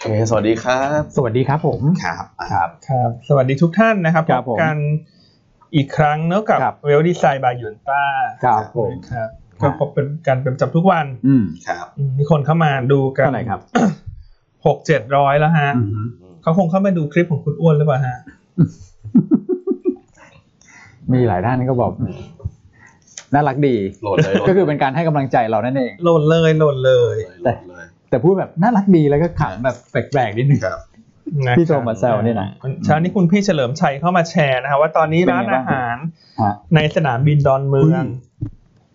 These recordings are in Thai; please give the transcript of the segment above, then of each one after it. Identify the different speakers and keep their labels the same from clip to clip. Speaker 1: เคสวัสดีครับ
Speaker 2: สวัสดีครับผม
Speaker 1: ครับ
Speaker 2: ครับ
Speaker 3: ครับสวัสดีทุกท่านนะครับ
Speaker 2: ครับ
Speaker 3: พกันอีกครั้งเนอะกับ
Speaker 2: ครับ
Speaker 3: เวลดีไซน์บายยุนต้า
Speaker 2: ครับผม
Speaker 3: นะครับ
Speaker 2: ครั
Speaker 3: ก็
Speaker 2: บ
Speaker 3: พบเป็นการเป็นประจำทุกวัน
Speaker 2: อืม
Speaker 1: ครับ
Speaker 3: อืมมีคนเข้ามาดูกัน
Speaker 2: เท่าไหร่ครับ
Speaker 3: หกเจ็ดร้อยแล้วฮะ
Speaker 2: อืม
Speaker 3: เขาคงเข้ามาดูคลิปของคุณอ้วนหรือเปล่าฮะ
Speaker 2: มีหลายท่านก็บอกน่ารักดี
Speaker 1: โหลดเลยโหลด
Speaker 2: ก็คือเป็นการให้กำลังใจเรานั่นเอง
Speaker 3: โหลดเลยโหลดเลย
Speaker 1: โหลดเลย
Speaker 2: แต่พูดแบบน่ารักดีแล้วก็ขำแบบแปลกๆนิดนึง
Speaker 1: ครับ
Speaker 3: นะครับ
Speaker 2: พี่โทมัสแซลเนี่ยนะ
Speaker 3: เช้านี้คุณพี่เฉลิมชัยเข้ามาแชร์นะครับว่าตอนนี้ร้าน
Speaker 2: เป็นไงบ้า
Speaker 3: อา
Speaker 2: ง
Speaker 3: หาร
Speaker 2: ฮะ
Speaker 3: ในสนามบินดอนเมือ
Speaker 2: อุ้
Speaker 3: ง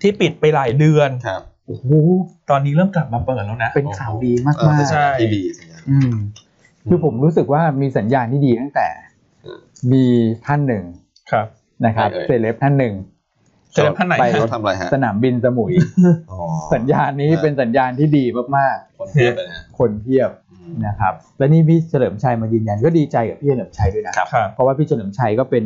Speaker 3: ที่ปิดไปหลายเดือน
Speaker 1: ครับ
Speaker 2: โอ้โห
Speaker 3: ตอนนี้เริ่มกลับมาเปิดแล้วนะ
Speaker 2: เป็นข่าวดีมาก
Speaker 1: เออเป็น
Speaker 2: ๆ
Speaker 1: สัญญาณที่ดีสัญญาณ
Speaker 2: อืม คือผมรู้สึกว่ามีสัญญาณที่ดีตั้งแต่
Speaker 1: อืม
Speaker 2: มีท่านหนึ่ง
Speaker 3: ครับ
Speaker 2: นะครับ
Speaker 1: ใครเอ่ย
Speaker 2: เซเลบท่านหนึ่ง
Speaker 3: เจอท่านไหน
Speaker 2: ไป
Speaker 1: เขาทำอะไรฮะ
Speaker 2: สนามบินสมุย
Speaker 1: อ๋อ
Speaker 2: สัญญาณนี้เป็นสัญญาณที่ดีมาก
Speaker 1: คนเทียบเลยนะ
Speaker 2: ๆ คนเพียบนะครับ และนี่พี่เฉลิมชัยมายืนยันก็ดีใจกับพี่เฉลิมชัยด้วยนะ
Speaker 3: ครับ
Speaker 2: เพราะว่าพี่เฉลิมชัยก็เป็น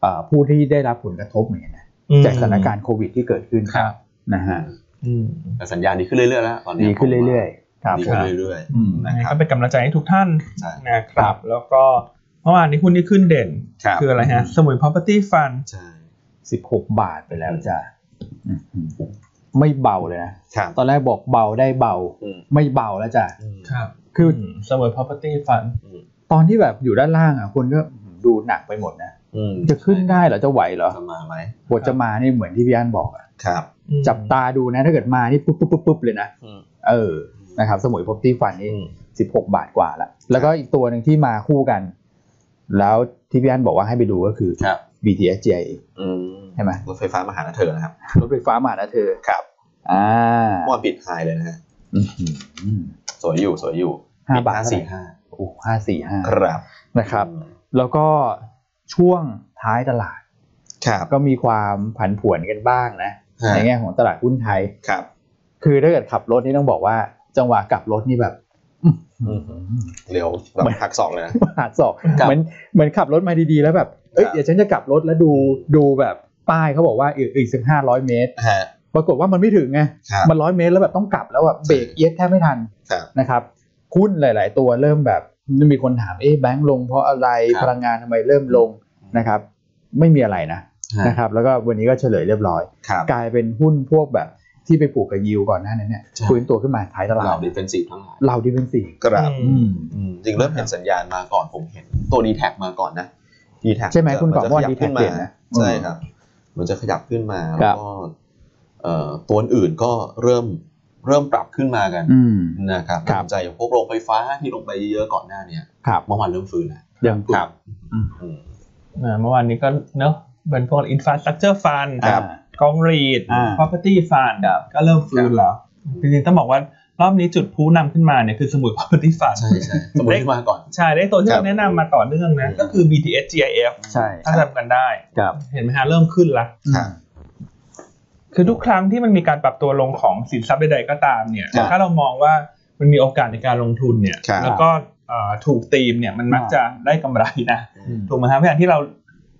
Speaker 2: เอ่อผู้ที่ได้รับผลกระทบเหมือนกันนะ
Speaker 3: อืม
Speaker 2: จากสถานการณ์โควิดที่เกิดขึ้น
Speaker 1: ครับ
Speaker 2: นะฮะ
Speaker 3: อืม
Speaker 1: แต่สัญญาณดีขึ้นเรื่อยๆแล้วตอนนี้
Speaker 2: ดีขึ้นเรื่อยๆ ครับ
Speaker 1: ดี
Speaker 2: ผ
Speaker 1: ขึ้น
Speaker 2: ม
Speaker 1: เรื่อย
Speaker 2: อืม
Speaker 1: นะครับ
Speaker 3: ก็เป็นกำลังใจให้ทุกท่าน
Speaker 1: ใช่
Speaker 3: นะครับ แล้วก็เมื่อวานนี้หุ้นที่ขึ้นเด่น
Speaker 1: ครับ
Speaker 3: ออะไรฮะ สมุย property fund
Speaker 1: ๆใช่
Speaker 2: สิบหกบาทไปแล้วจ้ะอืมไม่เบาเลยนะ
Speaker 1: ครับ
Speaker 2: ตอนแรกบอกเบาได้เบา
Speaker 1: อืม
Speaker 2: ไม่เบาแล้วจ้ะ
Speaker 1: อืม
Speaker 3: ครับ
Speaker 2: คือ
Speaker 3: สมุย property fund
Speaker 1: อืม
Speaker 2: ตอนที่แบบอยู่ด้านล่างอ่ะคนก็ดูหนักไปหมดนะ
Speaker 1: อืม
Speaker 2: จะขึ้นได้เหรอจะไหวเหรอ
Speaker 1: จะมาไหม
Speaker 2: บทจะมานี่เหมือนที่พี่อันบอกอะ
Speaker 1: ครับ
Speaker 2: จับตาดูนะ ถ้าเกิดมานี่ปุ๊บปุ๊บปุ๊บปุ๊บเลยนะ
Speaker 1: อืม
Speaker 2: เออ นะครับ สมุยพบที่ฟันนี่
Speaker 1: อืม
Speaker 2: สิบหกบาทกว่าละแล้วก็อีกตัวหนึ่งที่มาคู่กัน แล้วที่พี่อันบอกว่าให้ไปดูก็คือ
Speaker 1: ครับ
Speaker 2: BTS j
Speaker 1: อืม
Speaker 2: ใช่ไหม
Speaker 1: รถไฟฟ้ามาหานะเธอนะครับ
Speaker 2: รถไฟฟ้ามานะเธอ
Speaker 1: ครับ
Speaker 2: อ่า
Speaker 1: เมื่อวานปิดไฮเลยนะฮะ
Speaker 2: อื้อหือ
Speaker 1: สวยอยู่สวยอยู่
Speaker 2: ห้าบาท
Speaker 1: ห้าสี่ห้า
Speaker 2: โอ้ห้าสี่ห้า
Speaker 1: ครับ
Speaker 2: นะครับ แล้วก็ช่วงท้ายตลาด
Speaker 1: ครับ
Speaker 2: ก็มีความผันผวนกันบ้างนะ
Speaker 1: ฮะ
Speaker 2: ในแง่ของตลาดหุ้นไทย
Speaker 1: ครับ
Speaker 2: คือถ้าเกิดขับรถนี่ต้องบอกว่า จังหวะกลับรถนี่แบบอื้อหือ
Speaker 1: เร็วแบบหักสองเลยนะ
Speaker 2: หักศอก
Speaker 1: ครับ
Speaker 2: เหมือนเหมือนขับรถมาดีๆ แล้วแบบเอ้ย
Speaker 1: ครับ
Speaker 2: เดี๋ยวฉันจะกลับรถแล้วดูดูแบบป้ายเขาบอกว่าอีกอีกสักห้าร้อยเมตร
Speaker 1: ฮะ
Speaker 2: ปรากฏว่ามันไม่ถึงไง
Speaker 1: ครับ
Speaker 2: มันร้อยเมตรแล้วแบบต้องกลับแล้วแบบเบรกเอียดแทบไม่ทัน
Speaker 1: ครับ
Speaker 2: นะครับหุ้นหลาย ๆ ตัวเริ่มแบบมีคนถามเอ๊ะแบงค์ลงเพราะอะไร
Speaker 1: ครับ
Speaker 2: พลังงานทำไมเริ่มลงนะครับ ไม่มีอะไรนะนะครับ แล้วก็วันนี้ก็เฉลยเรียบร้อย
Speaker 1: ครับ
Speaker 2: กลายเป็นหุ้นพวกแบบที่ไปผูกกับยิวก่อนหน้านั้นเนี่ย
Speaker 1: ใช่
Speaker 2: ฟื้นตัวขึ้นมาท้ายตลาด
Speaker 1: เราดิเฟนซีฟทั้งหลาย
Speaker 2: เราดีเป็นสี่
Speaker 1: กรับ
Speaker 3: อืม
Speaker 1: อืมจริงเริ่มเห็นสัญญาณมาก่อนผมเห็น ตัวดีแท็มาก่อนนะดีแท็
Speaker 2: ใช่ไหมคุณกอบว่า
Speaker 1: ขยั
Speaker 2: ดีแท็ก
Speaker 1: ขึ้นมา
Speaker 2: เด่นนะ
Speaker 1: ใช่ครับ มันจะขยับขึ้นมา
Speaker 2: ค
Speaker 1: แล้ว
Speaker 2: รับ
Speaker 1: ก็เอ่อตัวอื่นก็เริ่มเริ่มปรับขึ้นมากัน
Speaker 2: อืม
Speaker 1: นะครับ
Speaker 2: ครับ
Speaker 1: น่าสนใจอย่างพวกโรงไฟฟ้าที่ลงไปเยอะก่อนหน้าเนี่ย
Speaker 2: ครับ
Speaker 1: เมื่อวานเริ่มฟื้นแล้ว
Speaker 2: ยัง
Speaker 1: อืม
Speaker 3: อ่าเมื่อวานนี้ก็เนอะเป็นพวก infrastructure fund
Speaker 1: ครับ
Speaker 3: กองรีด
Speaker 2: อ่า
Speaker 3: property fund
Speaker 2: ครับ
Speaker 3: ก็เริ่มฟื้นแล้ว จริงๆต้องบอกว่ารอบนี้จุดพลุนำขึ้นมาเนี่ยคือสมุย property fund
Speaker 1: ใช่ใช่สมมติขึ้นมาก่อน
Speaker 3: ใช่ได้ตัวที่
Speaker 1: ครับ
Speaker 3: เราแนะนำมาต่อเนื่องนะก็คือ BTS GIF
Speaker 2: ใช่
Speaker 3: ถ้าจำกันได้
Speaker 2: ครับ
Speaker 3: เห็นไหมฮะเริ่มขึ้นละ
Speaker 1: ครับ
Speaker 3: คือทุกครั้งที่มันมีการปรับตัวลงของสินทรัพย์ใดๆก็ตามเนี่ย
Speaker 1: ครับ
Speaker 3: ถ้าเรามองว่ามันมีโอกาสในการลงทุนเนี่ย
Speaker 1: ครับ
Speaker 3: แล้วก็เอ่อถูกตีมเนี่ยมันมักจะได้กำไรนะ
Speaker 2: อืม
Speaker 3: ถูกไหมครับอย่างที่เรา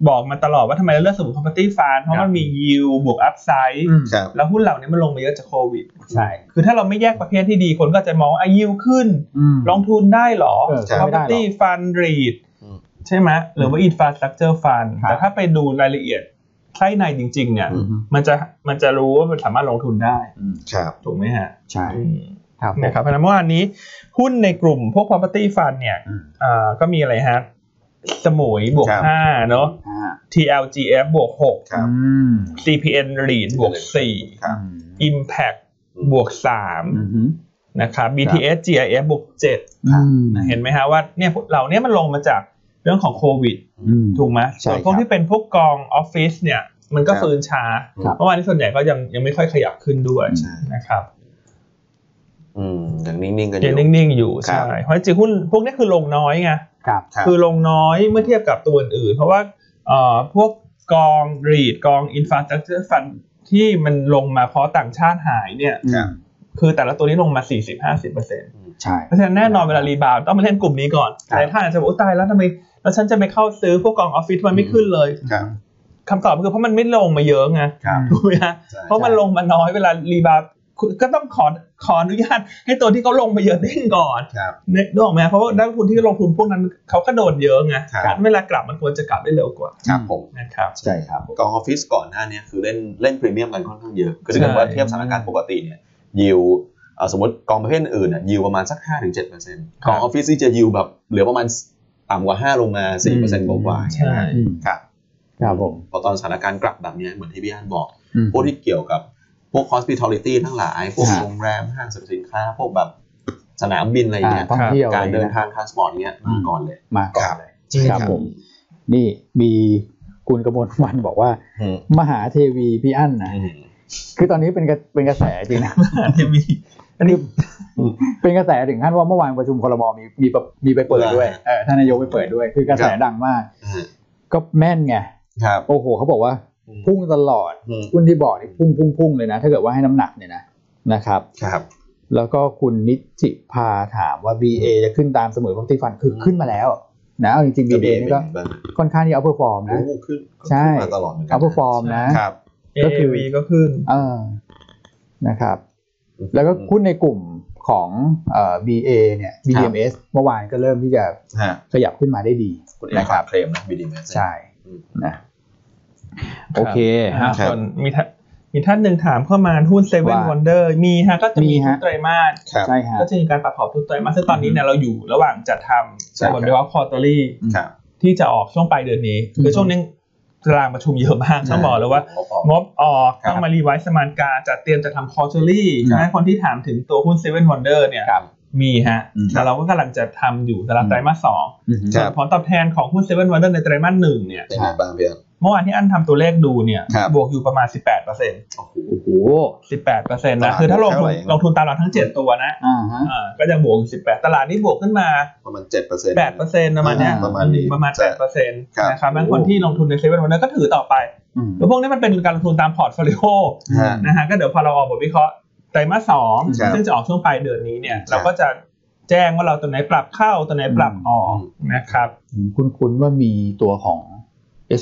Speaker 3: บอกมาตลอดว่าทำไมเราเลือกสมุน property fund เพราะมันมียิวบวกอัพไซด์
Speaker 1: ครับ
Speaker 3: แล้วหุ้นเหล่านี้มันลงมาเยอะจากโควิด
Speaker 2: ใช่
Speaker 3: คือถ้าเราไม่แยกประเภทที่ดีคนก็จะมองว่าอายิวขึ้น
Speaker 2: อืม
Speaker 3: ลงทุนได้เหรอ
Speaker 2: เออใช่ไม่ได้หรอ
Speaker 3: property fund REIT
Speaker 1: อืม
Speaker 3: ใช่ไหมหรือว่า infrastructure fund
Speaker 2: ครับ
Speaker 3: แต่ถ้าไปดูรายละเอียดไส้ในจริง ๆ เนี่ย
Speaker 1: อื
Speaker 3: มันจะมันจะรู้ว่ามันสามารถลงทุนได้
Speaker 2: อืม
Speaker 1: ครับ
Speaker 3: ถูกไหมฮะ
Speaker 2: ใช่ครับผม
Speaker 3: นะครับเพราะฉะนั้นเมื่อวานนี้ หุ้นในกลุ่มพวก property fund เนี่ย
Speaker 2: อืม
Speaker 3: อ่าก็มีอะไรฮะ สมุยบวก
Speaker 1: ครับ
Speaker 3: ห้าเนาะ
Speaker 2: อ่า
Speaker 3: TLGF บวกหก
Speaker 1: ครับ
Speaker 2: อืม
Speaker 3: CPN REIT บวกสี่
Speaker 1: ครับ
Speaker 3: Impact บวกสาม
Speaker 2: อืมอืม
Speaker 3: นะครับ BTS GIF บวกเจ็ด เห็นไหมฮะว่าเนี่ยพวกเราเนี่ยมันลงมาจากเรื่องของโควิดถูกไหม
Speaker 2: ใช่
Speaker 3: ส่วน
Speaker 2: ค
Speaker 3: พวก
Speaker 2: รับ
Speaker 3: ที่เป็นพวกกองออฟฟิศเนี่ย มันก็
Speaker 1: ครับ
Speaker 3: ฟื้นช้า
Speaker 2: ครับ
Speaker 3: เมื่อวานนี้ส่วนใหญ่ก็ยังยังไม่ค่อยขยับขึ้นด้วย
Speaker 1: ใช่
Speaker 3: นะครับ
Speaker 1: อืมยังนิ่งๆกันอ
Speaker 3: ยัง
Speaker 1: ยู่
Speaker 3: นิ่งๆอยู่
Speaker 1: ครับ
Speaker 3: ใช่เพราะจริงๆหุ้นพวกนี้คือลงน้อยไง
Speaker 2: ครับ
Speaker 3: คือลงน้อยเมื่อเทียบกับตัวอื่นๆเพราะว่าเอ่อพวกกองรีดกองอินฟาส r ั c เจอร์ฟันที่มันลงมาเพราะต่างชาติหายเนี่ย
Speaker 2: อืม
Speaker 1: ครับ
Speaker 3: คือแต่ละตัวนี้ลงมา 40-50%เปอร์เซ็นต
Speaker 2: ใช่
Speaker 3: เพราะฉะนั้นแน่นอนเวลารีบาวด์ต้องมาเล่นกลุ่มนี้ก่อน
Speaker 2: ครับ
Speaker 3: หลายท่านอาจจะบอกโอ้ตายแล้วทำไม แล้วฉันจะไปเข้าซื้อพวกกองออฟฟิศมันไม่ขึ้นเลย
Speaker 1: ครับ
Speaker 3: คำตอบก็คือเพราะมันไม่ลงมาเยอะไง
Speaker 2: ครับ
Speaker 3: ถูกไหมฮะ
Speaker 1: ใช่
Speaker 3: เพราะมันลงมาน้อยเวลารีบาวด์ ก็ต้องขอขออนุญาตให้ตัวที่เขาลงไปเยอะเด้งก่อน
Speaker 4: ครับ
Speaker 3: เนี่ยนึกออกไหมเพราะว่านักลงทุนที่ลงทุนพวกนั้นเขาก็โดนเยอะไง
Speaker 4: ครับ
Speaker 3: การเวลากลับมันควรจะกลับได้เร็วกว่า
Speaker 4: ครับผม
Speaker 3: นะครับ
Speaker 2: ใช่ครับ
Speaker 1: กองออฟฟิศก่อนหน้าเนี้คือเล่นเล่นพรีเมียมกันค่อนข้างเยอะ คือถ้าเกิดว่า
Speaker 3: ใช่
Speaker 1: เทียบสถานการณ์ปกติเนี่ยยิวสมมติกองประเภทอื่นอ่ะยิวประมาณสัก 5-7%กองออฟฟิศที่จะยิวแบบเหลือประมาณต่ำกว่า 5 ลงมา 4%กว่าๆ
Speaker 3: ใช่
Speaker 2: อืม
Speaker 4: ครับ
Speaker 2: ครับผม
Speaker 1: พอตอนสถานการณ์กลับแบบเนี้ยเหมือนที่พี่อันบอก
Speaker 2: อืม
Speaker 1: พวกที่เกี่ยวกับพวก hospitality ทั้งหลาย พวก
Speaker 2: ฮะ
Speaker 1: โรงแรมห้างสรรพสินค้า พวกแบบสนามบินอะไรอย่าง
Speaker 2: อ่า
Speaker 1: เงี้ย
Speaker 2: ท่องเที่ยวอะ
Speaker 1: กา
Speaker 2: ไร
Speaker 1: ร
Speaker 2: อย่าง
Speaker 1: เดิ
Speaker 2: เงี้
Speaker 1: น
Speaker 2: ย
Speaker 1: ทางทางสปอร์ตเงี้ย
Speaker 2: อืม
Speaker 1: มาก่อนเลย
Speaker 2: มาก่อน
Speaker 4: ครับ
Speaker 2: เลย
Speaker 4: ใช่
Speaker 2: ครับผม นี่มีคุณกระมวลวันบอกว่า
Speaker 1: อืม
Speaker 2: มหาเทวีพี่อั้นนะ
Speaker 1: อืม
Speaker 2: คือตอนนี้เป็นกระเป็นกระแสจริงนะ
Speaker 3: ทีวีอันนี้
Speaker 2: เป็นกระแสถึงขั้นว่าเมื่อวานประชุมครมมีมีปะมีไปเปิดด้วยเออท่านนายกไปเปิดด้วย คือกระแส
Speaker 1: ครับ
Speaker 2: ดังมาก
Speaker 1: อ่า
Speaker 2: ก็แม่นไง
Speaker 1: ครับ
Speaker 2: โอ้โหเขาบอกว่า พุ่งตลอด
Speaker 1: อืม
Speaker 2: หุ้นที่บอกนี่พุ่งพุ่งพุ่งเลยนะ ถ้าเกิดว่าให้น้ำหนักเนี่ยนะนะครับ
Speaker 1: ครับ
Speaker 2: แล้วก็คุณนิจิพาถามว่า BA จะขึ้นตามเสมอของตีฟันคือขึ้นมาแล้วนะเอาจริงๆ BA นี่
Speaker 1: เป็น
Speaker 2: ก็
Speaker 1: ยังไงบ้าง
Speaker 2: ค่อนข้างที่เอาเพอร์ฟอร์มนะ
Speaker 1: โอ้ขึ้น
Speaker 2: ใช่
Speaker 1: ขึ้นมาตลอดเหมือนกั
Speaker 2: เอาเพอร์ฟอร์มนะ
Speaker 4: ครับ
Speaker 2: ก็คือ
Speaker 3: AAV ก็ขึ้น
Speaker 2: เออนะครับ แล้วก็หุ้นในกลุ่มของเอ่อ BA เนี่ย BMS เมื่อวานก็เริ่มที่จะ
Speaker 4: ฮะ
Speaker 2: ขยับขึ้นมาได้ดี
Speaker 1: คุณเอก
Speaker 2: นะค
Speaker 1: ฝา
Speaker 2: รั
Speaker 1: ก
Speaker 2: บ
Speaker 1: เคลมนะบีดีเมส
Speaker 2: ใช่
Speaker 1: อืม
Speaker 2: นะโอเค
Speaker 3: อ่า
Speaker 4: ครับ
Speaker 3: ส่วนมีท่านมีท่านหนึ่งถามเข้ามาหุ้นเซเว่น
Speaker 2: ว่า
Speaker 3: วันเดอร์มีฮะก็จะมีทุกไตรมาส
Speaker 4: ครับ
Speaker 2: ใช่ฮะ
Speaker 3: ก็จะมีการปรับพอร์ตทุกไตรมาสซึ่งตอนนี้เนี่ยเราอยู่ระหว่างจัดท
Speaker 4: ใช่ค
Speaker 3: ำ
Speaker 4: รับ
Speaker 3: ผลวิเคราะห์ควอเตอรี่
Speaker 4: ครับ
Speaker 3: ที่จะออกช่วงปลายเดือนนี้
Speaker 2: อืม
Speaker 3: คือช่วงนี้ตารางประชุมเยอะมากต้องบอกเลยว่า
Speaker 1: งบออก
Speaker 3: งบออก
Speaker 4: ครับ
Speaker 3: ต้องมารีไวซ์สมานการจัดเตรียมจะทำคอร์เตอรี่
Speaker 4: ครับ
Speaker 3: นะคนที่ถามถึงตัวหุ้นเซเว่นวันเดอร์เนี่ย
Speaker 2: ครับ
Speaker 3: มีฮะ
Speaker 2: อืม
Speaker 3: แต่เราก็กำลังจะทำอยู่ตารางไตรมาสสอง
Speaker 2: อืม
Speaker 4: ครับ
Speaker 3: ผลตอบแทนของหุ้นเซเว่นวันเดอร์ในไตรมาสหนึ่งเนี่ย
Speaker 1: เป็นยังไงบ้างพี่อัน
Speaker 3: เมื่อวานที่อันทำตัวเลขดูเนี่ย
Speaker 4: ครับ
Speaker 3: บวกอยู่ประมาณ 18เปอร์เซ็นต์
Speaker 1: โอ้โห
Speaker 2: โอ้โห
Speaker 3: 18เปอร์เซ็นต์
Speaker 4: ตลา
Speaker 3: นะ
Speaker 4: ด
Speaker 3: คือถ้าลง
Speaker 4: เท่า
Speaker 3: ทุ
Speaker 4: ไหร่
Speaker 3: นลงทุนตามเราทั้ง 7 ตัวนะ
Speaker 2: อ่าฮะ
Speaker 3: อ่าก็จะบวกอยู่18 ตลาดนี้บวกขึ้นมา
Speaker 1: ประมาณเจ็ดเปอร์เซ็นต์
Speaker 3: 8เปอร์เซ็นต์ประมาณเนี้ย
Speaker 2: อ่า
Speaker 4: ประมาณนี้
Speaker 3: ประมาณ8เปอร์เซ็นต์
Speaker 4: ครับ
Speaker 3: นะครับบางคนที่ลงทุนในเซเว่นวันนั้นก็ถือต่อไป
Speaker 2: อืม
Speaker 3: แล้วพวกนี้มันเป็นการลงทุนตามพอร์ตโฟลิโอ
Speaker 4: ฮะ
Speaker 3: นะฮะ ก็เดี๋ยวพอเราออกบทวิเคราะห์ไตรมาสสอง
Speaker 4: ครับ
Speaker 3: ซึ่งจะออกช่วงปลายเดือนนี้เนี่ย
Speaker 4: ครับ
Speaker 3: เราก็จะแจ้งว่าเราตัวไหนปรับเข้าตัวไหนปรับออกนะครับ
Speaker 2: คุณคุณว่ามีตัวของ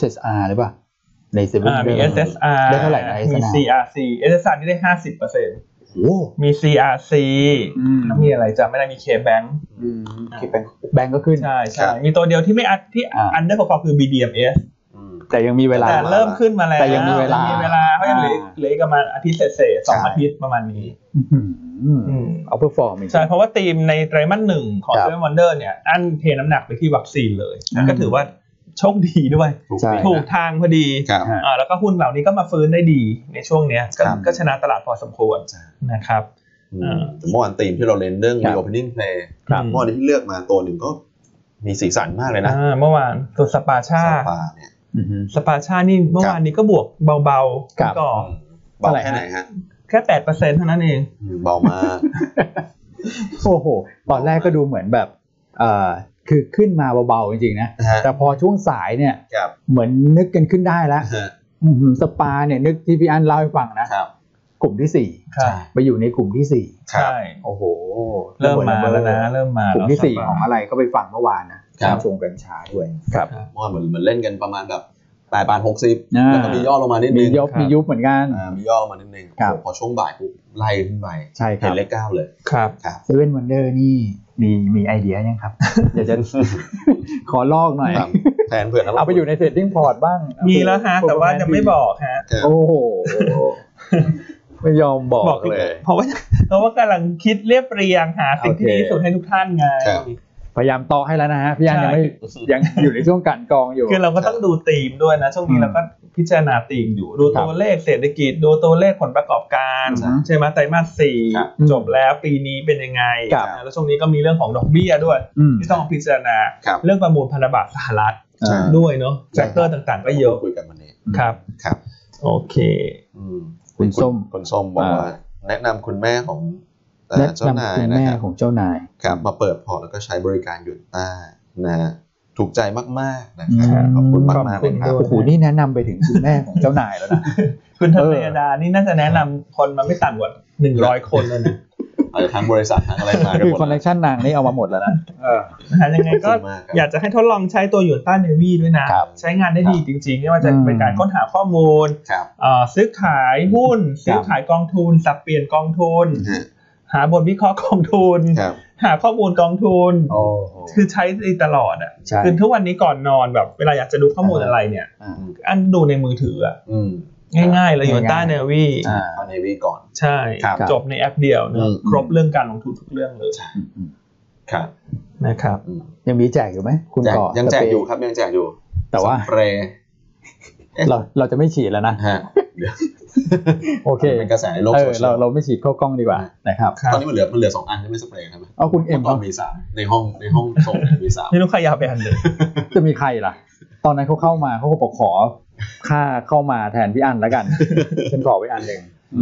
Speaker 2: SSR หรือเปล่า ในเซเว่น
Speaker 3: อ่ามี SSR
Speaker 2: ได้เท่าไหร่นะ SSR
Speaker 3: มี CRC SSR นี่ได้ 50%
Speaker 2: โอ้
Speaker 3: มี CRC แล้วมีอะไรจำไม่ได้มี KBank
Speaker 2: แบงแบงก์ก็ขึ้น
Speaker 3: ใช่
Speaker 4: ครั
Speaker 3: ใช่
Speaker 4: บ
Speaker 3: มีตัวเดียวที่ไม่อัดที่
Speaker 2: อ่า
Speaker 3: อันเดอร์พอคือ BDMs
Speaker 1: อืม
Speaker 2: แต่ยังมีเวลา
Speaker 3: แต่เริ่มขึ้นมาแล้ว
Speaker 2: แต่ยังมีเวลา
Speaker 3: ยังมีเวลาเพราะยังเหลือ
Speaker 2: อ่า
Speaker 3: เหลืออีกประมาณอาทิตย์เศษๆสองอาทิตย์ประมาณนี้
Speaker 2: อื้อหือ
Speaker 3: อืม
Speaker 2: เอาเพอร์ฟอร์มอีก
Speaker 3: ใช่เพราะว่าทีมในไตรมาสหนึ่งของ
Speaker 2: ครั
Speaker 3: เซ
Speaker 2: บ
Speaker 3: เว่นวันเดอร์เนี่ย อันเทน้ำหนักไปที่วัคซีนเลย
Speaker 2: อืม
Speaker 3: ก็ถือว่าโชคดีด้วย
Speaker 1: ถูก
Speaker 2: ใช่
Speaker 1: ปี
Speaker 3: ถูก
Speaker 1: นะ
Speaker 3: ทางพอดี
Speaker 4: ครับ
Speaker 2: ฮะ
Speaker 3: อ่าแล้วก็หุ้นเหล่านี้ก็มาฟื้นได้ดีในช่วงเนี้ยก็
Speaker 4: ครับ
Speaker 3: ก็ชนะตลาดพอสมควรนะครับ
Speaker 1: อืมแต่เมื่อวานธีมที่เราเล่นเรื่อง
Speaker 2: ครับ
Speaker 1: reopening play
Speaker 2: ครับ
Speaker 1: เมื่อวานที่เลือกมาตัวหนึ่งก็มีสีสันมากเลยนะ
Speaker 3: อ่าเมื่อวานตัวสปาชา
Speaker 1: ซาปาเนี่ย
Speaker 2: อื้อหือ
Speaker 3: สปาชานี่เมื่อวานนี้ก็บวกเบา
Speaker 2: ครั
Speaker 3: ๆ
Speaker 2: บ
Speaker 3: ก่อน
Speaker 1: เบาแค่ไหนฮะ
Speaker 3: แค่แปดเปอร์เซ็นเท่านั้นเอง
Speaker 1: อืมเบามาก
Speaker 2: โอ้โห ตอนแรกก็ดูเหมือนแบบเอ่อคือขึ้นมาเบาๆจริงๆนะ
Speaker 1: นะฮะ
Speaker 2: แต่พอช่วงสายเนี่ย
Speaker 1: ครับ
Speaker 2: เหมือนนึกกันขึ้นได้แล้ว
Speaker 1: ฮะ
Speaker 2: อื้อหือสปาเนี่ยนึกที่พี่อันเล่าให้ฟังนะ
Speaker 1: ครับ
Speaker 2: กลุ่มที่สี่
Speaker 3: ใช่
Speaker 2: ไปอยู่ในกลุ่มที่สี่
Speaker 1: ครั
Speaker 3: ใช่
Speaker 1: บ
Speaker 2: โอ้โห
Speaker 3: เริ่มมาแล้วนะ เริ่มมาก
Speaker 2: ลุ่มที่สี่ของ
Speaker 3: แล้ว
Speaker 2: อะไรก็ไปฟังเมื่อวานนะครับ ชงเป็นชาด้วยครับ
Speaker 1: เมื่อวานเหมือนเหมือนเล่นกันประมาณแบบแปดบาทหกสิบ
Speaker 2: อ่า
Speaker 1: แล้วก็มีย่อลงมานิด
Speaker 2: มี
Speaker 1: นึง
Speaker 2: ยบ
Speaker 3: ครับ
Speaker 2: มียุบเหมือนกัน
Speaker 1: อ่ามีย่อลงมานิดนึง
Speaker 2: ครับ
Speaker 1: โอ้โหพอช่วงบ่ายปุ๊บไล่ขึ้นไป
Speaker 2: ใช่ค
Speaker 1: เห็
Speaker 2: รั
Speaker 1: น
Speaker 2: บ
Speaker 1: เลขเก้าเลย
Speaker 3: ครับ
Speaker 2: เซเว่นวันเดอร์นี่มีมีไอเดียยังครับ อยากจะขอลอกหน่อย
Speaker 1: ครับ แทนเพื่อนนะ
Speaker 2: เอาไปอยู่ในเทรดดิ้งพอร์ตบ้าง
Speaker 3: มีแล้วฮะ แต่ว่ายังไม่บอกฮะ
Speaker 2: โอ้โห ไม่ยอมบอก
Speaker 3: บอก
Speaker 2: เลย
Speaker 3: เพราะว่า เพราะว่ากำลังคิดเรียบเรียงหาสิ่งที่ดีที่สุดให้ทุกท่านไง
Speaker 1: ครับ
Speaker 2: พยายามต่อให้แล้วนะฮะพี่อันยังไม่ยังอยู่ในช่วงกลันกรองอยู่
Speaker 3: คือเราก็ต้องดูธีมด้วยนะ ช่วงนี้
Speaker 2: อืม
Speaker 3: เราก็พิจารณาธีมอยู่ ดูตัวเลขเศรษฐกิจ ดูตัวเลขผลประกอบการ
Speaker 2: อือฮึ
Speaker 3: ใช่ไหมไตรมาสสี่
Speaker 1: ครับ
Speaker 3: จบแล้วปีนี้เป็นยังไง
Speaker 2: ครับ
Speaker 3: นะแล้วช่วงนี้ก็มีเรื่องของดอกเบี้ยด้วย
Speaker 2: อืม
Speaker 3: ที่ต้องพิจารณา
Speaker 1: ครับ
Speaker 3: เรื่องประมูลพันธบัตรสหรัฐ
Speaker 1: ใช่
Speaker 3: ด้วยเนาะ
Speaker 2: ใช่ครับ
Speaker 3: แฟกเตอร์ต่างๆ ก็เยอะ
Speaker 1: คุยกันวันนี้
Speaker 3: ครับ
Speaker 4: ครับ
Speaker 3: โอเค
Speaker 1: อืม
Speaker 2: คุณส้ม
Speaker 1: คุณส้มบอก
Speaker 2: อ่า
Speaker 1: ว่า แนะนำคุณแม่ของเอ่อ
Speaker 2: แนะ
Speaker 1: เจ้านานย
Speaker 2: ำคุณ
Speaker 1: นะ
Speaker 2: แม่
Speaker 1: ครับ
Speaker 2: ของเจ้านาย
Speaker 1: ครับมาเปิดพอร์ตแล้วก็ใช้บริการหยุดต้านะฮะถูกใจมากๆนะครับ
Speaker 2: อืม
Speaker 1: ขอบคุณมากๆเลยครับ
Speaker 3: ขอบคุณด้วย
Speaker 2: โอ้โหนี่แนะนำไปถึงคุณแม่ของเจ้านายแล้วนะ
Speaker 3: คุณธ
Speaker 2: เอ
Speaker 3: เน
Speaker 2: อ
Speaker 3: ยดานี่น่าจะแนะนำคนมาไม่ต่ำกว่าหนึ่งร้อยคนแล้วนะ
Speaker 1: อาจจะทั้งบริษัททั้งอะไรมากัน
Speaker 2: คือ
Speaker 1: หมด
Speaker 2: คอนเนคชันนางนี่เอามาหมดแล้วนะ
Speaker 3: นะฮะยังไง
Speaker 1: ข
Speaker 3: ก็
Speaker 1: อบคุณมากครับ
Speaker 3: อยากจะให้ทดลองใช้ตัวยูนต้าเนวีด้วยนะ
Speaker 2: ครับ
Speaker 3: ใช้งานได้ดี
Speaker 1: ครับ
Speaker 3: จริงๆไม่ว่าจะ
Speaker 2: อืม
Speaker 3: เป็นการค้นหาข้อมูล
Speaker 1: ครับ
Speaker 3: เอ่อซื้อขายหุ้น ซื้อ
Speaker 1: ครับ
Speaker 3: ขายกองทุน สับเปลี่ยนกองทุน หาบทวิเคราะห์กองทุน
Speaker 1: ครับ
Speaker 3: หาข้อมูลกองทุน
Speaker 2: โอ้
Speaker 3: คือใช้ได้ตลอดอ่ะ
Speaker 2: ใช่
Speaker 3: คือทุกวันนี้ก่อนนอนแบบเวลาอยากจะดูข้อมูลอะไรเนี่ย
Speaker 2: อ่า
Speaker 3: อันดูในมือถืออะ
Speaker 1: อืม
Speaker 3: ง่ายๆเลยยูนต้า
Speaker 2: ง่ายๆ
Speaker 3: เนวี
Speaker 1: อ่าเอาเนวีก่อน
Speaker 3: ใช่
Speaker 1: ครับ
Speaker 3: จบในแอปเดียวเน
Speaker 1: อื
Speaker 3: อะ
Speaker 1: ม
Speaker 3: ครบเรื่องการลงทุนทุกเรื่องเลย
Speaker 2: อืมอืม
Speaker 1: ครับ
Speaker 3: นะครับ
Speaker 1: อืม
Speaker 2: ยังมีแจกอยู่ไหมคุณ
Speaker 1: แจก
Speaker 2: ก่อ
Speaker 1: ยังแจกอยู่ครับยังแจกอยู่
Speaker 2: แต่ว่า
Speaker 1: สเปรย์
Speaker 2: เราเราจะไม่ฉีดแล้วนะ
Speaker 1: ฮะเดี๋ยว
Speaker 2: โอเค
Speaker 1: มันเป็นกระแสในโลก
Speaker 2: เอ
Speaker 1: โซ
Speaker 2: อ
Speaker 1: เชีย
Speaker 2: เรา
Speaker 1: ล
Speaker 2: เราไม่ฉีดเข้ากล้องดีกว่านะครับ
Speaker 3: ครับ
Speaker 1: ตอนนี้มันเหลือมันเหลือสองอันใช่ไหมสเปรย์ครับ
Speaker 2: เอาคุณเอ็ม
Speaker 1: ตอน
Speaker 2: เอามี
Speaker 1: มีสามในห้องในห้องส่งเนี่ยมีสาม
Speaker 3: ไม่รู้ใครอยากไปอันเลย
Speaker 2: จะมีใครล่ะ ตอนนั้นเขาเข้ามาเขาก็บอกขอค่าเข้ามาแทนพี่อันแล้วกัน ฉันขอไว้อันหนึ่ง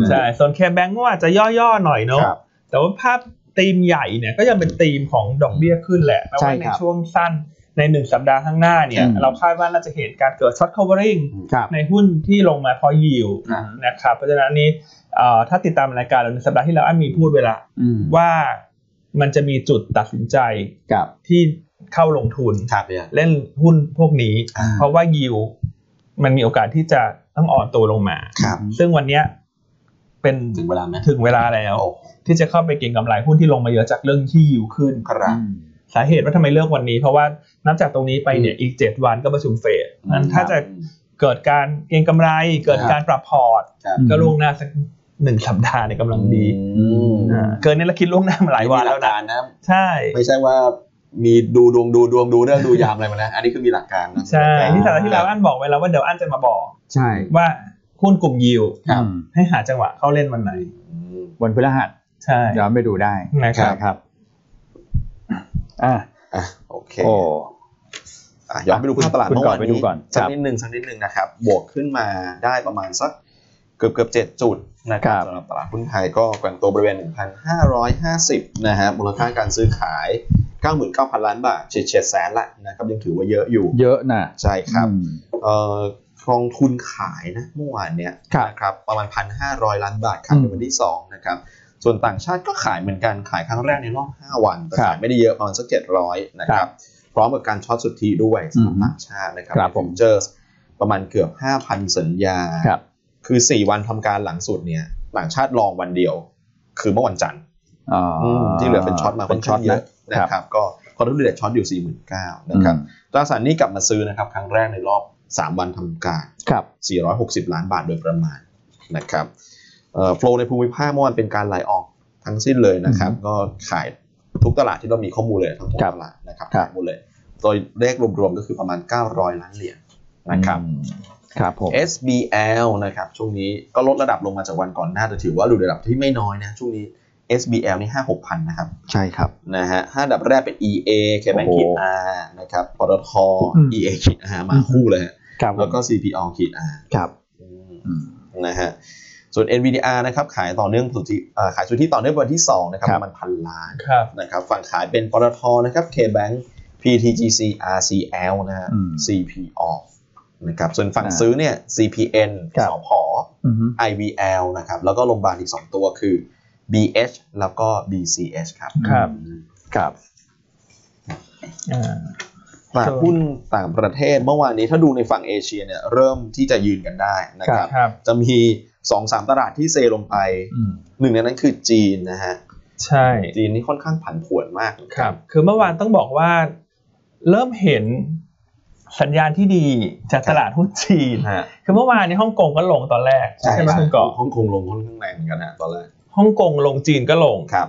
Speaker 3: ใช่ ส่วนแคร์แบงก์ก็อาจจะย่อๆหน่อยเนอะ
Speaker 2: ครับ
Speaker 3: แต่ว่าภาพธีมใหญ่เนี่ยก็ยังเป็นธีมของดอกเบี้ยขึ้นแหละแม้
Speaker 2: ใช่ครั
Speaker 3: ว่าใน
Speaker 2: บ
Speaker 3: ช่วงสั้นในหนึ่งสัปดาห์ข้างหน้าเนี่ย
Speaker 2: อืม
Speaker 3: เราคาดว่าเราจะเห็นการเกิดช็อต covering
Speaker 2: ครับ
Speaker 3: ในหุ้นที่ลงมาเพอยิว
Speaker 1: อ่า
Speaker 3: นะครับ เพราะฉะนั้นอันนี้เอ่อถ้าติดตามรายการเราในสัปดาห์ที่แล้วอันมีพูดเวลา
Speaker 2: อืม
Speaker 3: ว่ามันจะมีจุดตัดสินใจ
Speaker 2: กับ
Speaker 3: ที่เข้าลงทุน
Speaker 1: ครับเนี่ย
Speaker 3: เล่นหุ้นพวกนี้
Speaker 1: อ่า
Speaker 3: เพราะว่ายิวมันมีโอกาสที่จะต้องอ่อนตัวลงมา
Speaker 1: ครับ
Speaker 3: ซึ่งวันเนี้ยเป็น
Speaker 1: ถึงเวลาไหม
Speaker 3: ถึงเวลาแล้ว
Speaker 1: โอ้
Speaker 3: ที่จะเข้าไปเก็งกำไรหุ้นที่ลงมาเยอะจากเรื่องที่ยิวขึ้น
Speaker 1: ครับ
Speaker 3: สาเหตุว่าทำไมเลือกวันนี้ เพราะว่านับจากตรงนี้ไปเนี่ยอีก 7 วันก็ประชุมเฟดนั้นถ้าจะเกิดการเก็งกำไร เกิดการปรับพอร์ต
Speaker 1: ครับ
Speaker 3: ก็ล่วงหน้าสักหนึ่งสัปดาห์เนี่ยกำลังดี
Speaker 1: อืม
Speaker 3: อ่าเกินนี้เราคิดล่วงหน้ามาหลายวันแล้วนะ
Speaker 1: นะ
Speaker 3: ใช่
Speaker 1: ไม่ใช่ว่ามีดูดวงดูดวงดูเรื่องดูยามอะไรมานะ อันนี้คือมีหลักการนะ
Speaker 3: ใช่
Speaker 1: หลักการ
Speaker 3: ที่สัปดาห์ที่แล้วอันบอกไว้แล้วว่าเดี๋ยวอันจะมาบอก
Speaker 2: ใช่
Speaker 3: ว่าหุ้นกลุ่มยิว
Speaker 1: ครับ
Speaker 2: อืม
Speaker 3: ให้หาจังหวะเข้าเล่นวันไหน
Speaker 1: อืม
Speaker 2: วันพฤหัส
Speaker 3: ใช่
Speaker 2: ย้อนไปดูได้
Speaker 3: นะครับ
Speaker 2: ครับ อ่ะ
Speaker 1: อ่ะโอเค
Speaker 2: โอ้
Speaker 1: อ่ะย้อนไปดูพื้นตลาด
Speaker 2: คุณ
Speaker 1: เมื่อวาน
Speaker 2: ก่อนไปดู
Speaker 1: นี้
Speaker 2: ก่อน
Speaker 1: สัก
Speaker 2: ครับ
Speaker 1: นิดหนึ่งสักนิดหนึ่งนะครับ บวกขึ้นมาได้ประมาณสักเกือบเกือบเจ็ดจุดนะครับ
Speaker 2: ครับ
Speaker 1: สำหรับตลาดหุ้นไทยก็แกว่งตัวบริเวณ 1,550 นะฮะมูลค่าการซื้อขาย 99,000 ล้านบาทเฉียดเฉียดแสนละนะครับยังถือว่าเยอะอยู่
Speaker 2: เยอะนะ
Speaker 1: ใช่ครับ
Speaker 2: อืม
Speaker 1: เอ่อกองทุนขายนะเมื่อวานเนี้ย
Speaker 2: ครับ
Speaker 1: นะครับประมาณ 1,500 ล้านบาทขายในวันที่ 2 นะครับ ส่วนต่างชาติก็ขายเหมือนกันขายครั้งแรกในรอบ 5 วันแต่
Speaker 2: ครับ
Speaker 1: ขายไม่ได้เยอะประมาณสัก 700 นะค
Speaker 2: ครั
Speaker 1: รั
Speaker 2: บบ
Speaker 1: พร้อมกับการช็อตสุทธิด้วยสำหรับ
Speaker 2: อือฮึ
Speaker 1: ต่างชาตินะครับ
Speaker 2: ครับผม
Speaker 1: เจอประมาณเกือบ 5,000 สัญญา
Speaker 2: ครับ
Speaker 1: คือ 4 วันทำการหลังสุดเนี่ยต่างชาติลองวันเดียว คือเมื่อวันจันทร์
Speaker 2: อ่า
Speaker 1: ที่เหลือเป็นช็อตมาค่อนข้างเยอะนะครับก็คอนทุนเดชช็อตอยู่ 49,000นะครับ ตราสารหนี้กลับมาซื้อนะครับ ครั้งแรกในรอบ 3 วันทำการ
Speaker 2: ครับ
Speaker 1: 460 ล้านบาทโดยประมาณนะครับโฟลในภูมิภาคเมื่อวานเป็นการไหลออกทั้งสิ้นเลยนะครับ ก็ขายทุกตลาดที่เรามีข้อมูลเลยทั้งหมด
Speaker 2: ครับ
Speaker 1: ตลาดนะครับ
Speaker 2: ครับ
Speaker 1: ขายหมดเลยโดยเลขรวมๆก็คือประมาณ 900 ล้านเหรียญนะครับ
Speaker 2: อืมครับผม
Speaker 1: SBL นะครับ ช่วงนี้ก็ลดระดับลงมาจากวันก่อนหน้าแต่ถือว่าหลุดระดับที่ไม่น้อยนะช่วงนี้ SBL นี่ห้าหกพันนะครับ
Speaker 2: ใช่ครับ
Speaker 1: นะฮะห้าอันดับแรกเป็น EA เคแบง
Speaker 2: โอ้โห
Speaker 1: ขีด R นะครับปตท
Speaker 2: อืม
Speaker 1: EA ขีด R มาคู่เลยฮะ
Speaker 2: ครับผม
Speaker 1: แล้วก็ CPO ขีด R
Speaker 2: ครับ
Speaker 1: อืม
Speaker 2: อืม
Speaker 1: นะฮะส่วน NVDR นะครับขายต่อเนื่องสุทธิเอ่อขายสุทธิต่อเนื่องวันที่ 2 นะครับ
Speaker 2: ค
Speaker 1: ป
Speaker 2: รับ
Speaker 1: ระมาณพันล้าน
Speaker 3: ครับ
Speaker 1: นะครับฝั่งขายเป็นปตทนะครับ KBank PTGC RCL นะฮะ
Speaker 2: อืม
Speaker 1: CPO นะครับส่วนฝั่ง
Speaker 2: อ่า
Speaker 1: ซื้อเนี่ย CPN
Speaker 2: ครับ
Speaker 1: สพ
Speaker 2: อืม
Speaker 1: IVL นะครับแล้วก็โรงพยาบาลอีก 2 ตัวคือ BH แล้วก็ BCH ครับ
Speaker 3: ครับ
Speaker 2: ครับ
Speaker 3: อ่า
Speaker 1: ตลาดหุ้นต่างประเทศเมื่อวานนี้ถ้าดูในฝั่งเอเชียเนี่ยเริ่มที่จะยืนกันได้นะครับ
Speaker 3: ครับ
Speaker 1: จะมี 2-3สามตลาดที่เซลงไป
Speaker 2: อืม
Speaker 1: หนึ่งในนั้นคือจีนนะฮะ
Speaker 3: ใช่
Speaker 1: จีนนี่ค่อนข้างผันผวนมาก
Speaker 3: ครับ คือเมื่อวานต้องบอกว่าเริ่มเห็นสัญญาณที่ดีจากตลาดหุ้นจีน
Speaker 1: ฮะ
Speaker 3: คือเมื่อวานในยฮ่องกงก็ลงตอนแรกไหมคุณเกาะ
Speaker 1: ฮ่องกงลงค่อนข้างแรงเหมือนกันฮะตอนแรก
Speaker 3: ฮ่องกงลงจีนก็ลง
Speaker 1: ครับ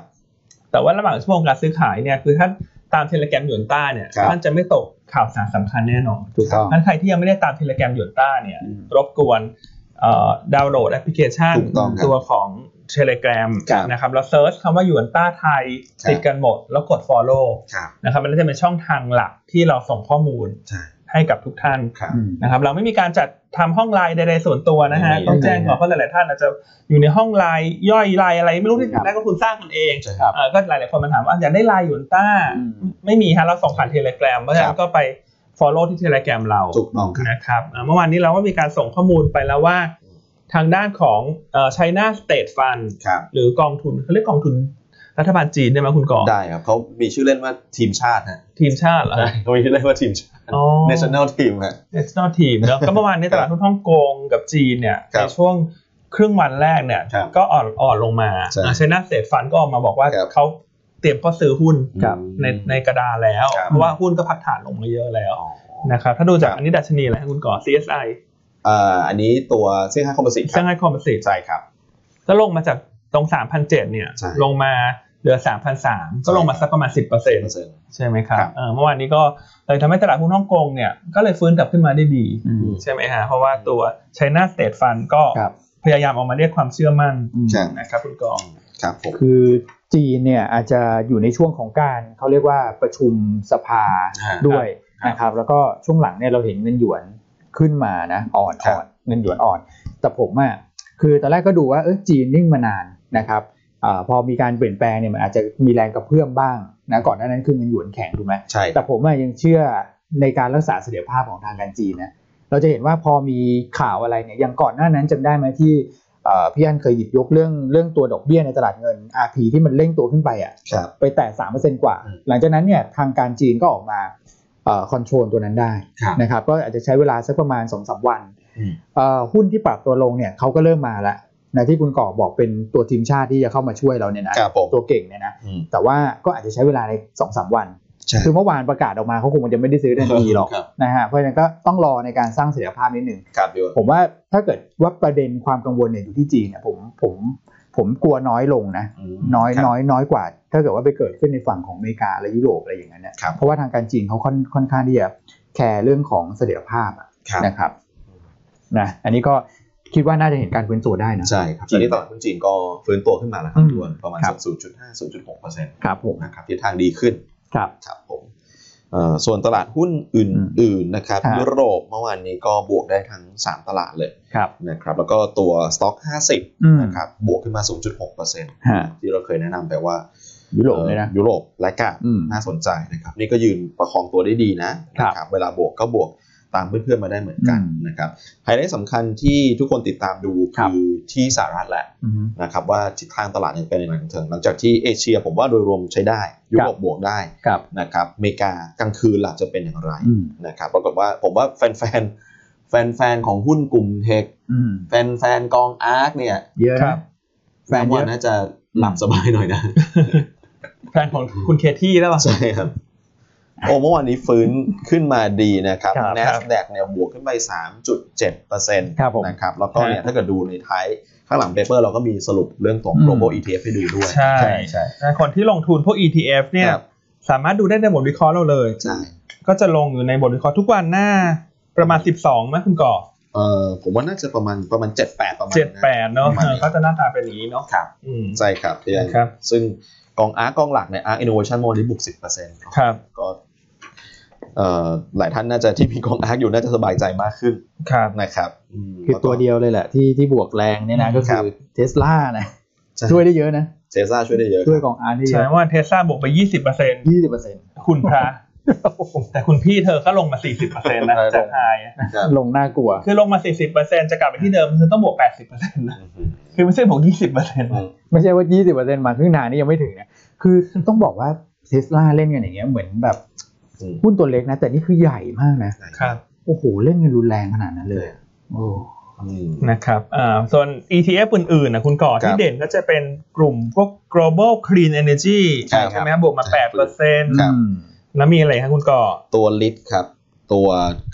Speaker 3: แต่ว่าระหว่างชั่วโมงการซื้อขายเนี่ยคือถ้าตามเทเลแกรมหยวนต้าเนี่ย
Speaker 1: ครับ
Speaker 3: ท่านจะไม่ตกข่าวสารสำคัญแน่นอน
Speaker 2: ถูกต้อง
Speaker 3: ท่านใครที่ยังไม่ได้ตามเทเลแกรมหยวนต้าเนี่ย
Speaker 1: อืม
Speaker 3: รบกวนเอ่อดาวน์โหลดแอปพลิเคชัน
Speaker 1: ถูกต้องครับ
Speaker 3: ตัวของ Telegram
Speaker 1: ครับ
Speaker 3: นะครับแล้วเซิร์ชคำว่าหยวนต้าไทย
Speaker 1: ครับ
Speaker 3: ติดกันหมด แล้วกด Follow
Speaker 1: ครับ
Speaker 3: นะครับมันก็จะเป็นช่องทางหลักที่เราส่งข้อมูล
Speaker 1: ใช่
Speaker 3: ให้กับทุกท่าน
Speaker 1: ครับ
Speaker 2: อืม
Speaker 3: นะครับเราไม่มีการจัดทำห้องไลน์ใดๆส่วนตัวนะฮะ
Speaker 1: ไม่มี
Speaker 3: ต้องแจ้งก่
Speaker 2: ไม่มี
Speaker 3: อนเพราะหลายๆท่านอาจจะอยู่ในห้องไลน์ย่อยไลน์อะไรไม่รู้ที่
Speaker 2: ครับ
Speaker 3: แรกก็คุณสร้างกันเอง
Speaker 1: ใช่ครับ
Speaker 3: เอ่อก็หลายๆคนมาถามว่าอยากได้ไลน์หยวนต้า
Speaker 2: อืม
Speaker 3: ไม่มีฮะเราส่งผ่านเทเล gram เพราะฉะ
Speaker 1: ค
Speaker 3: นั้
Speaker 1: รับ
Speaker 3: นก็ไป Follow ที่เทเล gram เรา
Speaker 1: ถูกต้องครับ
Speaker 3: นะครับอ่าเมื่อวานนี้เราก็มีการส่งข้อมูลไปแล้วว่า ทางด้านของเอ่อ China State Fund
Speaker 1: ครับ
Speaker 3: หรือกองทุนเขาเรียกกองทุน รัฐบาลจีนได้ไหมคุณก่อ
Speaker 1: ได้ครับเขามีชื่อเล่นว่าทีมชาติฮะ
Speaker 3: ทีมชาติเหรอ
Speaker 1: ใช่เขามีชื่อเล่นว่าทีมชาติ
Speaker 3: อ๋อ
Speaker 1: national team ฮะ
Speaker 3: national team แล้วก็เมื่อวานนี้ตลาดหุ้นฮ่องกงกับจีนเนี่ย
Speaker 1: ครับ
Speaker 3: ในช่วงครึ่งวันแรกเนี่ย
Speaker 1: ครับ
Speaker 3: ก็อ่อนอ่อนลงมา
Speaker 1: ใช่
Speaker 3: อ่ะชนะเสร็จฟันก็ออกมาบอกว่า
Speaker 1: ครับ
Speaker 3: เขาเตรียมก็ซื้อหุ้น
Speaker 2: ครับ
Speaker 3: ในในกระดานแล้ว
Speaker 1: ครับ
Speaker 3: เพราะว่าหุ้นก็พักฐานลงมาเยอะแล้ว
Speaker 1: อ๋อ
Speaker 3: นะครับถ้าดูจาก
Speaker 1: ครับ
Speaker 3: อันนี้ดัชนีอะไรให้คุณก่อ CSI
Speaker 1: อ่าอันนี้ตัวเซี่ยงไฮ้คอมโพสิตค
Speaker 3: เซี่ยง
Speaker 1: รับ
Speaker 3: ไฮ้คอมเพสิต
Speaker 1: ใช่ครับ
Speaker 3: ก็ลงมาจากตรง3,007เนี่ย
Speaker 1: ใช่
Speaker 3: ลงมาเหลือ3,003ก็ลงมา
Speaker 1: ใช่
Speaker 3: สักประมาณ 10%
Speaker 1: 10%
Speaker 3: ใช่ไหมครั
Speaker 1: ครับ บ
Speaker 3: เอ่อเมื่อวานนี้ก็เลยทำให้ตลาดหุ้นฮ่องกงเนี่ยก็เลยฟื้นกลับขึ้นมาได้ดี
Speaker 2: อืม
Speaker 3: ใช่ไหมฮะเพราะว่าตัว China State Fund ก็
Speaker 2: ครับ
Speaker 3: พยายามออกมาเรียกความเชื่อมั่น
Speaker 2: อืม
Speaker 1: ใช่
Speaker 3: นะครับคุณกอง
Speaker 1: ครับผม
Speaker 2: คือจีนเนี่ยอาจจะอยู่ในช่วงของการเขาเรียกว่าประชุมสภาด้วย
Speaker 3: ครับ
Speaker 2: นะครับ แล้วก็ช่วงหลังเนี่ยเราเห็นเงินหยวนขึ้นมานะอ่อนอ่อนเงินหยวนอ่อน แต่ผมอะคือตอนแรกก็ดูว่าเออจีนนิ่งมานานนะครับอาพอมีการเปลี่ยนแปลงเนี่ยมันอาจจะมีแรงกระเพื่อมบ้างนะก่อนหน้านั้นคือเงินหยวนแข็งถูกไหม
Speaker 1: ใช่
Speaker 2: แต่ผมอะยังเชื่อในการรักษาเสถียรภาพของทางการจีนนะ เราจะเห็นว่าพอมีข่าวอะไรเนี่ย อย่างก่อนหน้านั้นจำได้ไหมที่เอ่อพี่อันเคยหยิบยกเรื่องเรื่องตัวดอกเบี้ยในตลาดเงิน RP ที่มันเร่งตัวขึ้นไปอ่ะ
Speaker 1: ครับ
Speaker 2: ไปแตะสามเปอร์เซ็นกว่า
Speaker 1: อืม
Speaker 2: หลังจากนั้นเนี่ยทางการจีนก็ออกมาคอนโทรลตัวนั้นได้
Speaker 1: ครับ
Speaker 2: นะครับ ก็อาจจะใช้เวลาสักประมาณ2อสวัน
Speaker 1: อืม
Speaker 2: เอ่อหุ้นที่ปรับตัวลงเนี่ยเขาก็เริ่มมาแล้วนะที่คุณก่อบอกเป็นตัวทีมชาติที่จะเข้ามาช่วยเราเนี่ยนะครับ
Speaker 1: ผม
Speaker 2: ตัวเก่งเนี่ยนะ
Speaker 1: อืม
Speaker 2: แต่ว่าก็อาจจะใช้เวลาใน2อสวัน
Speaker 1: ใช่
Speaker 2: คือเมื่อวานประกาศออกมาเขาคงจะไม่ได้ซื้อทันทีหรอก
Speaker 1: ครับ
Speaker 2: นะฮะเพราะฉะนั้นก็ต้องรอในการสร้างเสถียรภาพนิดหนึ่ง
Speaker 1: ครับพี่อ้วน
Speaker 2: ผมว่าถ้าเกิดว่าประเด็นความกังวลเนี่ยอยู่ที่จีนเนี่ยผมผมผมกลัวน้อยลงนะ
Speaker 1: อืม
Speaker 2: น้อย
Speaker 1: ครับ
Speaker 2: น้อยน้อยกว่า ถ้าเกิดว่าไปเกิดขึ้นในฝั่งของอเมริกาและยุโรปอะไรอย่างนั้นเนี่ย
Speaker 1: ครับ
Speaker 2: เพราะว่าทางการจีนเขาค่อนค่อนข้างที่จะแคร์เรื่องของเสถียรภาพอะ
Speaker 1: ครับ
Speaker 2: นะครับนะอันนี้ก็คิดว่าน่าจะเห็นการฟื้นตัวได้นะ
Speaker 1: ใช่ครับตอนนี้ตลาดหุ้นจีนก็ฟื้นตัวขึ้นมาแล้วครับ
Speaker 2: อืม
Speaker 1: พี่อ้วนประมาณ
Speaker 2: ครั
Speaker 1: สั
Speaker 2: บ
Speaker 1: ก0.5 0.6%น
Speaker 2: ครับผม
Speaker 1: ะครับทิศทางดีขึ้น
Speaker 2: ครับ
Speaker 1: ครับผมเอ่อส่วนตลาดหุ้นอื่นๆนะครับ
Speaker 2: ครับ
Speaker 1: ยุโรปเมื่อวานนี้ก็บวกได้ทั้ง 3 ตลาดเลย
Speaker 2: ครับ
Speaker 1: นะครับแล้วก็ตัว s t o อก
Speaker 2: อืม
Speaker 1: 50นะครับบวกขึ้นมา 0.6%
Speaker 2: ฮะ
Speaker 1: ที่เราเคยแนะนำไปว่า
Speaker 2: ยุ
Speaker 1: ยุ
Speaker 2: โรปเลยนะ
Speaker 1: ยุโรปและกาด
Speaker 2: อืม
Speaker 1: น่าสนใจนะครับนี่ก็ยืนประคองตัวได้ดีนะครับ นะเวลาบวกก็บวกตามเพื่อนๆมาได้เหมือนกัน
Speaker 2: อืม
Speaker 1: นะครับไฮไลท์สำคัญที่ทุกคนติดตามดู
Speaker 2: ครั
Speaker 1: คื
Speaker 2: บ
Speaker 1: อที่สหรัฐแหละ
Speaker 2: อืม
Speaker 1: นะครับว่าทิศทางตลาดเนี่ยเป็นยังไงเถิงหลังจากที่เอเชียผมว่าโดยรวมใช้ได้ ยุโรปบวกได้
Speaker 2: ครับ
Speaker 1: นะครับอเมริกากลางคืนหลับจะเป็นอย่างไร
Speaker 2: อืม
Speaker 1: นะครับปรากฏว่าผมว่าแฟนๆแฟนๆของหุ้นกลุ่มเทค
Speaker 2: อืม
Speaker 1: แฟนๆกองอาร์คเนี่ย
Speaker 2: เยอะ
Speaker 3: ครั
Speaker 2: นะ
Speaker 3: บ
Speaker 2: แฟนเย
Speaker 1: ผ
Speaker 2: อะ
Speaker 1: มว่าน่าจะหลับสบายหน่อยนะ
Speaker 3: แพลนของคุณเคที่แล้วป่ะ
Speaker 1: ใช่ครับ โอ้เมื่อวานนี้ฟื้นขึ้นมาดีนะครับ
Speaker 2: ครับ
Speaker 1: NASDAQ เนี่ยบวกขึ้นไป 3.7%น
Speaker 2: ครับผม
Speaker 1: ะครับแล้วก็เนี่ยถ้าเกิดดูในท้ายข้างหลังเปเปอร์เราก็มีสรุปเรื่องของ global ETF ให้ดูด้วย
Speaker 3: ใช่
Speaker 1: ใช่
Speaker 3: นะคนที่ลงทุนพวก ETF เนี่ย
Speaker 1: ครับ
Speaker 3: สามารถดูได้ในบทวิเคราะห์เราเลย
Speaker 1: ใช่
Speaker 3: ก็จะลงอยู่ในบทวิเคราะห์ทุกวันหน้าประมาณ 12ไหมคุณก่อ
Speaker 1: เอ่อผมว่าน่าจะประมาณประมาณ 78 ประมาณนั้น
Speaker 3: 78เนาะ
Speaker 1: ประมาณนี้
Speaker 3: เออก็จะหน้าตาเป็นอย่างนี้เนาะ
Speaker 1: ครับ
Speaker 3: อืม
Speaker 1: ใช่ครับพี่แอน
Speaker 3: ครับ
Speaker 1: ซึ่งกองอาร์กองหลักเนี่ยอาร์ n อินโนเวชันโมนี้บวก10%เ
Speaker 3: ครับ
Speaker 1: ก็เอ่อหลายท่านน่าจะที่มีกองอาร์อยู่น่าจะสบายใจมากขึ้น
Speaker 3: ครับ
Speaker 1: นะครับม
Speaker 2: คือตัวเดียวเลยแหละที่ที่บวกแรงเนี่ยนะก็คือเทสลานะ
Speaker 1: ใช่
Speaker 2: ช่วยได้เยอะนะ
Speaker 1: เซซ่าช่วยได้เยอะ
Speaker 2: ช่วยกองอาร์ตได้เย
Speaker 3: ใช่
Speaker 2: อะ
Speaker 3: ว่าเทสลาบวกไป 20%
Speaker 2: ยี่สิบเปอร์เซ็นต์
Speaker 3: คุณพระ แต่คุณพี่เธอก็ลงมา 40%นะจากไฮอะ
Speaker 1: ครับ
Speaker 2: ลงน่ากลัว
Speaker 3: คือลงมา 40%จะกลับไปที่เดิมคือต้องบวก 80%นะ
Speaker 1: อืม
Speaker 3: คือไม่ใช่บวก 20%นะ
Speaker 2: ไม่ใช่ว่า 20%มาครึ่งทางนี่ยังไม่ถึงนะ คือต้องบอกว่าเทสลาเล่นกันอย่างเงี้ยเหมือนแบบ
Speaker 1: อืม
Speaker 2: หุ้นตัวเล็กนะ แต่นี่คือใหญ่มากนะ
Speaker 3: ครับ
Speaker 2: โอ้โห เล่นกันรุนแรงขนาดนั้นเลยอะโอ้
Speaker 1: อืม
Speaker 3: นะครับอ่าส่วน ETF อื่นๆนะคุณก่อ
Speaker 1: ครั
Speaker 3: ที่
Speaker 1: บ
Speaker 3: เด่นก็จะเป็นกลุ่มพวก global clean energy
Speaker 1: ใช่ครับ
Speaker 3: ไหมครับบวกมา
Speaker 1: ใช่ครับ
Speaker 3: 8%
Speaker 1: ครับ
Speaker 3: แล้วมีอะไรครับคุณก่อ
Speaker 1: ตัวลิทครับ ตัว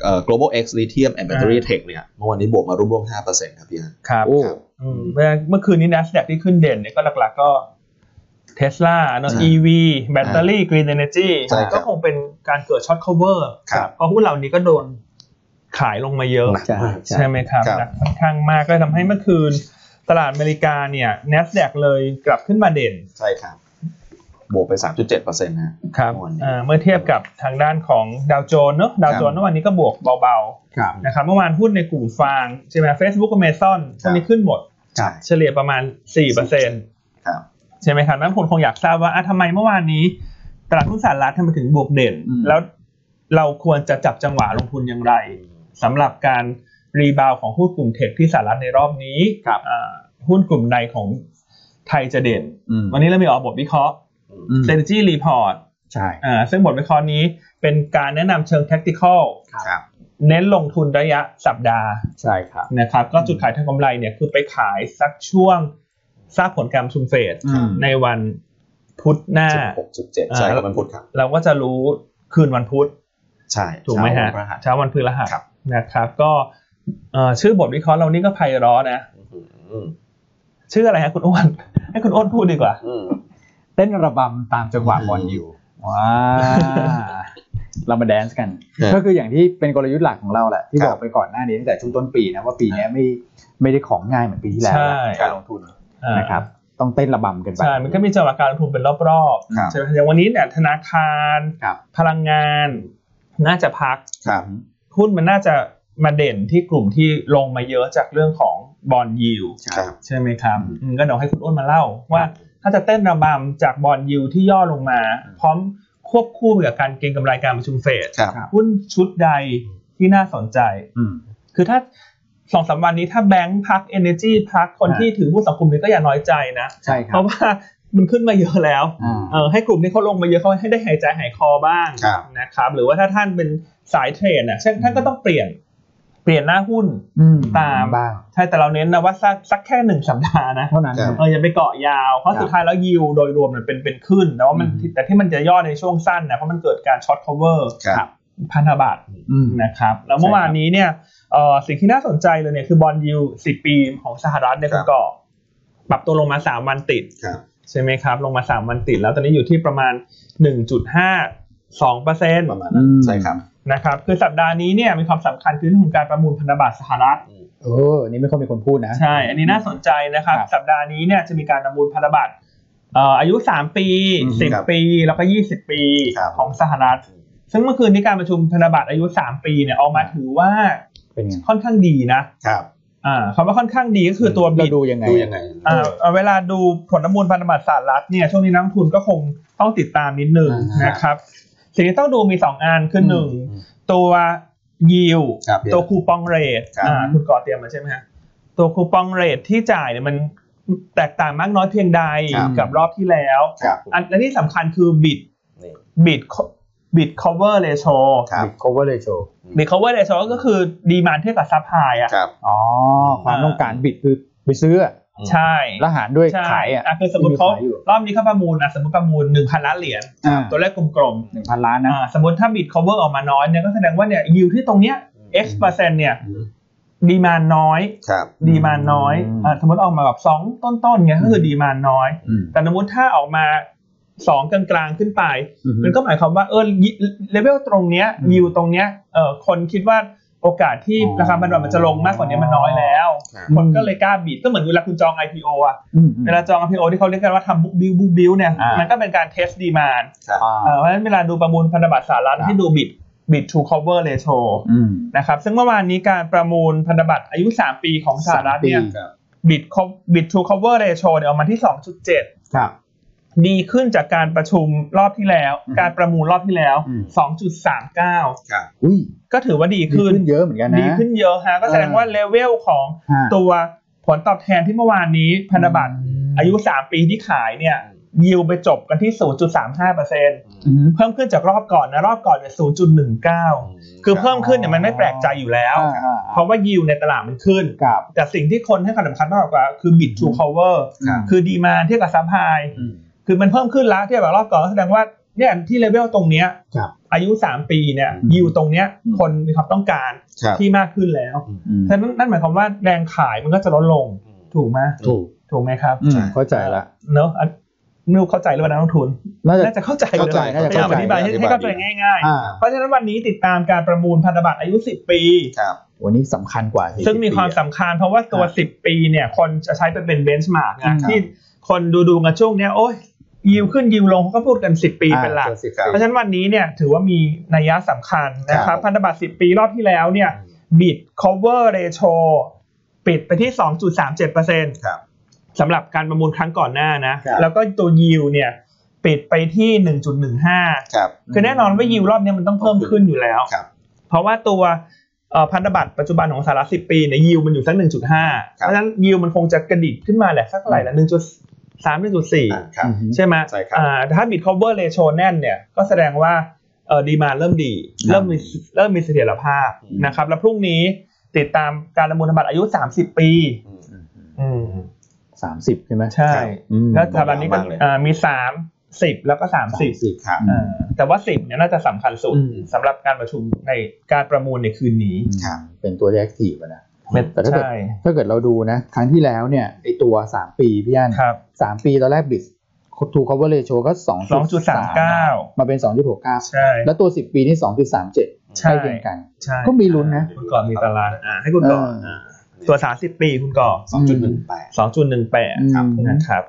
Speaker 1: เอ่อ global x lithium and battery tech เนี่ยเมื่อวานนี้บวกมาร่วมๆ5%ครับพี่แอน
Speaker 3: ครับ
Speaker 2: โอ้
Speaker 1: ครับ
Speaker 3: อืมเมื่อเมื่อคืนนี้ NASDAQ ที่ขึ้นเด่นเนี่ยก็หลักๆก็เทสลาเนอะ
Speaker 1: ใช่
Speaker 3: EV แบตเตอรี่ Green Energy
Speaker 1: ใช่ครับ
Speaker 3: ก็คงเป็นการเกิดช็อต cover
Speaker 1: ครับ
Speaker 3: เพราะหุ้นเหล่านี้ก็โดนขายลงมาเยอะ
Speaker 1: หนักมาก
Speaker 3: ใช่ไหมครับ
Speaker 1: ครับ
Speaker 3: หนักค่อนข้างมากก็ทำให้เมื่อคืนตลาดอเมริกาเนี่ย n a s d a q เลยกลับขึ้นมาเด่น
Speaker 1: ใช่ครับ บวกไป 3.7%นะฮะ
Speaker 3: ครับ
Speaker 1: วันนี้
Speaker 3: อ่าเมื่อเทียบกับทางด้านของดาวโจนส์เนอะดาวโจนส์
Speaker 1: ครับ
Speaker 3: เมื่อวานนี้ก็บวกเบา
Speaker 2: ครับ
Speaker 3: ๆนะครับเมื่อวานหุ้นในกลุ่มฟางใช่ไหม Facebook Amazon พ
Speaker 1: ครั
Speaker 3: ว
Speaker 1: บ
Speaker 3: กนี้ขึ้นหมด
Speaker 1: ใช่
Speaker 3: เฉลี่ยประมาณ 4%
Speaker 1: ครับ
Speaker 3: ใช่ไหมครับนั้นคนคงอยากทราบว่าอ่ะทำไมเมื่อวานนี้ ตลาดหุ้นสหรัฐทำไมถึงบวกเด่น
Speaker 2: อืม
Speaker 3: แล้วเราควรจะจับจังหวะลงทุนอย่างไร สำหรับการรีบาวของหุ้นกลุ่มเทคที่สหรัฐในรอบนี้
Speaker 2: ครับ
Speaker 3: อ่าหุ้นกลุ่มใดของเท ไทยจะเด่น
Speaker 2: อืม
Speaker 3: วันนี้เรามีออกบทวิเคราะห์
Speaker 2: อืม
Speaker 3: strategy report
Speaker 2: ใช่
Speaker 3: อ่าซึ่งบทวิเคราะห์นี้เป็นการแนะนำเชิง tactical
Speaker 1: ครับ
Speaker 3: เน้นลงทุนระยะสัปดาห์
Speaker 2: ใช่ครับ
Speaker 3: นะครับ ก็จุดขายทางกำไรเนี่ยคือไปขายสักช่วงทราบผลการประชุมเฟด
Speaker 2: อืม
Speaker 3: ในวันพุธหน้า
Speaker 1: สิบหกสิบเจ็ดใช่ครับมันพุธครับ
Speaker 3: เราก็จะรู้คืนวันพุธ
Speaker 1: ใช่
Speaker 3: ถูกไหมฮะ
Speaker 1: เช้าวันพฤหัส
Speaker 3: เช้าวันพฤหัส
Speaker 1: ครับ
Speaker 3: นะครับ ก็เอ่อชื่อบทวิเคราะห์เรานี่ก็ไพเราะนะ
Speaker 1: อืม
Speaker 3: ชื่ออะไรฮะคุณอ้วน ให้คุณอ้วนพูดดีกว่า
Speaker 1: อืม
Speaker 2: เต้นระบำตามจังหวะบอลอยู่ว้าเรามาแดนซ์กัน
Speaker 1: ครับ
Speaker 2: ก็คืออย่างที่เป็นกลยุทธ์หลักของเราแหละ ที่
Speaker 1: ครับ
Speaker 2: บอกไปก่อนหน้านี้ตั้งแต่ช่วงต้นปีนะว่าปีเนี้ยไม่ไม่ได้ของง่ายเหมือนปีที่แล้ว
Speaker 3: ใช่
Speaker 2: นะการลงทุน
Speaker 3: อ่า
Speaker 2: นะครับ ต้องเต้นระบำกันไป
Speaker 3: ใช่ มันก็มีจังหวะการลงทุนเป็นรอบ
Speaker 1: ครับ
Speaker 3: ๆใช่ไหมอย่างวันนี้เนี่ยธนาคาร
Speaker 2: ครับ
Speaker 3: พลังงาน น่าจะพัก
Speaker 1: ครับ
Speaker 3: หุ้นมันน่าจะมาเด่นที่กลุ่มที่ลงมาเยอะจากเรื่องของบอลยิว
Speaker 1: ครับ
Speaker 3: ใช่ไหมครับ
Speaker 1: อืม
Speaker 3: อืมก็เดี๋ยวให้คุณอ้วนมาเล่าว่า ถ้าจะเต้นระบำจากบอลยิวที่ย่อลงมา พร้อมควบคู่ไปกับการเก็งกำไรการประชุมเฟด
Speaker 1: ครับ
Speaker 3: หุ้นชุดใดที่น่าสนใจ
Speaker 2: อืม
Speaker 3: คือถ้าสองสามวันนี้ถ้าแบงค์พัก Energy พักคน
Speaker 2: อ่า
Speaker 3: ที่ถือหุ้นสองกลุ่มนี้ก็อย่าน้อยใจนะ
Speaker 2: ใช่ค
Speaker 3: เพ
Speaker 2: รับ
Speaker 3: ราะว่ามันขึ้นมาเยอะแล้ว
Speaker 2: อ่า
Speaker 3: เออให้กลุ่มที่เขาลงมาเยอะเขาให้ได้หายใจหายคอบ้าง
Speaker 1: ครับ
Speaker 3: นะครับ หรือว่าถ้าท่านเป็นสายเทรดนะเช่นท่านก็ต้องเปลี่ยน เปลี่ยนหน้าหุ้น
Speaker 2: อืม
Speaker 3: ตาม
Speaker 2: บ้าง
Speaker 3: ใช่แต่เราเน้นนะว่าสักสักแค่หนึ่งสัปดาห์นะ
Speaker 2: เท่านั้น
Speaker 1: ครับ
Speaker 2: นะ
Speaker 3: เอออย่าไปเกาะยาวเพราะ
Speaker 2: ครับ
Speaker 3: สุดท้ายแล้วยิวโดยรวมมันเป็นเป็นขึ้นแต่ว่ามัน
Speaker 2: อืม
Speaker 3: แต่ที่มันจะย่อในช่วงสั้นนะเพราะมันเกิดการช็อต cover
Speaker 1: ครับ
Speaker 3: พันธบัตร
Speaker 2: อืม
Speaker 3: นะครับแล้วเมื่อวานนี้เนี่ยเอ่อสิ่งที่น่าสนใจเลยเนี่ยคือบอลยูสิปีของสหรัฐเนี่ย
Speaker 1: ครับ
Speaker 3: คุณก่อปรับตัวลงมา 3 วันติด
Speaker 1: ครับ
Speaker 3: ใช่ไหมครับ ลงมา 3 วันติด แล้วตอนนี้อยู่ที่ประมาณ 1.5 2เปอร์เซ็นต์
Speaker 1: ประมาณนั้น
Speaker 2: อืม
Speaker 1: ใช่ครับ
Speaker 3: นะครับคือสัปดาห์นี้เนี่ยมีความสำคัญคือเรื่องของการประมูลพันธบัตรสหรัฐ
Speaker 2: เอออันนี่ไม่ค่อยมีคนพูดนะ
Speaker 3: ใช่ อันนี้น่าสนใจนะครับ
Speaker 2: ครับ
Speaker 3: สัปดาห์นี้เนี่ยจะมีการประมูลพันธบัตรเอ่ออายุ 3 ปี
Speaker 2: อืมครับ
Speaker 3: 10 ปี แล้วก็ 20 ปี
Speaker 1: ครับ
Speaker 3: ของสหรัฐ ซึ่งเมื่อคืนนี้การประชุมพันธบัตรอายุ 3 ปีเนี่ยออกมาถือว่า
Speaker 2: เป็นไง
Speaker 3: ค่อนข้างดีนะ
Speaker 1: ครับ
Speaker 3: อ่าคำว่าค่อนข้างดีก็คือตัว
Speaker 2: เรา
Speaker 3: บิด
Speaker 2: ดูยังไง
Speaker 1: ดูยังไง
Speaker 3: อ่าเอ่อเวลาดูผลประมูลพันธบัตรสหรัฐเนี่ยช่วงนี้นักลงทุนก็คงต้องติดตามนิดหนึ่ง
Speaker 1: อ่าน
Speaker 3: นะครับ สิ่งที่ต้องดูมี 2 อันคือหนึ่ง
Speaker 1: อืม
Speaker 3: ตัวยิว
Speaker 1: ครับ
Speaker 3: ตัวคูปองเรท
Speaker 1: ครับ
Speaker 3: อ่าคุณก่อเตรียมมาใช่ไหมฮะตัวคูปองเรทที่จ่ายเนี่ยมันแตกต่างมากน้อยเพียงใด
Speaker 1: ครับ
Speaker 3: กับรอบที่แล้ว
Speaker 1: ครับ
Speaker 3: อันและที่สำคัญคือบิด
Speaker 1: นี่
Speaker 3: บิดบิด cover ratio
Speaker 1: ครับ
Speaker 2: บิด cover ratio
Speaker 3: บิด cover ratio ก็คือดีมานเทียบกับซัพพลายอ่ะ
Speaker 1: ครับ
Speaker 2: อ๋อ ความต้องการบิดคือไปซื้ออะ
Speaker 3: ใช่
Speaker 2: แล้วหารด้วย
Speaker 3: ใช่
Speaker 2: ขายอ่ะ
Speaker 3: อ่ะคือสมมติเขา
Speaker 2: ที่มีขายอยู่
Speaker 3: รอบนี้เขาประมูลอ่ะสมมติประมูล 1,000 ล้านเหรียญตัวเลขกลม
Speaker 2: หนึ่งพันล้าน
Speaker 3: ๆ
Speaker 2: นะ
Speaker 3: อ่าสมมติถ้าบิด cover ออกมาน้อยเนี่ยก็แสดงว่าเนี่ยยิวที่ตรงเนี้ย x เปอร์เซ็นต์เนี่ยดีมานน้อย
Speaker 1: ครับ
Speaker 3: ดีมานน้อย
Speaker 2: อืม
Speaker 3: อ่าสมมติออกมาแบบ2ต้นๆเนี่ยก็คือดีมานน้อย
Speaker 2: อืม
Speaker 3: แต่สมมติถ้าออกมา 2 กลางๆขึ้นไป
Speaker 2: อื
Speaker 3: มันก็หมายความว่าเออเลเวลตรงเนี้ยยิวตรงเนี้ยเออคนคิดว่าโอกาสที่ราคาพันธบัตรมันจะลงมากกว่านี้มันน้อยแล้ว
Speaker 1: ครับ
Speaker 3: คนก็เลยกล้าบีดก็เหมือนเวลาคุณจอง IPO อ่ะ
Speaker 2: อืม
Speaker 3: เวลาจอง IPO ที่เขาเรียกกันว่าทำบุ๊กบิวบุ๊กบิวเนี่ย
Speaker 2: อ่ามั
Speaker 3: มันก็เป็นการเทสดีมาน
Speaker 1: ครับ
Speaker 2: อ่า
Speaker 3: เพราะฉะนั้นเวลาดูประมูลพันธบัตรสหรัฐ
Speaker 2: ครับ
Speaker 3: ให้ดูบิดบิดทูคอเวอร์เรโช
Speaker 2: อืม
Speaker 3: นะครับซึ่งเมื่อวานนี้การประมูลพันธบัตรอายุ 3 ปีของสหรัฐเนี่ย
Speaker 2: สามปี
Speaker 1: ครับ
Speaker 3: บิดบิดทูคอเวอร์เรโชเนี่ยออกมาที่ 2.7
Speaker 2: ครับ
Speaker 3: ดีขึ้นจากการประชุมรอบที่แล้ว
Speaker 2: อืม
Speaker 3: การประมูลรอบที่แล้ว
Speaker 2: อืม
Speaker 3: 2.39
Speaker 1: ครับ
Speaker 2: อุ้ย
Speaker 3: ก็ถือว่าดี
Speaker 2: ดี
Speaker 3: ขึ้น
Speaker 2: ขึ้นเยอะเหมือนกันนะ
Speaker 3: ดีขึ้นเยอะฮะก็แสดงว่าเลเวลของ
Speaker 2: ฮะ
Speaker 3: ตัวผลตอบแทนที่เมื่อวานนี้พันธบัตรอายุ 3 ปีที่ขายเนี่ยยิวไปจบกันที่ 0.35%เ
Speaker 2: อืม
Speaker 3: พิ่มขึ้นจากรอบก่อนนะรอบก่อนเนี่ย0.19 คือเพิ่มขึ้นเนี่ยมันไม่แปลกใจอยู่แล้ว
Speaker 2: อ่าอ่า
Speaker 3: เพราะว่ายิวในตลาดมันขึ้น
Speaker 2: ครับ
Speaker 3: แต่สิ่งที่คนให้ความสำคัญมากกว่าคือ bid to cover
Speaker 1: ครับ
Speaker 3: คือดีมาเทียบกับซัพพลาย
Speaker 2: อืม
Speaker 3: คือมันเพิ่มขึ้นแล้วเทียบกับรอบก่อนก็แสดงว่าเนี่ยที่เลเวลตรงเนี้ย
Speaker 2: ครับ
Speaker 3: อายุ 3 ปีเนี่ยยิวตรงเนี้ยคนมีความต้องการ
Speaker 1: ครับ
Speaker 3: ที่มากขึ้นแล้ว
Speaker 2: อืม
Speaker 3: ฉะนั้นนั่นหมายความว่าแรงขายมันก็จะลดลง ถูกไหม
Speaker 2: ถูก
Speaker 3: ถูกไหมครับ
Speaker 2: อืมเข้าใจละ
Speaker 3: เนอะอันไม่รู้เข้าใจหรือเปล่านักลงทุน
Speaker 2: น่าจะ
Speaker 3: น่าจะเข้าใจ
Speaker 1: เข้าใจ
Speaker 3: นะ
Speaker 2: น่าจะ
Speaker 3: พยายาม
Speaker 2: เข้าใจ
Speaker 3: อธิบายให้ให้เข้าใจง่าย
Speaker 2: อ่า
Speaker 3: ๆ เพราะฉะนั้นวันนี้ติดตามการประมูลพันธบัตรอายุ 10 ปี
Speaker 1: ครับ
Speaker 2: วันนี้สำคัญกว่า40
Speaker 3: ซึ่งมีความ
Speaker 2: ปี
Speaker 3: สำคัญเพราะว่าตัว 10 ปีเนี่ยคนจะใช้ไปเป็นเบนช์มาร์ก
Speaker 2: ครั
Speaker 3: นะ
Speaker 2: บ
Speaker 3: ที่คนดูดูๆกันช่วงเนี้ยโอ้ยยิวขึ้นยิวลงเขาก็พูดกัน 10 ปี
Speaker 2: อ่า
Speaker 3: เป็นหลัก
Speaker 2: ตัว10
Speaker 1: ครับ
Speaker 3: เพราะฉะนั้นวันนี้เนี่ยถือว่ามีนัยยะสำคัญนะค
Speaker 1: ครั
Speaker 3: รับบ พันธบัตร 10 ปีรอบที่แล้วเนี่ยบิด cover ratio ปิดไปที่ 2.37%เปอร์เซ็นต์
Speaker 1: ครับ
Speaker 3: สำหรับการประมูลครั้งก่อนหน้านะ
Speaker 1: ครับ
Speaker 3: แล้วก็ตัวยิวเนี่ยปิดไปที่ 1.15
Speaker 1: ครับ
Speaker 3: คือแน่นอนว่ายิวรอบเนี้ยมันต้องเพิ่มขึ้นอยู่แล้ว
Speaker 1: ครับ
Speaker 3: เพราะว่าตัวเอ่อพันธบัตรปัจจุบันของสหรัฐ10 ปีเนี่ยยิวมันอยู่สัก 1.5 เพราะฉะนั้นยิวมันคงจะกระดิกขึ้นมาแหละสักไหร่ละ สามจุดสี่
Speaker 1: อ่าครับ
Speaker 2: อือฮึ
Speaker 3: ใช่ไหม
Speaker 1: ใช่ครับ
Speaker 3: อ่าถ้าบิต cover ratio แน่นเนี่ยก็แสดงว่าเออดีมาเริ่มดี
Speaker 2: ครับ
Speaker 3: เริ่มมีเริ่มมีเสถียรภาพนะครับ แล้วพรุ่งนี้ติดตามการประมูลธนบัตรอายุ 30 ปี
Speaker 1: อืม
Speaker 3: อืม
Speaker 2: สามสิบใช่ไหม
Speaker 3: ใช่
Speaker 1: ครับ
Speaker 2: อืม
Speaker 3: แล้วสถาบันนี้ก็
Speaker 1: ยาวมากเลย
Speaker 3: อ่ามีสามสิบแล้วก็สามสิบ
Speaker 1: ครับ
Speaker 2: อืม
Speaker 3: แต่ว่าสิบเนี่ยน่าจะสำคัญสุด
Speaker 2: อืม
Speaker 3: สำหรับการประชุมในการประมูลในคืนนี้
Speaker 1: ครับ
Speaker 2: เป็นตัวแรกทีนะ แต่ถ้าเกิด
Speaker 3: ใช่
Speaker 2: ถ้าเกิดเราดูนะ ครั้งที่แล้วเนี่ยไอตัวสามปีพี่อัน
Speaker 3: ครับ
Speaker 2: สามปีตอนแรกบิสทูคอเวอร์เรโชก็สอง
Speaker 3: สองจุดสามเก้า
Speaker 2: มาเป็นสองจุดหกเก้า
Speaker 3: ใช่
Speaker 2: แล้วตัวสิบปีนี่สองจุดสามเจ็ด
Speaker 3: ใช่
Speaker 2: ใช่เพียงกัน
Speaker 3: ใช่
Speaker 2: ก็มีลุ้นนะ
Speaker 3: คุณก่อนมีตารางอ่ะให้คุณก่อน
Speaker 2: เออ
Speaker 3: ตัวสามสิบปีคุณก่อน
Speaker 1: สองจุดหนึ่งแปด
Speaker 3: สองจุดหนึ่งแปด
Speaker 1: ครับ
Speaker 2: อืม
Speaker 3: นะครับ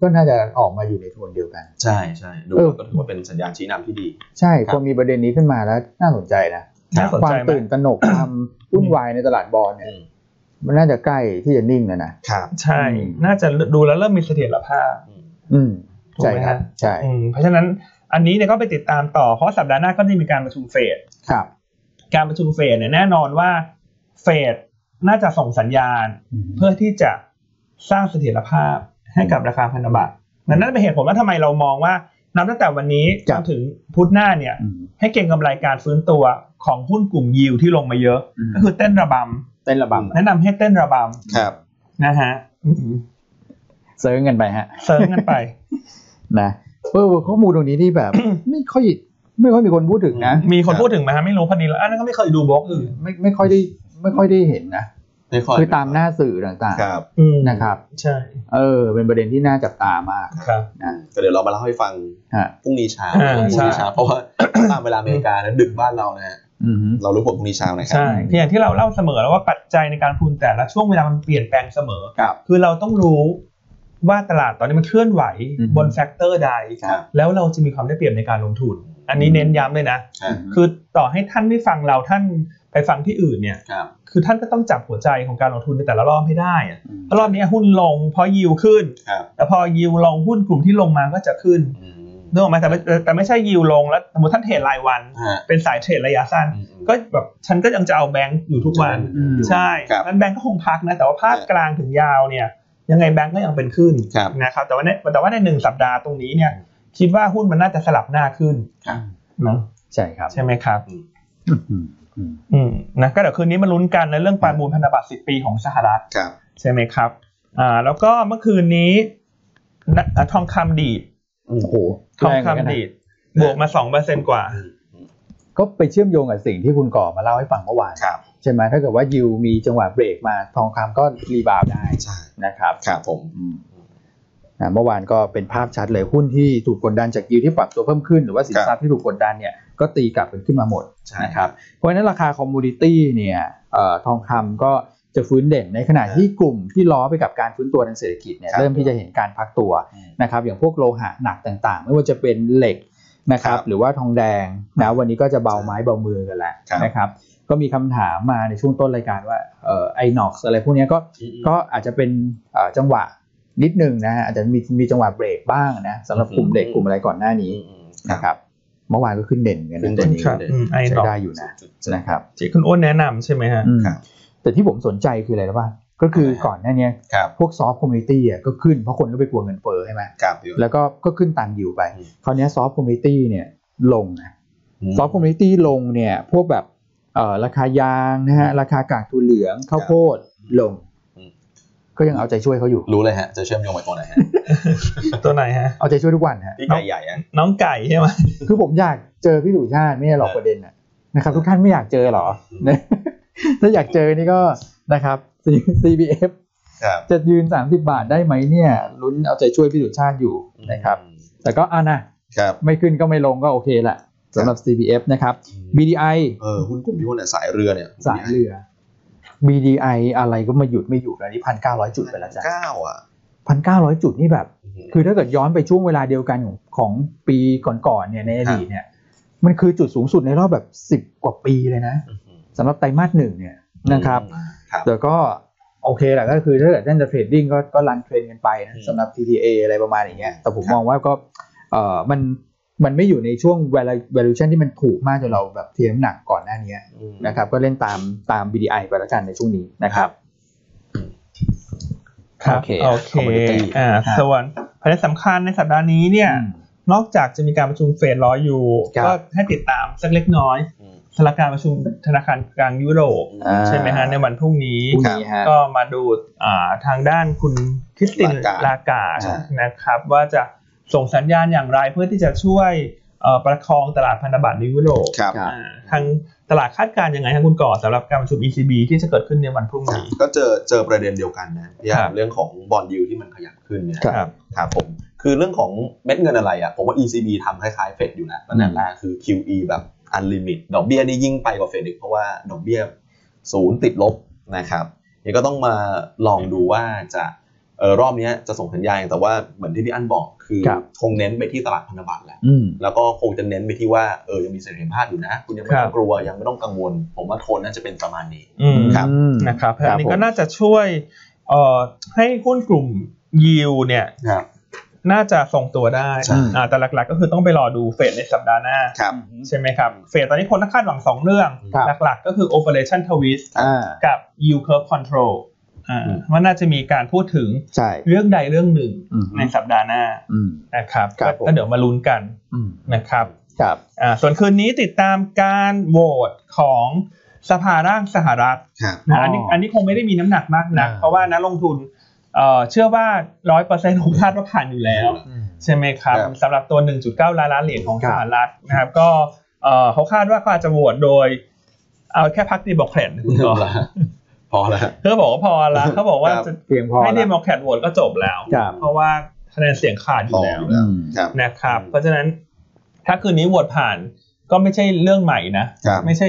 Speaker 2: ก็น่าจะออกมาอยู่ในโทนเดียวกัน
Speaker 1: ใช่ใช่ดู
Speaker 2: เออ
Speaker 1: ก็ถือว่าเป็นสัญญาณชี้นำที่ดี
Speaker 2: ใช่
Speaker 1: ครับ
Speaker 2: พอมีประเด็นนี้ขึ้นมาแล้วน่าสนใจนะ
Speaker 3: น่าสน
Speaker 2: ความ
Speaker 3: ใจไหม
Speaker 2: ตื่นตระหนก ความวุ่นวายในตลาดบอลเนี่ยมันน่าจะใกล้ที่จะนิ่งแล้วนะ
Speaker 1: ครับ
Speaker 3: ใช่
Speaker 2: อืม
Speaker 3: น่าจะดูแล้วเริ่มมีเสถียรภาพ
Speaker 2: อืม
Speaker 3: ถูกไหม
Speaker 2: ใช่ครับ
Speaker 3: ฮะ
Speaker 2: ใช่
Speaker 3: อืมเพราะฉะนั้นอันนี้เนี่ยก็ไปติดตามต่อเพราะสัปดาห์หน้าก็จะมีการประชุมเฟด
Speaker 2: ครับ
Speaker 3: การประชุมเฟดเนี่ยแน่นอนว่าเฟดน่าจะส่งสัญญาณ
Speaker 2: อืม
Speaker 3: เพื่อที่จะสร้างเสถียรภาพให้กับราคาพันธบัตรดังนั้นเป็นเหตุผลว่าทำไมเรามองว่านับตั้งแต่วันนี้จ
Speaker 2: ครั
Speaker 3: น
Speaker 2: บ
Speaker 3: ถึงพุธหน้าเนี่ย
Speaker 2: อืม
Speaker 3: ให้เก่งกำไรการฟื้นตัวของหุ้นกลุ่มยิวที่ลงมาเยอะ
Speaker 2: อืม
Speaker 3: ก็คือเต้นระบ
Speaker 2: เต้นระบ
Speaker 3: ำแนะนำให้เต้นระบ
Speaker 1: ครับ
Speaker 3: ำนะฮะอืม
Speaker 2: ำเซิร์งกันไปฮะ
Speaker 3: เซิร์งกันไป
Speaker 2: นะเออข้อมูลตรงนี้ที่ แบบ ไม่ค่อยไม่ค่อยมีคนพูดถึงนะ
Speaker 3: มีคนพูดถึงไหมฮะไม่รู้พอดีแล้วอันนั้นก็ไม่เคยดูบล็อกอื่น
Speaker 2: ไม่ไม่ค่อยได้ไม่ค่อยได้เห็นนะ
Speaker 1: ไม่ค่อย
Speaker 2: คือตามหน้าสื่อต่าง
Speaker 1: ครับ
Speaker 3: อืม
Speaker 2: ๆนะครับ
Speaker 3: ใช่
Speaker 2: เออเป็นประเด็นที่น่าจับตามาก
Speaker 3: ครับ
Speaker 2: นะ
Speaker 1: ก็เดี๋ยวเรามาเล่าให้ฟัง
Speaker 2: ฮะ
Speaker 1: พรุ่งนี้เช้า
Speaker 3: อ่า
Speaker 1: พรุ่ง
Speaker 3: ใช่
Speaker 1: นี้เช้าเพราะว่า ตามเวลาอเมริกานะดึกบ้านเรานะฮะ
Speaker 2: อืมฮึ
Speaker 1: เรารู้ผลพรุ่งนี้เช้านะครั
Speaker 3: ใช่
Speaker 2: อืม
Speaker 3: ที่อย่างที่เราเล่าเสมอแล้วว่าปัจจัยในการพูนแต่ละช่วงเวลามันเปลี่ยนแปลงเสมอ
Speaker 1: ครับ
Speaker 3: คือเราต้องรู้ว่าตลาดตอนนี้มันเคลื่อนไหว
Speaker 2: อืม
Speaker 3: บนแฟกเตอร์ใด
Speaker 1: ครับ
Speaker 3: แล้วเราจะมีความได้เปรียบในการลงทุน อันนี้เน้นย้ำเลยนะ
Speaker 1: อ่ะ
Speaker 3: คือต่อให้ท่านไม่ฟังเราท่านไปฟังที่อื่นเนี่ย
Speaker 1: ครับ
Speaker 3: คือท่านก็ต้องจับหัวใจของการลงทุนในแต่ละรอบให้ได้อะ
Speaker 2: อืม
Speaker 3: รอบนี้หุ้นลงเพราะยิวขึ้น
Speaker 1: ครับ
Speaker 3: แต่พอยิวลงหุ้นกลุ่มที่ลงมาก็จะขึ้น
Speaker 1: อืม
Speaker 3: นึกออกไหมแต่ไม่แต่ไม่ใช่ยิวลงแล้วสมมติท่านเทรดรายวัน
Speaker 1: ฮะ
Speaker 3: เป็นสายเทรดระยะสั้น
Speaker 1: อืมอืม
Speaker 3: ก็แบบฉันก็ยังจะเอาแบงก์อยู่ทุกวัน
Speaker 1: อืม
Speaker 3: ใช่
Speaker 1: ครับ
Speaker 3: นั้นแบงก์ก็คงพักนะ แต่ว่าภาพ
Speaker 1: ครับ
Speaker 3: กลางถึงยาวเนี่ย ยังไงแบงก์ก็ยังเป็นขึ้น
Speaker 1: ครับ
Speaker 3: นะครับ แต่ว่าในแต่ว่าในหนึ่งสัปดาห์ตรงนี้เนี่ย
Speaker 1: อืม
Speaker 3: คิดว่าหุ้นมันน่าจะสลับหน้าขึ้น
Speaker 1: ครับ
Speaker 3: เนอะ
Speaker 2: ใช่ครับ
Speaker 3: ใช่ไหมครับ
Speaker 2: อืมอืม
Speaker 3: อืมนะก็เดี๋ยวคืนนี้มาลุ้นกันในเรื่องประมูลพันธบัตร 10 ปีของสหรัฐ
Speaker 1: ครับ
Speaker 3: ใช่ไหมครับอ่าแล้วก็เมื่อคืนนี้นะอ่ะทองคำดีด
Speaker 2: โอ้โห
Speaker 3: ทอง
Speaker 2: แรงเหมืน
Speaker 3: คำ
Speaker 2: กันนะ
Speaker 3: ดีดบวกมา2%กว่า
Speaker 2: ก็ไปเชื่อมโยงกับสิ่งที่คุณก่อมาเล่าให้ฟังเมื่อวาน
Speaker 1: ครับ
Speaker 2: ใช่ไหมถ้าเกิดว่ายิวมีจังหวะเบรกมาทองคำก็รีบาวด์ได้
Speaker 1: ใช่
Speaker 2: นะครับ
Speaker 1: ครับผม
Speaker 2: อืมนะเมื่อวานก็เป็นภาพชัดเลยหุ้นที่ถูกกดดันจากยิวที่ปรับตัวเพิ่มขึ้นหรือว่าสินทรัพย์ที่ถูกกดดันเนี่ยก็ตีกลับกันขึ้นมาหมด
Speaker 1: ใช่
Speaker 2: นะครับเพราะฉะนั้นราคาคอมมูนิตี้เนี่ยเอ่อทองคำก็จะฟื้นเด่นในขณะที่กลุ่มที่ล้อไปกับการฟื้นตัวทางเศรษฐกิจเนี่ยเริ่มที่จะเห็นการพักตัว
Speaker 1: อืม
Speaker 2: นะครับอย่างพวกโลหะหนักต่างๆ ไม่ว่าจะเป็นเหล็กนะครับ
Speaker 1: ครับ
Speaker 2: หรือว่าทองแดงนะวันนี้ก็จะเบาไม้เบามือกันแล้ว
Speaker 1: ครับ
Speaker 2: นะครับก็มีคำถามมาในช่วงต้นรายการว่าเอ่อไอน็อกซ์อะไรพวกเนี้ยก็
Speaker 1: อืมอืม
Speaker 2: ก็อาจจะเป็นเอ่อจังหวะนิดหนึ่งนะฮะอาจจะมีมีจังหวะเบรกบ้างนะสำหรับกลุ่ม
Speaker 1: อืม
Speaker 2: เด็กกลุ่มอะไรก่อนหน้านี้
Speaker 1: อืมอืม
Speaker 2: นะค
Speaker 1: ครับ
Speaker 2: รับ เมื่อวานก็ขึ้นเด่นเหมือนกัน
Speaker 1: ขึ้นเด่
Speaker 2: ตัวน นี้
Speaker 3: ครับ อืมไอ้
Speaker 2: ใช้
Speaker 3: ดอก
Speaker 2: ได้อยู่นะนะครับ
Speaker 3: ที่คุณอ้วนแนะนำใช่ไหมฮะ
Speaker 2: อืม
Speaker 1: ครับ
Speaker 2: แต่ที่ผมสนใจคืออะไรรู้ป่ะก็คือก่อนหน้าเนี้ย
Speaker 1: ครับ
Speaker 2: พวกซอฟต์คอมมูนิตี้อ่ะก็ขึ้นเพราะคนก็ไปกลัวเงินเฟ้อใช่ไหม
Speaker 1: ครับพี่
Speaker 2: แล้วก็ก็ขึ้นตามยิวไป คราวเนี้ซอฟต์คอมมูนิตี้เนี่ยลงนะ ซอฟต์คอมมูนิตี้ลงเนี่ยพวกแบบเอ่อราคายางนะฮะราคากากถั่วเหลืองข้าวโพดลง ก็ยังเอาใจช่วยเขาอยู่
Speaker 1: รู้เลยฮะ จะเชื่อมโยงไปตัวไหน ฮะ
Speaker 3: ตัวไหนฮะ
Speaker 2: เอาใจช่วยทุกวันฮะ
Speaker 1: พี่ไก่ใหญ่อะ
Speaker 3: น้องไก่ใช่ไหม
Speaker 2: คือผมอยากเจอพี่สุชาติไม่ใช่หรอกประเด็นน่ะนะครับ ทุกท่านไม่อยากเจอหรอนะ ถ้าอยากเจอนี่ก็นะครับ C- CBF
Speaker 1: ครับ
Speaker 2: จะยืน 30 บาทได้ไหมเนี่ยลุ้นเอาใจช่วยพี่สุชาติอยู่นะครับ แต่ก็อ่ะนะครับ ไม่ขึ้นก็ไม่ลงก็โอเคแหละสำหรับ CBF นะครับ BDI
Speaker 1: เออหุ้นกลุ่มที่ว่าเนี่ยสายเรือเนี่ย
Speaker 2: สายเรือ BDI อะไรก็มาหยุดไม่อยู่แล้วนี่พันเก้าร้อยจุดไปแล้วจ้ะ
Speaker 1: เก้าอ่ะ
Speaker 2: พันเก้าร้อยจุดนี่แบบ คือถ้าเกิดย้อนไปช่วงเวลาเดียวกันของของปีก่อนๆเนี่ยในอดีตเนี่ยมันคือจุดสูงสุดในรอบแบบสิบ10 กว่าปีเลยนะ
Speaker 1: ม
Speaker 2: สำหรับไตรมาสหนึ่งเนี่ยนะครับ
Speaker 1: ครับ
Speaker 2: แต่ก็โอเคแหละก็คือถ้าเกิดท่านจะเทรดดิ้งก็ก็รันเทรนกันไปนะ
Speaker 1: อืม
Speaker 2: สำหรับ TTA อะไรประมาณอย่างเงี้ยแต่ผม
Speaker 1: ครับ
Speaker 2: มองว่าก็เออมันมันไม่อยู่ในช่วง value- valuation ที่มันถูกมากจนเราแบบเทียมหนักก่อนหน้าเนี้ย
Speaker 1: อืม
Speaker 2: นะครับก็เล่นตามตาม BDI ไปแล้วกันในช่วงนี้นะครับ
Speaker 3: ครับ
Speaker 1: โอเค
Speaker 3: โอเค
Speaker 1: commodity
Speaker 3: อ่า
Speaker 2: ครับ
Speaker 3: ส่วนประเด็นสำคัญในสัปดาห์นี้เนี่ย
Speaker 2: อืม
Speaker 3: นอกจากจะมีการประชุมเฟดร้อยอยู่
Speaker 2: ครับ
Speaker 3: ก็ให้ติดตามสักเล็กน้อย
Speaker 1: อืม
Speaker 3: สำหรับการประชุมธนาคารกลางยุโรป
Speaker 2: อ่า
Speaker 3: ใช่ไหมฮะในวันพรุ่งนี้
Speaker 2: พรุ่งนี้ฮะ
Speaker 3: ก็มาดูอ่าทางด้านคุณคริสติน
Speaker 1: ลากาศ
Speaker 3: ลากาศ
Speaker 2: อ่า
Speaker 3: นะครับ ว่าจะส่งสัญญาณอย่างไรเพื่อที่จะช่วยเอ่อประคองตลาดพันธบัตรในยุโรป
Speaker 1: ครับ
Speaker 2: ครับ
Speaker 3: อ่าทางตลาดคาดการณ์ยังไงทางคุณก่อสำหรับการประชุม ECB ที่จะเกิดขึ้นในวันพรุ่งนี้
Speaker 1: ก็เจอเจอประเด็นเดียวกันนะพี่อา
Speaker 3: ครั
Speaker 1: ม
Speaker 3: บ
Speaker 1: เรื่องของบอลยูที่มันขยับขึ้นเนี่ย
Speaker 2: ครับ
Speaker 1: ครับผมคือเรื่องของเม็ดเงินอะไรอ่ะผมว่า ECB ทำคล้ายๆเฟดอยู่นะตั้งแต่แรกคือ QE แบบอันลิมิตดอกเบี้ยนี่ยิ่งไปกว่าเฟดอีกเพราะว่าดอกเบี้ยศูนย์ติดลบนะครับนี่ก็ต้องมาลองดูว่าจะเออรอบเนี้ยจะส่งสัญญาณแต่ว่าเหมือนที่พี่อันบอกคือ
Speaker 2: ครับ
Speaker 1: คงเน้นไปที่ตลาดพันธบัตรแหละ
Speaker 2: อืม
Speaker 1: แล้วก็คงจะเน้นไปที่ว่าเออยังมีเสถียรภาพอยู่นะ คุณยังไม่ต้อ
Speaker 3: ครั
Speaker 1: ง
Speaker 3: บ
Speaker 1: กลัวยังไม่ต้องกังวล ผมว่าโทนน่าจะเป็นประมาณนี้
Speaker 3: อืม
Speaker 1: ครับ
Speaker 2: อืม
Speaker 3: นะครับเพราะ
Speaker 2: ครับ
Speaker 3: อันนี้ก็
Speaker 2: ผม
Speaker 3: น่าจะช่วยเอ่อให้หุ้นกลุ่มยิวเนี่ย
Speaker 1: ครับ
Speaker 3: น่าจะส่งตัวได้
Speaker 1: ใช่
Speaker 3: อ่าแต่หลักๆก็คือต้องไปรอดูเฟดในสัปดาห์หน้า
Speaker 1: ครับ
Speaker 3: ใช่ไหมครับ เฟดตอนนี้คนคาดหวังสองเรื่อง
Speaker 2: ครับ
Speaker 3: หลักๆก็คือ operation twist
Speaker 2: อ่า
Speaker 3: กับ yield curve control อ่า
Speaker 1: อืม
Speaker 3: ว่าน่าจะมีการพูดถึง
Speaker 2: ใช่
Speaker 3: เรื่องใดเรื่องหนึ่ง
Speaker 2: อืม
Speaker 3: ในสัปดาห์หน้า
Speaker 2: อืม
Speaker 3: นะครับ
Speaker 2: ครับผม
Speaker 3: ก็เดี๋ยวมาลุ้นกัน
Speaker 2: อืม
Speaker 3: นะครับ
Speaker 2: ครับ
Speaker 3: อ่าส่วนคืนนี้ติดตามการโหวตของสภาร่างสหรัฐ
Speaker 1: ครับ
Speaker 3: นะอันนี้
Speaker 2: อ๋ออั
Speaker 3: อันนี้คงไม่ได้มีน้ำหนักมากนะัก
Speaker 2: อ่า
Speaker 3: เพราะว่านักลงทุนเอ่อเชื่อว่าร้อยเปอร์เซ็นต์ของคาดว่าผ่านอยู่แล้ว
Speaker 2: อืม
Speaker 3: ใช่ไหมครับ
Speaker 1: ครับ
Speaker 3: สำหรับตัว 1.9 ล้านล้านเหรียญของ
Speaker 2: ครั
Speaker 3: ส
Speaker 2: บ
Speaker 3: หรัฐนะครับก็เอ่อเขาคาดว่าเขาอาจจะโหวตโดย เอาแค่พรรคเดโมแครตนะคุณก่อน
Speaker 1: พอแล้ว
Speaker 3: เขาบอกว่าพอละเขาบอกว่า
Speaker 1: ครับ
Speaker 3: จะ
Speaker 2: เพียงพอ
Speaker 3: ให้เด
Speaker 2: ละ
Speaker 3: โมแครตโหวตก็จบแล้ว
Speaker 2: ครับ
Speaker 3: เพราะว่าคะแนนเสียงขาดอยู่แล้ว
Speaker 2: อืม
Speaker 1: ครับ
Speaker 3: นะครับ
Speaker 1: อืม
Speaker 3: เพราะฉะนั้นถ้าคืนนี้โหวตผ่านก็ไม่ใช่เรื่องใหม่นะ
Speaker 1: ครับ
Speaker 3: ไม่ใช่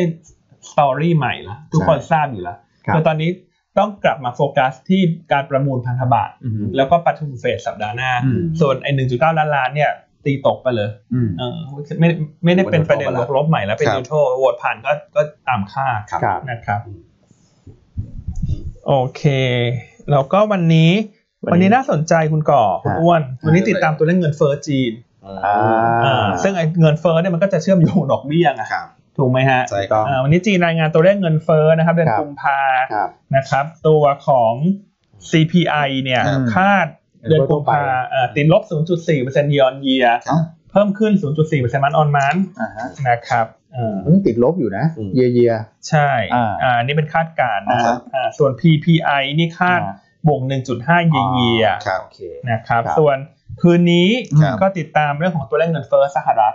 Speaker 3: สตอรี่ใหม่ละทุกคนทราบอยู่ละ
Speaker 2: ครับ
Speaker 3: แต่ตอนนี้ต้องกลับมาโฟกัสที่การประมูลพันธบัตร
Speaker 2: อืม
Speaker 3: แล้วก็ประชุมเฟดสัปดาห์หน้า
Speaker 2: อืม
Speaker 3: ส่วนไอ้หนึ่งจุดเก้าล้านล้านเนี่ย ตีตกไปเลย
Speaker 2: อืม
Speaker 3: เออไม่ไม่ได้เป็นประเด็นบวกลบใหม่แล้วเป็น
Speaker 1: ครับ
Speaker 3: นิวโทรโหวตผ่านก็ก็ตามคาด
Speaker 1: ครับ
Speaker 2: ครับ
Speaker 3: นะครับ โอเค แล้วก็วันนี้
Speaker 2: วั
Speaker 3: วัน
Speaker 2: นนี้
Speaker 3: นี้น่าสนใจคุณก่อคุณ
Speaker 2: ฮะ
Speaker 3: อ้วน วันนี้ติดตามตัวเลขเงินเฟ้อจีน
Speaker 2: อ่า
Speaker 3: อ่าซึ่งไอ้เงินเฟ้อเนี่ยมันก็จะเชื่อมโยงดอกเบี้ยไง
Speaker 1: ครับ
Speaker 3: ถูกไหมฮะ
Speaker 1: ใช่ครับ
Speaker 3: อ่าวันนี้จีนรายงานตัวเลขเงินเฟ้อนะครับเดือน
Speaker 2: ครับ
Speaker 3: กุมภา
Speaker 2: ครับ
Speaker 3: นะครับ ตัวของ CPI เนี่ย
Speaker 2: ครับ
Speaker 3: คาดเดือนกุมภาเอ่อติดลบ 0.4% year on year
Speaker 2: ครับ
Speaker 3: เพิ่มขึ้น 0.4% month on month
Speaker 2: อ่าฮะ
Speaker 3: นะครับอ่า
Speaker 2: มันติดลบอยู่นะ
Speaker 1: อืม
Speaker 2: เยียเยีย
Speaker 3: ใช่
Speaker 2: อ่า
Speaker 3: อ่านี่เป็นคาดการณ์นะ
Speaker 2: อ่าครับ
Speaker 3: อ่าส่วน PPI นี่
Speaker 2: ๆ
Speaker 3: คาด
Speaker 2: อ่า
Speaker 3: บวก1.5 เยียเยีย
Speaker 1: ครับ
Speaker 2: โอเค
Speaker 3: นะครับ
Speaker 2: ครับ
Speaker 3: ส่วนคืนนี้
Speaker 2: ครับ
Speaker 3: ก็ติดตามเรื่องของตัวเลขเงินเฟ้อสหรัฐ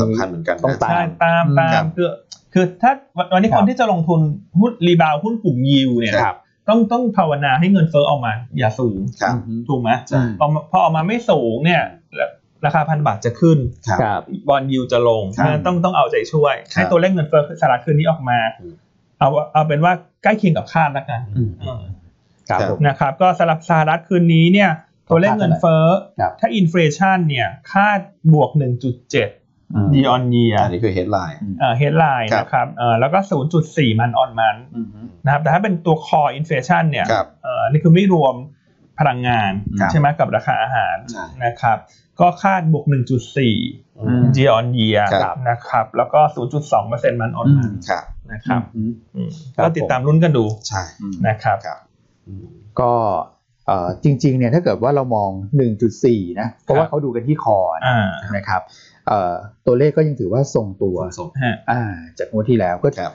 Speaker 1: สำคัญเหมือนกันนะ
Speaker 2: ต้องตาม
Speaker 3: ใช่ตามตา
Speaker 1: ครั
Speaker 3: ม
Speaker 1: บ
Speaker 3: คือคือถ้าวันนี้
Speaker 2: ครั
Speaker 3: ค
Speaker 2: บ
Speaker 3: นที่จะลงทุนหุ้นรีบาวหุ้นกลุ่มยิวเนี่ย
Speaker 1: ครับ
Speaker 3: ต้องต้องภาวนาให้เงินเฟ้อออกมา อย่าสูง
Speaker 1: ครับ
Speaker 2: อืม
Speaker 3: ถูกไหม
Speaker 1: ใช่
Speaker 3: ออกมาพอออกมาไม่สูงเนี่ยราคาพันบาทจะขึ้น
Speaker 1: ครับ
Speaker 2: ครับ
Speaker 3: บอลยูจะลง
Speaker 1: ครับ
Speaker 3: งั้นต้องต้องเอาใจช่วย
Speaker 1: ครับ
Speaker 3: ให้ตัวเลขเงินเฟ้อสหรัฐคืนนี้ออกมา
Speaker 1: อืม
Speaker 3: เอาเอาเป็นว่าใกล้เคียงกับคาดแล้วกัน
Speaker 2: อืม
Speaker 3: เออ
Speaker 2: ครับ
Speaker 1: ครับ
Speaker 2: ผม
Speaker 3: นะครับ ก็สำหรับสหรัฐคืนนี้เนี่ย ตัวเลขเงินเฟ้อ
Speaker 2: ครับ
Speaker 3: ถ้าอินฟลชันเนี่ย คาดบวก 1.7
Speaker 2: อืม
Speaker 3: year on year
Speaker 1: อันนี้คือ headline
Speaker 2: อืม
Speaker 3: เอ่อ headline
Speaker 1: ครับ
Speaker 3: นะครับเอ่อแล้วก็ 0.4 มันออนมัน
Speaker 2: อืม
Speaker 3: นะครับ แต่ถ้าเป็นตัว core inflation เนี่ย
Speaker 1: ครับ
Speaker 3: เอ่อนี่คือไม่รวมพลังงาน
Speaker 1: ครับ
Speaker 3: ใช่ไหมกับราคาอาหาร
Speaker 1: ใช่
Speaker 3: นะครับ ก็คาดบวก 1.4
Speaker 1: อืม
Speaker 3: year on year
Speaker 1: ครับ
Speaker 3: นะครับ แล้วก็ 0.2%มันออน
Speaker 2: อืม
Speaker 3: มัน
Speaker 1: ครับ
Speaker 3: นะครับ
Speaker 2: อืม
Speaker 3: อืม
Speaker 2: ครับ
Speaker 3: ก็ติดตามลุ้นกันดู
Speaker 1: ใช่
Speaker 2: อืม
Speaker 3: นะครับ
Speaker 1: ครับอืม
Speaker 2: ก็เอ่อจริงๆเนี่ยถ้าเกิดว่าเรามอง 1.4 นะเพราะว่าเขาดูกันที่คอนะ
Speaker 3: อ่า
Speaker 2: นะครับเอ่อตัวเลขก็ยังถือว่าทรงตัว
Speaker 3: ฮะ
Speaker 2: อ่าจากงวดที่แล้วก็
Speaker 1: ครับ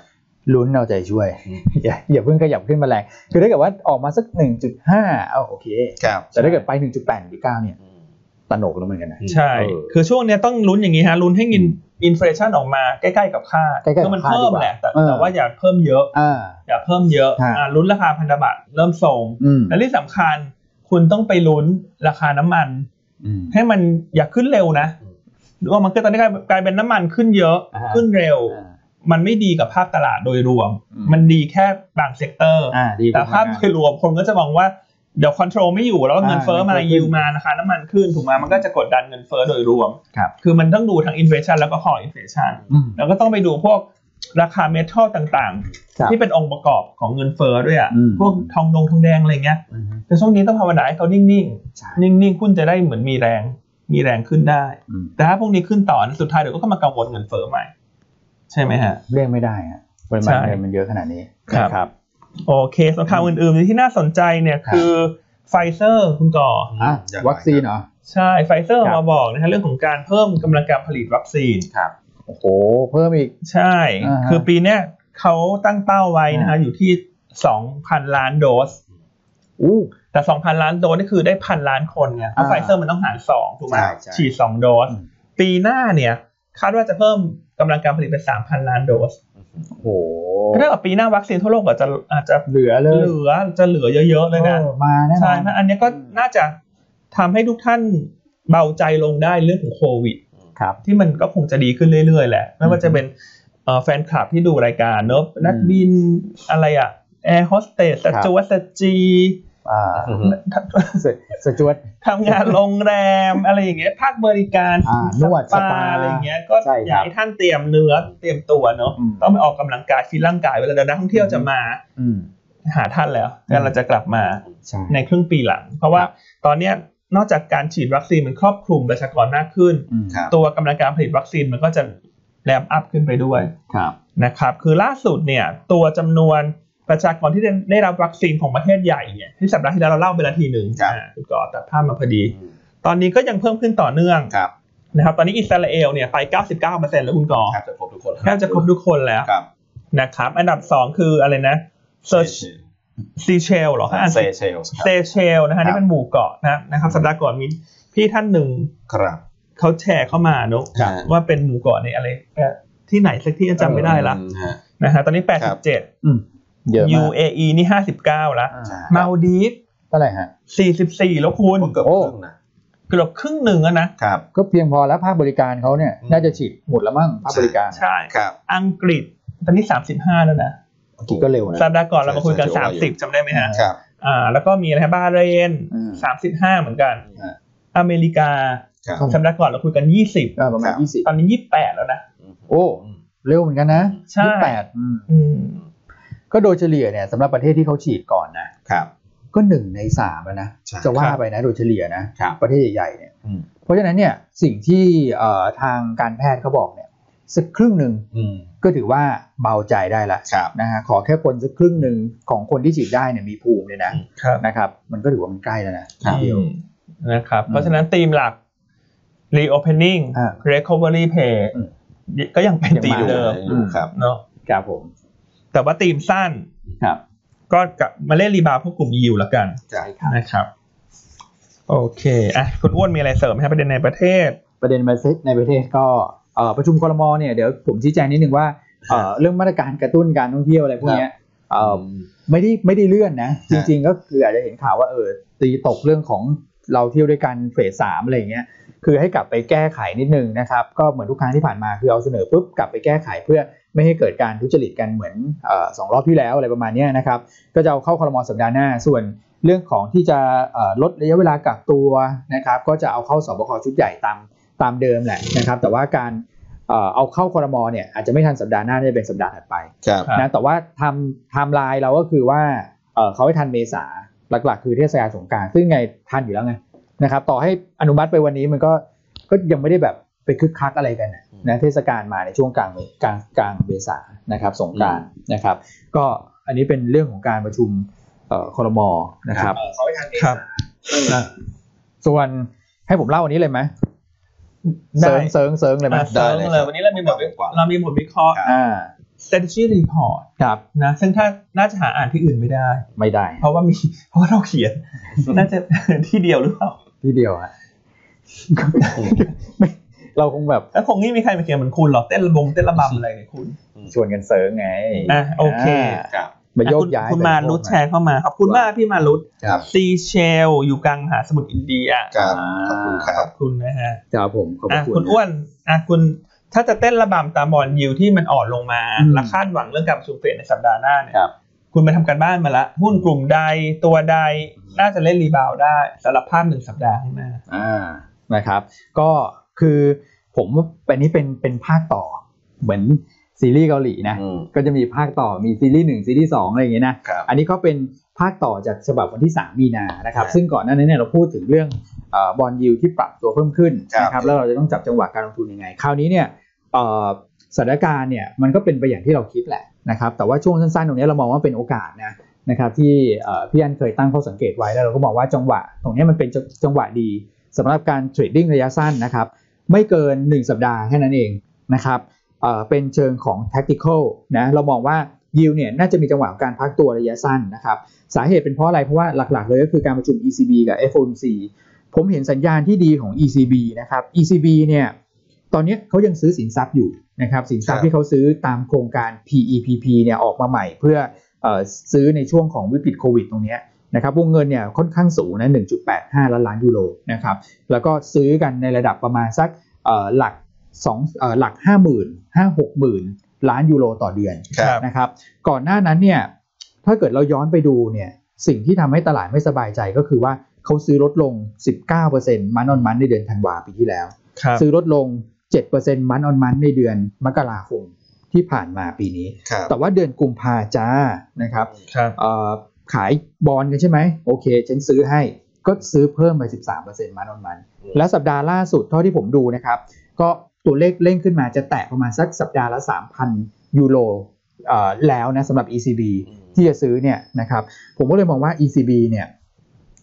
Speaker 2: ลุ้นเอาใจช่วย
Speaker 1: อืม
Speaker 2: อย่าอย่าเพิ่งขยับขึ้นมาแรงคือถ้าเกิดว่าออกมาสัก 1.5 เอาโอเค
Speaker 1: ครับ
Speaker 2: แต่ถ้าเกิดไป 1.8หรือ9เนี่ย
Speaker 1: อืม
Speaker 2: ตนกแล้วเหมือนกันนะ
Speaker 1: อืม
Speaker 3: ใช่
Speaker 2: เออ
Speaker 3: คือช่วงเนี้ยต้องลุ้นอย่างนี้ฮะลุ้นให้เงินอินฟลชันออกมาใกล้ๆกับค่า
Speaker 2: ใกล้ๆกับ
Speaker 3: คือมัน
Speaker 2: ค่า
Speaker 3: เพิ่ม
Speaker 2: ดีกว่า
Speaker 3: แหละแต่
Speaker 2: เออ
Speaker 3: แต่ว่าอย่าเพิ่มเยอะ
Speaker 2: อ่า
Speaker 3: อย่าเพิ่มเยอะ
Speaker 2: ฮะ
Speaker 3: อ่าลุ้นราคาพันธบัตรเริ่มส่ง
Speaker 2: อืม
Speaker 3: และที่สำคัญคุณต้องไปลุ้นราคาน้ำมัน
Speaker 2: อืม
Speaker 3: ให้มันอย่าขึ้นเร็วนะ
Speaker 1: อืม
Speaker 3: หรือว่ามันก็ตอนนี้กลายกลายเป็นน้ำมันขึ้นเยอะ
Speaker 2: อ่าฮะ
Speaker 3: ขึ้นเร็ว
Speaker 2: อ่า
Speaker 3: มันไม่ดีกับภาพตลาดโดยรวม
Speaker 2: อืม
Speaker 3: มันดีแค่บางเซกเตอร์
Speaker 2: อ่าดีกว่
Speaker 3: แต่ภาพ
Speaker 2: มก
Speaker 3: โดยรวมคนก็จะมองว่าเดี๋ยวคอนโทรลไม่อยู่แล้วก็เงิน
Speaker 2: อ่า
Speaker 3: เฟ้อมา
Speaker 2: เงินเฟ้อขึ้น
Speaker 3: ยิวมานะคะน้ำมันขึ้นถูกไหมมันก็จะกดดันเงินเฟ้อโดยรวม
Speaker 2: ครับ
Speaker 3: อมันต้องดูทั้งอินเฟชันแล้วก็คออินเฟชัน
Speaker 2: อืม
Speaker 3: แล้วก็ต้องไปดูพวกราคาเมทัลต่าง
Speaker 2: ครับ
Speaker 3: ๆ ที่เป็นองค์ประกอบของเงินเฟ้อด้วยอ่ะ
Speaker 2: อืม
Speaker 3: พวกทองดงทองแดงอะไรเงี้ย
Speaker 2: อืม
Speaker 3: แต่ช่วงนี้ต้องภาวนาให้เขานิ่ง
Speaker 2: ใช่
Speaker 3: ๆ นิ่งๆหุ้นจะได้เหมือนมีแรง มีแรงขึ้นได้
Speaker 2: อืม
Speaker 3: แต่ถ้าพวกนี้ขึ้นต่อสุดท้ายเดี๋ยวก็เข้ามากังวลเงินเฟ้อใหม่ ใช่ไหมฮะ
Speaker 2: เลี่ยงไม่ได้ฮะปริมาณเงินมันเยอะขนาดนี้
Speaker 3: ครับ
Speaker 2: นะครับ
Speaker 3: โอเคสงครามอื่นๆที่น่าสนใจเนี่ย
Speaker 2: ครับ
Speaker 3: คือ ไฟเซอร์คุณก่อ
Speaker 1: อืม
Speaker 2: อ่ะ
Speaker 1: อย่างไร
Speaker 2: วัคซีนเหรอ
Speaker 3: ใช่ไฟเซอร์
Speaker 2: ครับ
Speaker 3: มาบอกนะฮะเรื่องของการเพิ่มกำลังการผลิตวัคซีน
Speaker 1: ครับ
Speaker 2: โอ้โห เพิ่มอีก
Speaker 3: ใช่
Speaker 2: อ่าฮะ
Speaker 3: คือปีเนี้ยเขาตั้งเป้าไว้นะฮะ
Speaker 2: อ่า
Speaker 3: อยู่ที่ 2,000 ล้านโดส
Speaker 2: อู้
Speaker 3: แต่ 2,000 ล้านโดสนี่คือได้พันล้านคนเนี่ยเพราะ
Speaker 2: อ่า
Speaker 3: ไฟเซอร์มันต้องหาร2ถูกไหม
Speaker 1: ใช่ใช่
Speaker 3: ฉีด 2 โดส
Speaker 2: อืม
Speaker 3: ปีหน้าเนี่ย คาดว่าจะเพิ่มกำลังการผลิตเป็น 3,000 ล้านโดส
Speaker 2: โอ้โห
Speaker 3: ถ้าเกิดปีหน้าวัคซีนทั่วโลกอาจจะอาจจะ
Speaker 2: เหลือเลย
Speaker 3: เหลือจะเหลือเยอะๆเลยนะ
Speaker 2: ออมาแน่น
Speaker 3: ใช่
Speaker 2: อน
Speaker 3: เพราะอันเนี้ยก็น่าจะทำให้ทุกท่านเบาใจลงได้เรื่องของโควิด
Speaker 2: ครับ
Speaker 3: ที่มันก็คงจะดีขึ้นเรื่อยๆแหละ ไม่ว่าจะเป็นเอ่อแฟนคลับที่ดูรายการเนอะนักบินอะไรอะแอร์โฮสเตส
Speaker 2: ครับ
Speaker 3: จวสจี
Speaker 2: อ่าสสจวต
Speaker 3: ทำงานโรงแรม อะไรอย่างเงี้ยภาคบริการ
Speaker 2: อ่านวดสปา
Speaker 3: อะไรอย่างเงี้ยก็
Speaker 2: ใช่ครับ
Speaker 3: อยากให้ท่านเตรียมเนื้อเตรียมตัวเนอะ
Speaker 2: อืม
Speaker 3: ต้องไปออกกำลังกายฟิตร่างกายเวลาเดินนักท่องเที่ยวจะมา
Speaker 2: อืม
Speaker 3: หาท่านแล้วแต่เราจะกลับมา
Speaker 2: ใช่
Speaker 3: ในครึ่งปีหลัง เพราะว่า
Speaker 2: ครับ
Speaker 3: ตอนเนี้ยนอกจากการฉีดวัคซีนมันครอบคลุมประชากรมากขึ้น
Speaker 2: อืม
Speaker 1: ครับ
Speaker 3: ตัวกำลังการผลิตวัคซีนมันก็จะแรมอัพขึ้นไปด้วย
Speaker 2: ครับ
Speaker 3: นะครับคือล่าสุดเนี่ยตัวจำนวนประชากรที่ได้ได้รับวัคซีนของประเทศใหญ่เนี่ยที่สัปดาห์ที่แล้วเราเล่าไปและทีหนึ่ง
Speaker 1: ครับ
Speaker 3: อ่าคุณก่อตัดภาพมาพอดี ตอนนี้ก็ยังเพิ่มขึ้นต่อเนื่อง
Speaker 1: ครับ
Speaker 3: นะครับตอนนี้อิสราเอลเนี่ยไป 99%แล้วคุณก่อ
Speaker 1: แทบจะครบทุกคน
Speaker 3: แทบจะครบทุกคนแล้ว
Speaker 1: ครับ
Speaker 3: นะครับอันดับสองคืออะไรนะเซอร์ซีเชลเหรอฮะอ่าน
Speaker 1: เซ
Speaker 3: ผิด
Speaker 1: เชลส์ค
Speaker 3: เซ
Speaker 1: รับ
Speaker 3: เชลนะ
Speaker 1: ครั
Speaker 3: ฮะ
Speaker 1: บ
Speaker 3: นี่เป็นหมู่เกาะนะนะครับสัปดาห์ก่อนมีพี่ท่านหนึ่ง
Speaker 1: ครับ
Speaker 3: เขาแชร์เข้ามาเนอะ
Speaker 1: ครับ
Speaker 3: ว่าเป็นหมู่เกาะในอะไรเอ่อที่ไหนสักที่จำไม่ได้ละ
Speaker 1: อืมฮะ
Speaker 3: นะฮะตอนนี้
Speaker 1: ครับ
Speaker 3: 87
Speaker 2: อืมเยอะมาก
Speaker 3: UAE นี่ 59 ละ
Speaker 2: อ่า
Speaker 1: ใช่
Speaker 3: มาดีฟ
Speaker 2: เท่าไหร่ฮะ
Speaker 3: 44 แล้วคุณ
Speaker 1: ก็เกือบค
Speaker 2: โอ้
Speaker 1: รึ่งนะ
Speaker 3: เกือบครึ่งหนึ่งแล้วนะ
Speaker 1: ครับ
Speaker 2: ก็เพียงพอแล้วภาคบริการเขาเนี่ย
Speaker 1: อืม
Speaker 2: น่าจะฉีดหมดแล้วมั้งภาคบริการ
Speaker 3: ใช่
Speaker 1: ครับ
Speaker 3: อังกฤษตอนนี้ 35 แล้วนะ
Speaker 2: กี่ก็เร็วนะ
Speaker 3: สัปดาห์ก่อนเรามาคุยกัน 30จำได้ไหมฮะ
Speaker 1: ครับ
Speaker 3: อ่าแล้วก็มีอะไรฮะบาห์เรน
Speaker 2: อืม
Speaker 3: 35 เหมือนกัน
Speaker 1: อ่า
Speaker 3: อเมริกา
Speaker 1: ครับ
Speaker 3: สัปดาห์ก่อนเราคุยกัน
Speaker 2: เออประ
Speaker 1: ค
Speaker 2: มาณ
Speaker 1: รับ
Speaker 2: ยี่สิบ
Speaker 3: 20 ตอนนี้ 28 แล้วนะ
Speaker 2: โอ้ เร็วเหมือนกันนะ
Speaker 3: ใช่
Speaker 2: ยี่สิบแปดอืม
Speaker 3: อืม
Speaker 2: ก็โดยเฉลี่ยเนี่ยสำหรับประเทศที่เขาฉีดก่อนนะ
Speaker 1: ครับ
Speaker 2: ก็หนึ่งในสามแล้วนะ
Speaker 1: ใช่
Speaker 2: จะว่า
Speaker 3: ครับ
Speaker 2: ไปนะโดยเฉลี่ยนะครับ ประเทศใหญ่ๆเนี่ย
Speaker 1: อืม
Speaker 2: เพราะฉะนั้นเนี่ยสิ่งที่เอ่อทางการแพทย์เขาบอกเนี่ยสักครึ่งหนึ่ง
Speaker 1: อืม
Speaker 2: ก็ถือว่าเบาใจได้ละ
Speaker 1: ครับ
Speaker 2: นะฮะขอแค่คนสักครึ่งหนึ่งของคนที่ฉีดได้เนี่ยมีภูมิเลยนะครับ นะครับมันก็ถือว่ามันใกล้แล้วนะ
Speaker 1: ครับ
Speaker 3: นะครับ
Speaker 2: อืม
Speaker 3: เพราะฉะนั้นธีมหลัก reopening
Speaker 2: อ่า
Speaker 3: recovery pay
Speaker 2: อืม
Speaker 3: ก็ยังเป็น
Speaker 2: ยัง
Speaker 3: ธีม
Speaker 2: มา
Speaker 3: เดิม
Speaker 1: อยู่ครับ
Speaker 3: เนาะ
Speaker 2: ครับผม
Speaker 3: แต่ว่าธีมสั้น
Speaker 2: ครับ
Speaker 3: ก็กลับมาเล่นรีบาวพวกกลุ่ม EU แล้วกัน
Speaker 1: ใช่ครับ
Speaker 3: นะครับ โอเคอ่ะคุณอ้วนมีอะไรเสริมไหมครับประเด็นในประเทศ
Speaker 2: ประเด็นประเทศในประเทศก็เอ่อประชุมครมเนี่ยเดี๋ยวผมชี้แจงนิดนึงว่าเอ่อเรื่องมาตรการกระตุ้นการท่องเที่ยวอะไรพวกเนี้ยเอ่อไม่ได้ไม่ได้เลื่อนนะ จ
Speaker 1: ฮะ
Speaker 2: ริง ๆ ก็คืออาจจะเห็นข่าวว่าเออตีตกเรื่องของเราเที่ยวด้วยกันเฟสสามอะไรอย่างเงี้ยคือให้กลับไปแก้ไขนิดนึงนะครับ ก็เหมือนทุกครั้งที่ผ่านมาคือเอาเสนอปุ๊บกลับไปแก้ไขเพื่อไม่ให้เกิดการทุจริตกันเหมือนเออสองรอบที่แล้วอะไรประมาณเนี้ยนะครับ ก็จะเอาเข้าครมสัปดาห์หน้า ส่วนเรื่องของที่จะเอ่อลดระยะเวลากักตัวนะครับ ก็จะเอาเข้าสบคชุดใหญ่ตามตามเดิมแหละนะครับ แต่ว่าการเอ่อเอาเข้าครมเนี่ยอาจจะไม่ทันสัปดาห์หน้าน่าจะเป็นสัปดาห์ถัดไป
Speaker 1: ครับ
Speaker 3: ครับ
Speaker 2: นะแต่ว่าทำไทม์ไลน์เราก็คือว่าเอ่อเขาให้ทันเมษาหลักๆ คือเทศกาลสงกรารซึ่งไงทันอยู่แล้วไงนะครับต่อให้อนุมัติไปวันนี้มันก็ก็ยังไม่ได้แบบไปคึกคักอะไรกันน่ะนะเทศกาลมาในช่วงกลางเมกลางกลางเมษานะครับสงกรารนะครับ ก็อันนี้เป็นเรื่องของการประชุมเอ่อครมนะครับ
Speaker 3: ครับ
Speaker 2: ส่วนให้ผมเล่าอันนี้เลยไหม
Speaker 3: ได้
Speaker 2: เสริงเสริงเสริงเลยไหม
Speaker 3: อ่ะเส
Speaker 1: ได้
Speaker 3: ริม
Speaker 1: เลยครั
Speaker 3: เลย
Speaker 1: บ
Speaker 3: วันนี้เรามีบทวิเคราะห์เรามีบทวิเคราะห์
Speaker 1: ครับ
Speaker 2: อ่า
Speaker 3: strategy report
Speaker 2: ครับ
Speaker 3: นะซึ่งถ้าน่าจะหาอ่านที่อื่นไม่ได้
Speaker 2: ไม่ได้
Speaker 3: เพราะว่ามี เพราะว่าเราเขียน น่าจะ ที่เดียวหรือเปล่า
Speaker 2: ที่เดียวฮะ ไม่เราคงแบบ
Speaker 3: แล้วคงไม่มีใครมาเขียนเหมือนคุณหรอกเต้นระบงเต้นระบำอะไรเนี่ยคุณ
Speaker 2: ชวนกันเสริงไง
Speaker 3: อ่ะโอเค
Speaker 2: า
Speaker 1: ครับ
Speaker 2: มาโยก
Speaker 3: คุณ
Speaker 2: ย้าย
Speaker 3: คุณ
Speaker 2: ไป
Speaker 3: มา
Speaker 2: โยก
Speaker 3: รุดแชร์เข้ามาขอบคุณมากพี่มารุด
Speaker 1: ครับ
Speaker 3: ซีเชลอยู่กลางมหาสมุทรอินเดีย
Speaker 1: ค
Speaker 2: อ่า
Speaker 1: รับ ขอบคุณครับ
Speaker 3: คุณนะฮะ
Speaker 2: ครับผมขอบ
Speaker 3: อ่ะ
Speaker 2: คุณ
Speaker 3: คุณอ้วนอ่ะคุณถ้าจะเต้นระบำตามบอลยิวที่มันอ่อนลงมา
Speaker 2: อืม
Speaker 3: และคาดหวังเรื่องการประชุมเฟดในสัปดาห์หน้าเนี่ย
Speaker 2: ครับ
Speaker 3: คุณไปทำการบ้านมาละหุ้นกลุ่มใดตัวใดน่าจะเล่นรีบาวด์ได้สำหรับภาพหนึ่งสัปดาห์ข้างหน้า
Speaker 2: อ่านะครับ ก็คือผมว่าอันนี้เป็นเป็นภาคต่อ เหมือนซีรีส์เกาหลีนะ
Speaker 1: อืม
Speaker 2: ก็จะมีภาคต่อมีซีรีส์หนึ่งซีรีส์สองอะไรอย่างเงี้ยนะ
Speaker 1: ครับ
Speaker 2: อันนี้ก็เป็นภาคต่อจากฉบับวันที่ 3 มีนานะครับ
Speaker 1: ครับ
Speaker 2: ซึ่งก่อนหน้านี้นเนี่ยเราพูดถึงเรื่องบอลยูที่ปรับตัวเพิ่มขึ้น
Speaker 1: ครับ
Speaker 2: นะครับ แล้วเราจะต้องจับจังหวะการลงทุนยังไง คราวนี้เนี่ยเอ่อสถานการณ์เนี่ยมันก็เป็นไปอย่างที่เราคิดแหละนะครับ แต่ว่าช่วงสั้นๆ ตรงนี้เรามองว่าเป็นโอกาสนะ นะครับที่เอ่อพี่อันเคยตั้งข้อสังเกตไว้แล้วเราก็มองว่าจังหวะ ตรงเนี้ยมันเป็นจจังหวะดีสำหรับการเทรดดิ้งระยะสั้นนะครับ ไม่เกิน 1 สัปดาห์แค่นั้นเองนะครับเอ่อเป็นเชิงของ tactical นะเรามองว่ายิวเนี่ยน่าจะมีจังหวะของการพักตัวระยะสั้นนะครับ สาเหตุเป็นเพราะอะไรเพราะว่าหลักๆ เลยก็คือการประชุม ECB กับ FOMC ผมเห็นสัญญาณที่ดีของ ECB นะครับ ECB เนี่ยตอนเนี้ยเขายังซื้อสินทรัพย์อยู่นะครับสินทรั
Speaker 1: ค
Speaker 2: พ
Speaker 1: รั
Speaker 2: ย์
Speaker 1: บ
Speaker 2: ที่เขาซื้อตามโครงการ PEPP เนี่ยออกมาใหม่เพื่อเอ่อซื้อในช่วงของวิกฤตโควิดตรงเนี้ยนะครับวงเงินเนี่ยค่อนข้างสูงนะ 1.85 ล้านล้านยูโรนะครับแล้วก็ซื้อกันในระดับประมาณสักเอ่อหลักสองเอ่อหลัก 5 0 0 0 0 5 6 0 0 0 ล้านยูโรต่อเดือน
Speaker 1: ครับ
Speaker 2: นะครับก่อนหน้านั้นเนี่ยถ้าเกิดเราย้อนไปดูเนี่ยสิ่งที่ทำให้ตลาดไม่สบายใจก็คือว่าเขาซื้อลดลง 19%มันออนมันในเดือนธันวาปีที่แล้ว
Speaker 3: ครับ
Speaker 2: ซื้อลดลง 7%มันออนมันในเดือนมกราคมที่ผ่านมาปีนี้
Speaker 1: ครับ
Speaker 2: แต่ว่าเดือนกุมภาจ้านะครับ
Speaker 3: ครับ
Speaker 2: เอ่อขายบอลกันใช่ไหมโอเค ฉันซื้อให้ก็ซื้อเพิ่มไป 13%มันออนมัน
Speaker 1: อืม
Speaker 2: และสัปดาห์ล่าสุดเท่าที่ผมดูนะครับ ก็ตัวเลขเร่งขึ้นมาจะแตะประมาณสักสัปดาห์ละ 3,000 ยูโรเอ่อแล้วนะสำหรับ ECB ที่จะซื้อเนี่ยนะครับผมก็เลยมองว่า ECB เนี่ย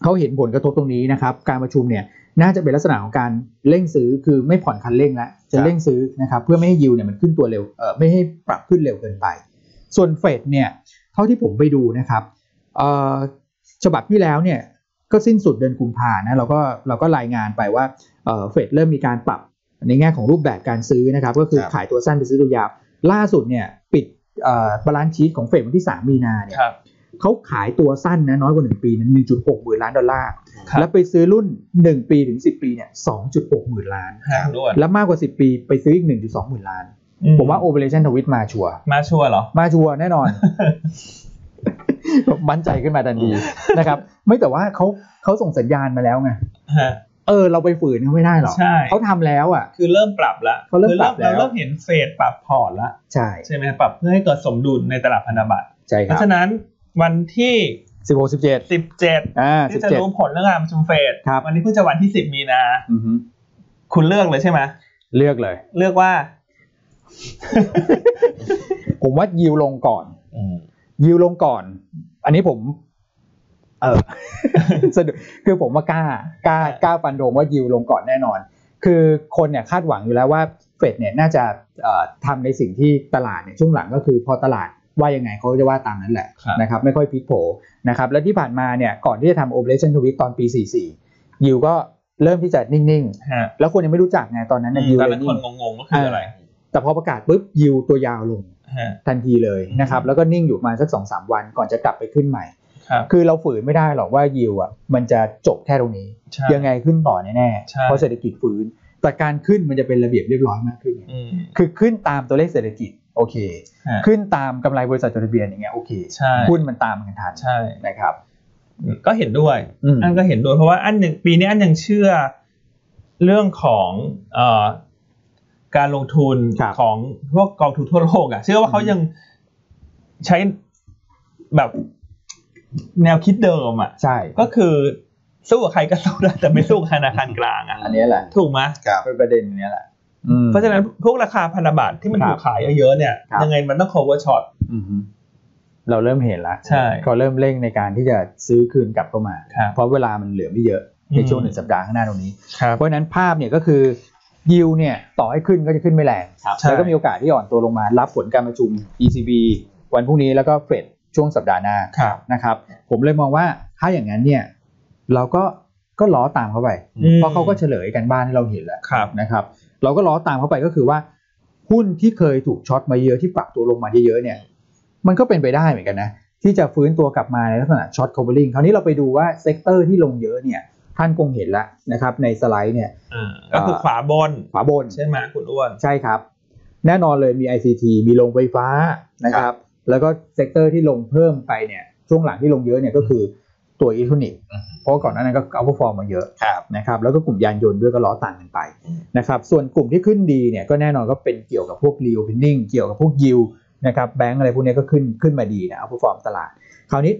Speaker 2: เขาเห็นผลกระทบตรงนี้นะครับ การประชุมเนี่ยน่าจะเป็นลักษณะของการเร่งซื้อคือไม่ผ่อนคันเร่งแล้วจะเร่งซื้อนะครับเพื่อไม่ให้ยิวเนี่ยมันขึ้นตัวเร็วเอ่อไม่ให้ปรับขึ้นเร็วเกินไป ส่วนเฟดเนี่ยเท่าที่ผมไปดูนะครับเอ่อฉบับที่แล้วเนี่ยก็สิ้นสุดเดือนกุมภานะเราก็เราก็รายงานไปว่าเอ่อเฟดเริ่มมีการปรับในแง่ของรูปแบบการซื้อนะครับก็คือ
Speaker 1: ครับ
Speaker 2: ขายตัวสั้นไปซื้อตัวยาวล่าสุดเนี่ยปิดบาลานซ์ชีตของเฟดวันที่ 3 มีนาเนี่ย
Speaker 3: ครับ
Speaker 2: เขาขายตัวสั้นนะน้อยกว่า 1 ปีนั้น1.6หมื่นล้านดอลลาร์
Speaker 3: ครับ
Speaker 2: แล้วไปซื้อรุ่น 1 ปีถึง 10 ปีเนี่ย2.6หมื่นล้าน
Speaker 3: ห่างด้วย
Speaker 2: แล้วมากกว่า 10 ปีไปซื้ออีก 1.2หมื่นล้าน
Speaker 3: อื
Speaker 2: ผมว่าโอเปอเรชั่นทวิตมาชัวร์
Speaker 3: มาชัวร์เหรอ
Speaker 2: มาชัวร์แน่นอน มั่นใจขึ้นมาทันทีนะครับ ไม่แต่ว่าเขาเขาส่งสัญญาณมาแล้วไง
Speaker 3: ฮะ
Speaker 2: เออเราไปฝืนเขาไม่ได้หรอก
Speaker 3: ใช่
Speaker 2: เขาทำแล้วอ่ะ
Speaker 3: คือเริ่มปรับละ
Speaker 2: เขาเริ่ม
Speaker 3: คือ
Speaker 2: ปรับแล้ว
Speaker 3: เราเริ่มเห็นเฟดปรับพอร์ตละ
Speaker 2: ใช่
Speaker 3: ใช่ไหมปรับเพื่อให้เกิดสมดุลในตลาดพันธบัตร
Speaker 2: ใช่ค
Speaker 3: เพ
Speaker 2: รับ
Speaker 3: ราะฉะนั้นวันที่
Speaker 2: 16 17
Speaker 3: 17
Speaker 2: อ่า
Speaker 3: ที่จะรู้
Speaker 2: 17
Speaker 3: ผลเรื่องการประชุมเฟด
Speaker 2: ครับ
Speaker 3: วันนี้เพิ่งจะวันที่ 10 มีนา
Speaker 2: อือฮึ
Speaker 3: คุณเลือกเลยใช่ไหม
Speaker 2: เลือกเลย
Speaker 3: เลือกว่า
Speaker 2: ผมว่ายิวลงก่อน
Speaker 1: อืม
Speaker 2: ยิวลงก่อน อันนี้ผม เออ สะดุดคือผมว่ากล้ากล้ากล้าฟันโดงว่ายิวลงก่อนแน่นอน คือคนเนี่ยคาดหวังอยู่แล้วว่าเฟดเนี่ยน่าจะเอ่อทำในสิ่งที่ตลาดเนี่ยช่วงหลังก็คือพอตลาดว่ายังไงเขาก็จะว่าตามนั้นแหละ
Speaker 3: ครับ
Speaker 2: นะครับไม่ค่อยพลิกโผนะครับและที่ผ่านมาเนี่ยก่อนที่จะทำโอเปอเรชั่นทวิตตอนปี 44 ยิวก็เริ่มที่จะนิ่ง
Speaker 3: ฮะ
Speaker 2: ๆ แล้วคนยังไม่รู้จักไงตอนนั้น
Speaker 3: อื
Speaker 2: นะ
Speaker 3: ม
Speaker 2: ยิว
Speaker 3: ตอน
Speaker 2: เล
Speaker 3: นั้
Speaker 2: ย
Speaker 3: น
Speaker 2: นิ่
Speaker 3: คน
Speaker 2: ง
Speaker 3: งงๆก็คืออะไร
Speaker 2: แต่พอประกาศปุ๊บยิวตัวยาวลง
Speaker 3: ฮะ
Speaker 2: ทันทีเลยนะครับ
Speaker 3: อืม
Speaker 2: แล้วก็นิ่งอยู่ประมาณสักสองสามวันก่อนจะกลับไปขึ้นใหม่
Speaker 3: ครับ
Speaker 2: คือเราฝืนไม่ได้หรอกว่ายิวอ่ะมันจะจบแค่ตรงนี้
Speaker 3: ใช่
Speaker 2: ยังไงขึ้นต่อแน่ๆ
Speaker 3: ใช่
Speaker 2: เพราะเศรษฐกิจฟื้น แต่การขึ้นมันจะเป็นระเบียบเรียบร้อยมากขึ้นไง
Speaker 3: อืม
Speaker 2: คือขึ้นตามตัวเลขเศรษฐกิจโอเค
Speaker 3: ฮะ
Speaker 2: ขึ้นตามกำไรบริษัทจดทะเบียนอย่างเงี้ยโอเค
Speaker 3: ใช่
Speaker 2: หุ้นมันตามกันทัน
Speaker 3: ใช่
Speaker 2: นะครับ
Speaker 3: ก็เห็นด้วย
Speaker 2: อืม
Speaker 3: อันก็เห็นด้วยเพราะว่าอันหนึ่งปีนี้อันยังเชื่อเรื่องของเออการลงทุนของพวกกองทุนทั่วโลกอะเชื่อว่าเขายังใช้แบบแนวคิดเดิมอะ
Speaker 2: ใช่
Speaker 3: ก็คือสู้กับใครก็สู้ได้แต่ไม่สู้กับธนาคารกลางอะ
Speaker 2: อันเนี้ยแหละ
Speaker 3: ถูกไหม
Speaker 1: ครับ
Speaker 2: เป็นประเด็นเนี้ยแหละอืม
Speaker 3: เพราะฉะนั้นพวกราคาพันธบัตรที่มัน
Speaker 2: ครับ
Speaker 3: ถูกขายเยอะๆเนี่ย
Speaker 2: ครับ
Speaker 3: ยังไงมันต้อง cover short
Speaker 2: อือฮึเราเริ่มเห็นละ
Speaker 3: ใช่
Speaker 2: เขาเริ่มเร่งในการที่จะซื้อคืนกลับเข้ามา
Speaker 3: ครับ
Speaker 2: เพราะเวลามันเหลือไม่เยอะในช่วง
Speaker 3: อืม
Speaker 2: หนึ่งสัปดาห์ข้างหน้าตรงนี้
Speaker 3: ครับ
Speaker 2: เพราะฉะนั้นภาพเนี่ยก็คือยิวเนี่ยต่อให้ขึ้นก็จะขึ้นไม่แรง
Speaker 3: ใช่
Speaker 2: แล้วก็มีโอกาสที่อ่อนตัวลงมารับผลการประชุม ECB วันพรุ่งนี้แล้วก็เฟดช่วงสัปดาห์หน้า
Speaker 3: ครับ
Speaker 2: นะครับผมเลยมองว่าถ้าอย่างนั้นเนี่ยเราก็ก็ล้อตามเข้าไป เพราะเขาก็เฉลยกันบ้านที่เราเห็นแล้ว
Speaker 3: ครับ
Speaker 2: นะครับ เราก็ล้อตามเข้าไปก็คือว่าหุ้นที่เคยถูกช็อตมาเยอะที่ปรับตัวลงมาเยอะๆเนี่ยมันก็เป็นไปได้เหมือนกันนะที่จะฟื้นตัวกลับมาในลักษณะช็อตคอเวอริงคราวนี้เราไปดูว่าเซกเตอร์ที่ลงเยอะเนี่ยท่านคงเห็นแล้วนะครับในสไลด์เนี่ย
Speaker 3: อ่าก็คือขวาบน
Speaker 2: ขวาบน
Speaker 3: ใช่ไหมคุณอ้วน
Speaker 2: ใช่ครับ แน่นอนเลยมี ICT มีโรงไฟฟ้านะครับ แล้วก็เซกเตอร์ที่ลงเพิ่มไปเนี่ยช่วงหลังที่ลงเยอะเนี่ยก็คือตัวอิเล็กทรอนิกส์
Speaker 1: อือฮึ
Speaker 2: เพราะก่อนหน้านั้นก็เอาพวกฟอร์มมาเยอะ
Speaker 1: ครับ
Speaker 2: นะครับแล้วก็กลุ่มยานยนต์ด้วยก็ล้อต่างกันไป
Speaker 1: อืม
Speaker 2: นะครับส่วนกลุ่มที่ขึ้นดีเนี่ยก็แน่นอนก็เป็นเกี่ยวกับพวกรีโอเพนนิ่งเกี่ยวกับพวกยิวนะครับแบงก์อะไรพวกเนี้ยก็ขึ้นขึ้นมาดีนะเอาพวกฟอร์มตลาด คราวนี้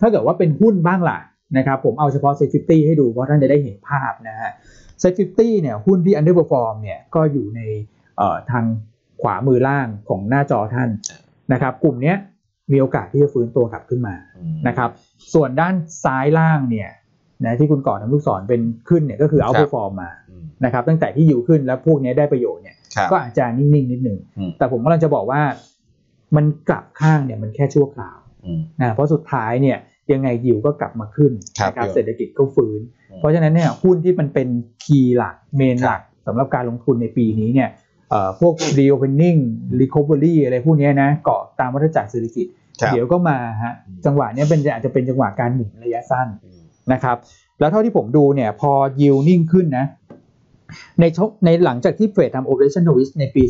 Speaker 2: ถ้าเกิดว่าเป็นหุ้นบ้างล่ะนะครับผมเอาเฉพาะเซ็ตฟิฟตี้ให้ดูเพราะท่านจะได้เห็นภาพนะฮะ เซ็ตฟิฟตี้เนี่ยหุ้นที่อันเดอร์ r พอร์ฟอร์มเนี่ยก็อยู่ในเอ่อทางขวามือล่างของหน้าจอท่านนะครับกลุ่มเนี้ย มีโอกาสที่จะฟื้นตัวกลับขึ้นมานะครับ ส่วนด้านซ้ายล่างเนี่ยนะที่คุณก่อทำลูกศรเป็นขึ้นเนี่ยก็คือเอาไปฟอร์มมา
Speaker 1: อืม
Speaker 2: นะครับ ตั้งแต่ที่อยู่ขึ้นแล้วพวกเนี้ยได้ประโยชน์เนี่ย
Speaker 1: ครับ
Speaker 2: ก็อาจจะนิ่งๆนิดหนึ่ง
Speaker 1: อืม
Speaker 2: แต่ผมกำลังจะบอกว่ามันกลับข้างเนี่ยมันแค่ชั่วคราว
Speaker 1: อืม
Speaker 2: นะเพราะสุดท้ายเนี่ยยังไงยิวก็กลับมาขึ้น
Speaker 1: ครับ
Speaker 2: นะครับ
Speaker 1: ผม
Speaker 2: เศรษฐกิจก็ฟื้น
Speaker 1: อืม
Speaker 2: เพราะฉะนั้นเนี่ยหุ้นที่มันเป็นคีย์หลักเมนหลักสำหรับการลงทุนในปีนี้เนี่ยเอ่อพวก reopening recovery อะไรพวกเนี้ยนะเกาะตามวัฏจักรเศรษฐกิจ
Speaker 1: ครับ
Speaker 2: เดี๋ยวก็มาฮะจังหวะเนี้ยเป็นอาจจะเป็นจังหวะการหมุนระยะสั้น
Speaker 1: อืม
Speaker 2: นะครับแล้วเท่าที่ผมดูเนี่ยพอยิวนิ่งขึ้นนะในช่วงในหลังจากที่เฟดทำ operation twist ในปี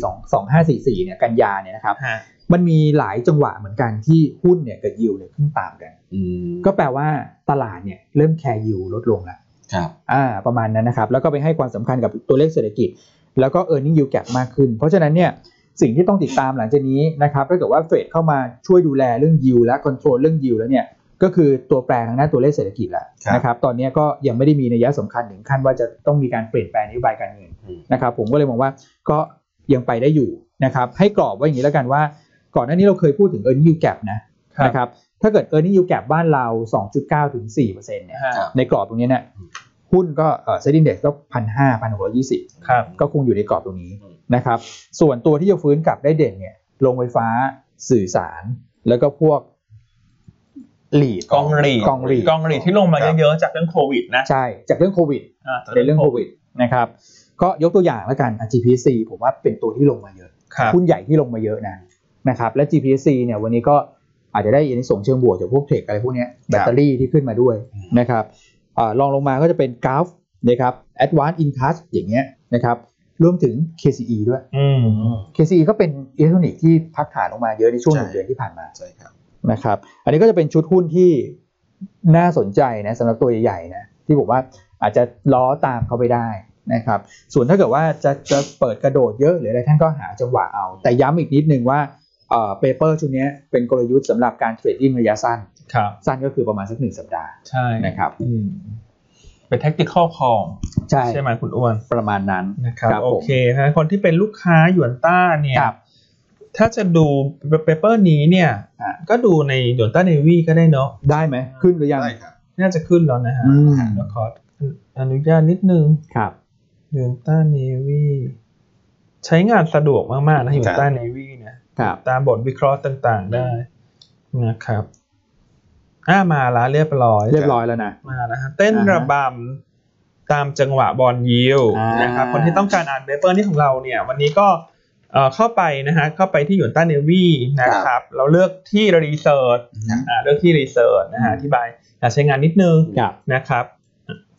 Speaker 2: 2 2544เนี่ยกันยาเนี่ยนะครับ
Speaker 3: ฮะ
Speaker 2: มันมีหลายจังหวะเหมือนกันที่หุ้นเนี่ยกับยิวเนี่ยขึ้นตามกัน
Speaker 1: อืม
Speaker 2: ก็แปลว่าตลาดเนี่ยเริ่มแคร์ยิวลดลงละ
Speaker 1: ครับ
Speaker 2: อ่าประมาณนั้นนะครับ แล้วก็ไปให้ความสำคัญกับตัวเลขเศรษฐกิจ แล้วก็ e a r n i n g yield gap มากขึ้น เพราะฉะนั้นเนี่ยสิ่งที่ต้องติดตามหลังจากนี้นะครับถ้าเกิดว่าเฟดเข้ามาช่วยดูแลเรื่องยิวและคอนโทรลเรื่องยิวแล้วเนี่ยก็คือตัวแปรทางด้านตัวเลขเศรษฐกิจแหละนะครับตอนนี้ก็ยังไม่ได้มีนัยยะสำคัญถึงขั้นว่าจะต้องมีการเปลี่ยนแปลงนโยบายการเงิน
Speaker 1: อืม
Speaker 2: นะครับผมก็เลยมองว่าก็ยังไปได้อยู่นะครับให้กรอบไว่าอย่างนี้แล้วกันว่า ก่อนหน้านี้เราเคยพูดถึง e a r n i n g yield gap นะนะครับถ้าเกิด e a r n i n g yield gap บ้านเรา 2.9ถึง4%เนี่ย
Speaker 3: ฮะ
Speaker 2: ในกรอบตรงนี้เนี่ยหุ้นก็เซ็นดิ้งเด็กก็พันห้าพันหกร้อยยี่สิบ
Speaker 3: ครับ
Speaker 2: ก็คงอยู่ในกรอบตรงนี้
Speaker 1: อืม
Speaker 2: นะครับ ส่วนตัวที่จะฟื้นกลับได้เด่นเนี่ยโรงไฟฟ้าสื่อสาร แล้วก็พวกหลีด
Speaker 3: กองหลีด
Speaker 2: กองหลีด
Speaker 3: กองหลีดที่ลงมาเยอะๆจากเรื่องโควิดนะ
Speaker 2: ใช่ จากเรื่องโควิด
Speaker 3: อ่า
Speaker 2: ในเรื่องโควิดนะครับ ก็ยกตัวอย่างแล้วกันอ่ะ GPC ผมว่าเป็นตัวที่ลงมาเยอะ
Speaker 3: ครับ
Speaker 2: หุ้นใหญ่ที่ลงมาเยอะนะนะครับ และ GPC เนี่ยวันนี้ก็อาจจะได้อินสงส์เชิงบวกจากพวกเทคอะไรพวกเนี้ยแบตเตอรี่ที่ขึ้นมาด้วยนะครับอ่ารองลงมาก็จะเป็นกราฟนะครับ Advanced Intouch อย่างเงี้ยนะครับรวมถึง KCE ด้วย
Speaker 3: อืม
Speaker 2: KCE ก็เป็นอิเล็กทรอนิกส์ที่พักฐานลงมาเยอะในช่วงห
Speaker 1: ใช่
Speaker 2: นึ่งเดือนที่ผ่านมา
Speaker 1: ใช่ครับ
Speaker 2: นะครับ อันนี้ก็จะเป็นชุดหุ้นที่น่าสนใจนะสำหรับตัวใหญ่ๆนะที่บอกว่าอาจจะล้อตามเขาไปได้นะครับ ส่วนถ้าเกิดว่าจะจะเปิดกระโดดเยอะหรืออะไรท่านก็หาจังหวะเอา แต่ย้ำอีกนิดนึงว่าเอ่อเปเปอร์ชุดเนี้ยเป็นกลยุทธ์สำหรับการเทรดดิ้งระยะสั้น
Speaker 3: ครับ
Speaker 2: สั้นก็คือประมาณสักหนึ่งสัปดาห์
Speaker 3: ใช่
Speaker 2: นะครับ
Speaker 3: อืมเป็น tactical call
Speaker 2: ใช่
Speaker 3: ใช่ไหมคุณอ้วน
Speaker 2: ประมาณนั้น
Speaker 3: นะครับ
Speaker 2: ครับผม
Speaker 3: โอเคฮะคนที่เป็นลูกค้าหยวนต้าเนี่ย
Speaker 2: ครับ
Speaker 3: ถ้าจะดูเปเปอร์นี้เนี่ย
Speaker 2: อ่ะ
Speaker 3: ก็ดูในหยวนต้าเนวีก็ได้เนาะ
Speaker 2: ได้ไหมขึ้นหรือยัง
Speaker 1: ได้ครับ
Speaker 3: น่าจะขึ้นแล้วนะฮะ
Speaker 2: อืม
Speaker 3: แล้วขออนุญาตนิดนึง
Speaker 2: ครับ
Speaker 3: หยวนต้าเนวีใช้งานสะดวกมาก ๆ นะหยวนต้าเนวีเนี่ย
Speaker 2: ครับ
Speaker 3: ตามบทวิเคราะห์ต่างๆได้นะครับอ่ามาละเรียบร้อย
Speaker 2: เรียบร้อยแล้วนะ
Speaker 3: มานะฮะเต้น
Speaker 2: อ่าฮะ
Speaker 3: ระบำตามจังหวะบอลยิว
Speaker 2: อ่าน
Speaker 3: นะครับคนที่ต้องการอ่านเปเปอร์นี่ของเราเนี่ยวันนี้ก็เอ่อเข้าไปนะฮะเข้าไปที่หยวนต้าเนวี่นะค
Speaker 1: ครั
Speaker 3: รับ
Speaker 1: บ
Speaker 3: เราเลือกที่รีเสิร์ชอ่าเลือกที่รีเสิร์ชนะฮะ
Speaker 2: อืม
Speaker 3: อธิบายการใช้งานนิดนึง
Speaker 2: ครับ
Speaker 3: นะครับ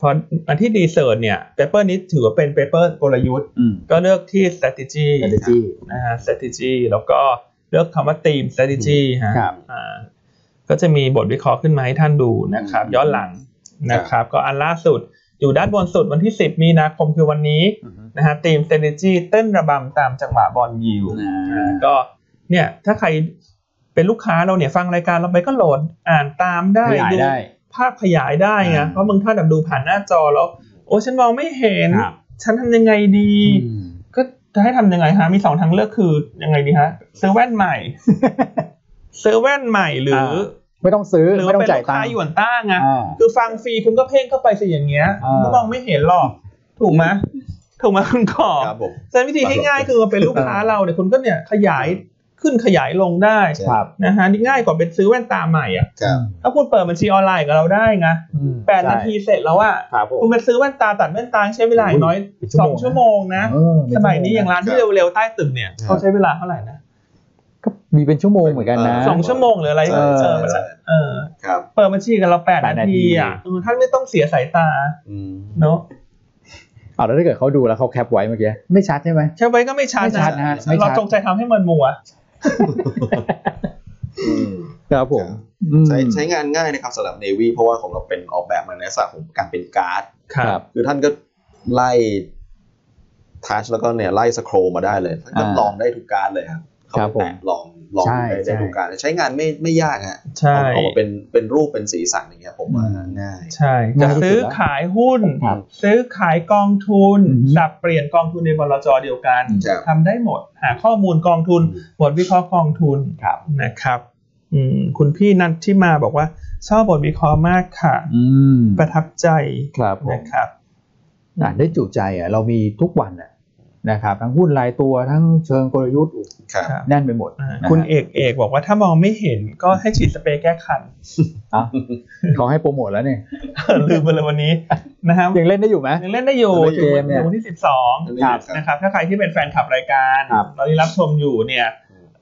Speaker 3: พออันที่รีเสิร์ชเนี่ยเปเปอร์นี้ถือว่าเป็นเปเปอร์กลยุทธ์
Speaker 2: อืม
Speaker 3: ก็เลือกที่ strategy
Speaker 2: strategy
Speaker 3: นะฮะ strategy แล้วก็เลือกคำว่า team strategy ฮะ
Speaker 2: ครับ
Speaker 3: อ่าก็จะมีบทวิเคราะห์ขึ้นมาให้ท่านดูนะครับ
Speaker 1: อืม
Speaker 3: ย้อนหลังนะครับ ก็อันล่าสุดอยู่ด้านบนสุดวันที่ 10 มีนาคมคือวันนี้นะฮะทีม strategy เต้นระบำตามจังหวะบอลยิว
Speaker 2: อ่า
Speaker 3: อ่าก็เนี่ยถ้าใครเป็นลูกค้าเราเนี่ยฟังรายการเราไปก็โหลดอ่านตามได้
Speaker 2: ขยาย
Speaker 3: ดู
Speaker 2: ได้
Speaker 3: ภาพขยายได้ไง
Speaker 2: อ่า
Speaker 3: เพราะบางท่านแบบดูผ่านหน้าจอแล้ว โอ้ฉันมองไม่เห็น
Speaker 2: ครับ
Speaker 3: ฉันทำยังไงดี
Speaker 2: อืม
Speaker 3: ก็จะให้ทำยังไงฮะ มีสองทางเลือกคือยังไงดีฮะซื้อแว่นใหม่ ซื้อแว่นใหม่หรืออ
Speaker 2: า ไม่ต้องซื้อ
Speaker 3: หรือ
Speaker 2: ไม่
Speaker 3: ว่า
Speaker 2: ต้อ
Speaker 3: เป็
Speaker 2: ง
Speaker 3: น
Speaker 2: จ่าย
Speaker 3: ลูก
Speaker 2: ตัง
Speaker 3: ค้า
Speaker 2: ค์
Speaker 3: หยวนต้าไง
Speaker 2: อ่า
Speaker 3: คือฟังฟรีคุณก็เพ่งเข้าไปสิอย่างเงี้ย
Speaker 2: อ่า
Speaker 3: คุณก็มองไม่เห็นหรอก ถูกไหมถูกไหมคุณก่อ
Speaker 1: ครับผม
Speaker 3: ฉะนั้นวิธีที่ง่ายคือมาเป็นลูกค้าเราเนี่ยคุณก็เนี่ยขยายขึ้นขยายลงได้
Speaker 1: ใช่
Speaker 2: ครับ
Speaker 3: นะฮะนี่ง่ายกว่าเป็นซื้อแว่นตาใหม่อ่ะ
Speaker 1: ครับ
Speaker 3: ถ้าคุณเปิดบัญชีออนไลน์กับเราได้ไง
Speaker 2: อืม
Speaker 3: แปดนา
Speaker 2: ใช่
Speaker 3: ทีเสร็จแล้วอ่ะ
Speaker 2: ครับผม
Speaker 3: คุณไปซื้อแว่นตาตัดแว่นตาใช้เวลาอย่างน้อย
Speaker 2: เป็นชั่วโม
Speaker 3: สอง งชั่วโมงนะ
Speaker 2: เออเป็
Speaker 3: ส
Speaker 2: ชั่วโง
Speaker 3: มัยนี้อย่างร้านที่เร็วๆใต้ตึกเนี่ยเขาใช้เวลาเท่าไหร่นะ
Speaker 2: ก็มีเป็นชั่วโมงเหมือนกันนะ
Speaker 3: สองชั่วโมงหรืออะไร
Speaker 1: ใช่
Speaker 3: เอ
Speaker 1: ใช่
Speaker 3: อ
Speaker 1: ใช่
Speaker 3: เออ
Speaker 1: ครับ
Speaker 3: เปิดบัญชีกับเราแปด
Speaker 2: แปด
Speaker 3: นา
Speaker 2: นาที
Speaker 3: ทีอ่ะเออท่านไม่ต้องเสียสายตา
Speaker 1: อืม
Speaker 3: เนาะ
Speaker 2: เอาแล้วถ้าเกิดเขาดูแล้วเขาแคปไว้เมื่อกี้ไม่ชัดใช่ไหม
Speaker 3: แค่ไว้ก็ไม่ชัด
Speaker 2: ไม่ชัดนะฮะไม่ชัด
Speaker 3: เราจงใจทำให้มันมัว
Speaker 1: อืม
Speaker 2: ครับผม
Speaker 1: ครับ
Speaker 2: อืม
Speaker 1: ใช้ใช้งานง่ายนะครับสำหรับ Navy เพราะว่าของเราเป็นออกแบบมาในลักษณะของการเป็นการ์ด
Speaker 2: ครับ
Speaker 1: คือท่านก็ไล่ทัชแล้วก็เนี่ยไล่สครอลมาได้เลยท่านก็
Speaker 2: อ่า
Speaker 1: ลองได้ทุกการดเลยครับเขา
Speaker 2: ครับ
Speaker 1: ไปแตะลองลอง
Speaker 2: ใช่
Speaker 1: ได้
Speaker 2: ใช่
Speaker 1: ได้ทุกการดใช้งานไม่ไม่ยากฮะ
Speaker 3: ใช่
Speaker 1: เอาออกมาเป็นเป็นรูปเป็นสีสันอย่างเงี้ยผมว่าง่าย
Speaker 3: ใช่จะซื้อขายหุ้น
Speaker 2: ครับ
Speaker 3: ซื้อขายกองทุน
Speaker 2: อือฮึ
Speaker 3: สับเปลี่ยนกองทุนในบลจเดียวกัน
Speaker 1: ครับ
Speaker 3: ทำได้หมดหาข้อมูลกองทุนบทวิเคราะห์กองทุน
Speaker 2: ครับ
Speaker 3: นะครับ อืมคุณพี่นัทที่มาบอกว่าชอบบทวิเคราะห์มากค่ะ
Speaker 2: อืม
Speaker 3: ประทับใจ
Speaker 2: ครับผม
Speaker 3: นะครับ
Speaker 2: อ่านได้จุใจอ่ะเรามีทุกวันอ่ะนะครับ ทั้งหุ้นรายตัวทั้งเชิงกลยุทธ์โอ้โห
Speaker 1: ครับ
Speaker 3: ครับ
Speaker 2: แน่นไปหมด
Speaker 3: อ่า
Speaker 2: นะฮะ
Speaker 3: คุณเอกเอกบอกว่าถ้ามองไม่เห็นก็ให้ฉีดสเปรย์แก้คัน
Speaker 2: อ่ะเขาให้โปรโมทแล้วเนี่ย
Speaker 3: ลืมไปเลยวันนี้นะครับ
Speaker 2: ยังเล่นได้อยู่ไหม
Speaker 3: ยังเล่นได้อยู่
Speaker 1: ยังเล่นอยู่
Speaker 2: เกม
Speaker 3: ถึงวัน
Speaker 2: เนี่ย
Speaker 3: ถึงวันที่ 12
Speaker 1: อันนี้อยู่ครับ
Speaker 3: นะครับถ้าใครที่เป็นแฟนคลับรายการ
Speaker 2: ครับ
Speaker 3: เราที่รับชมอยู่เนี่ย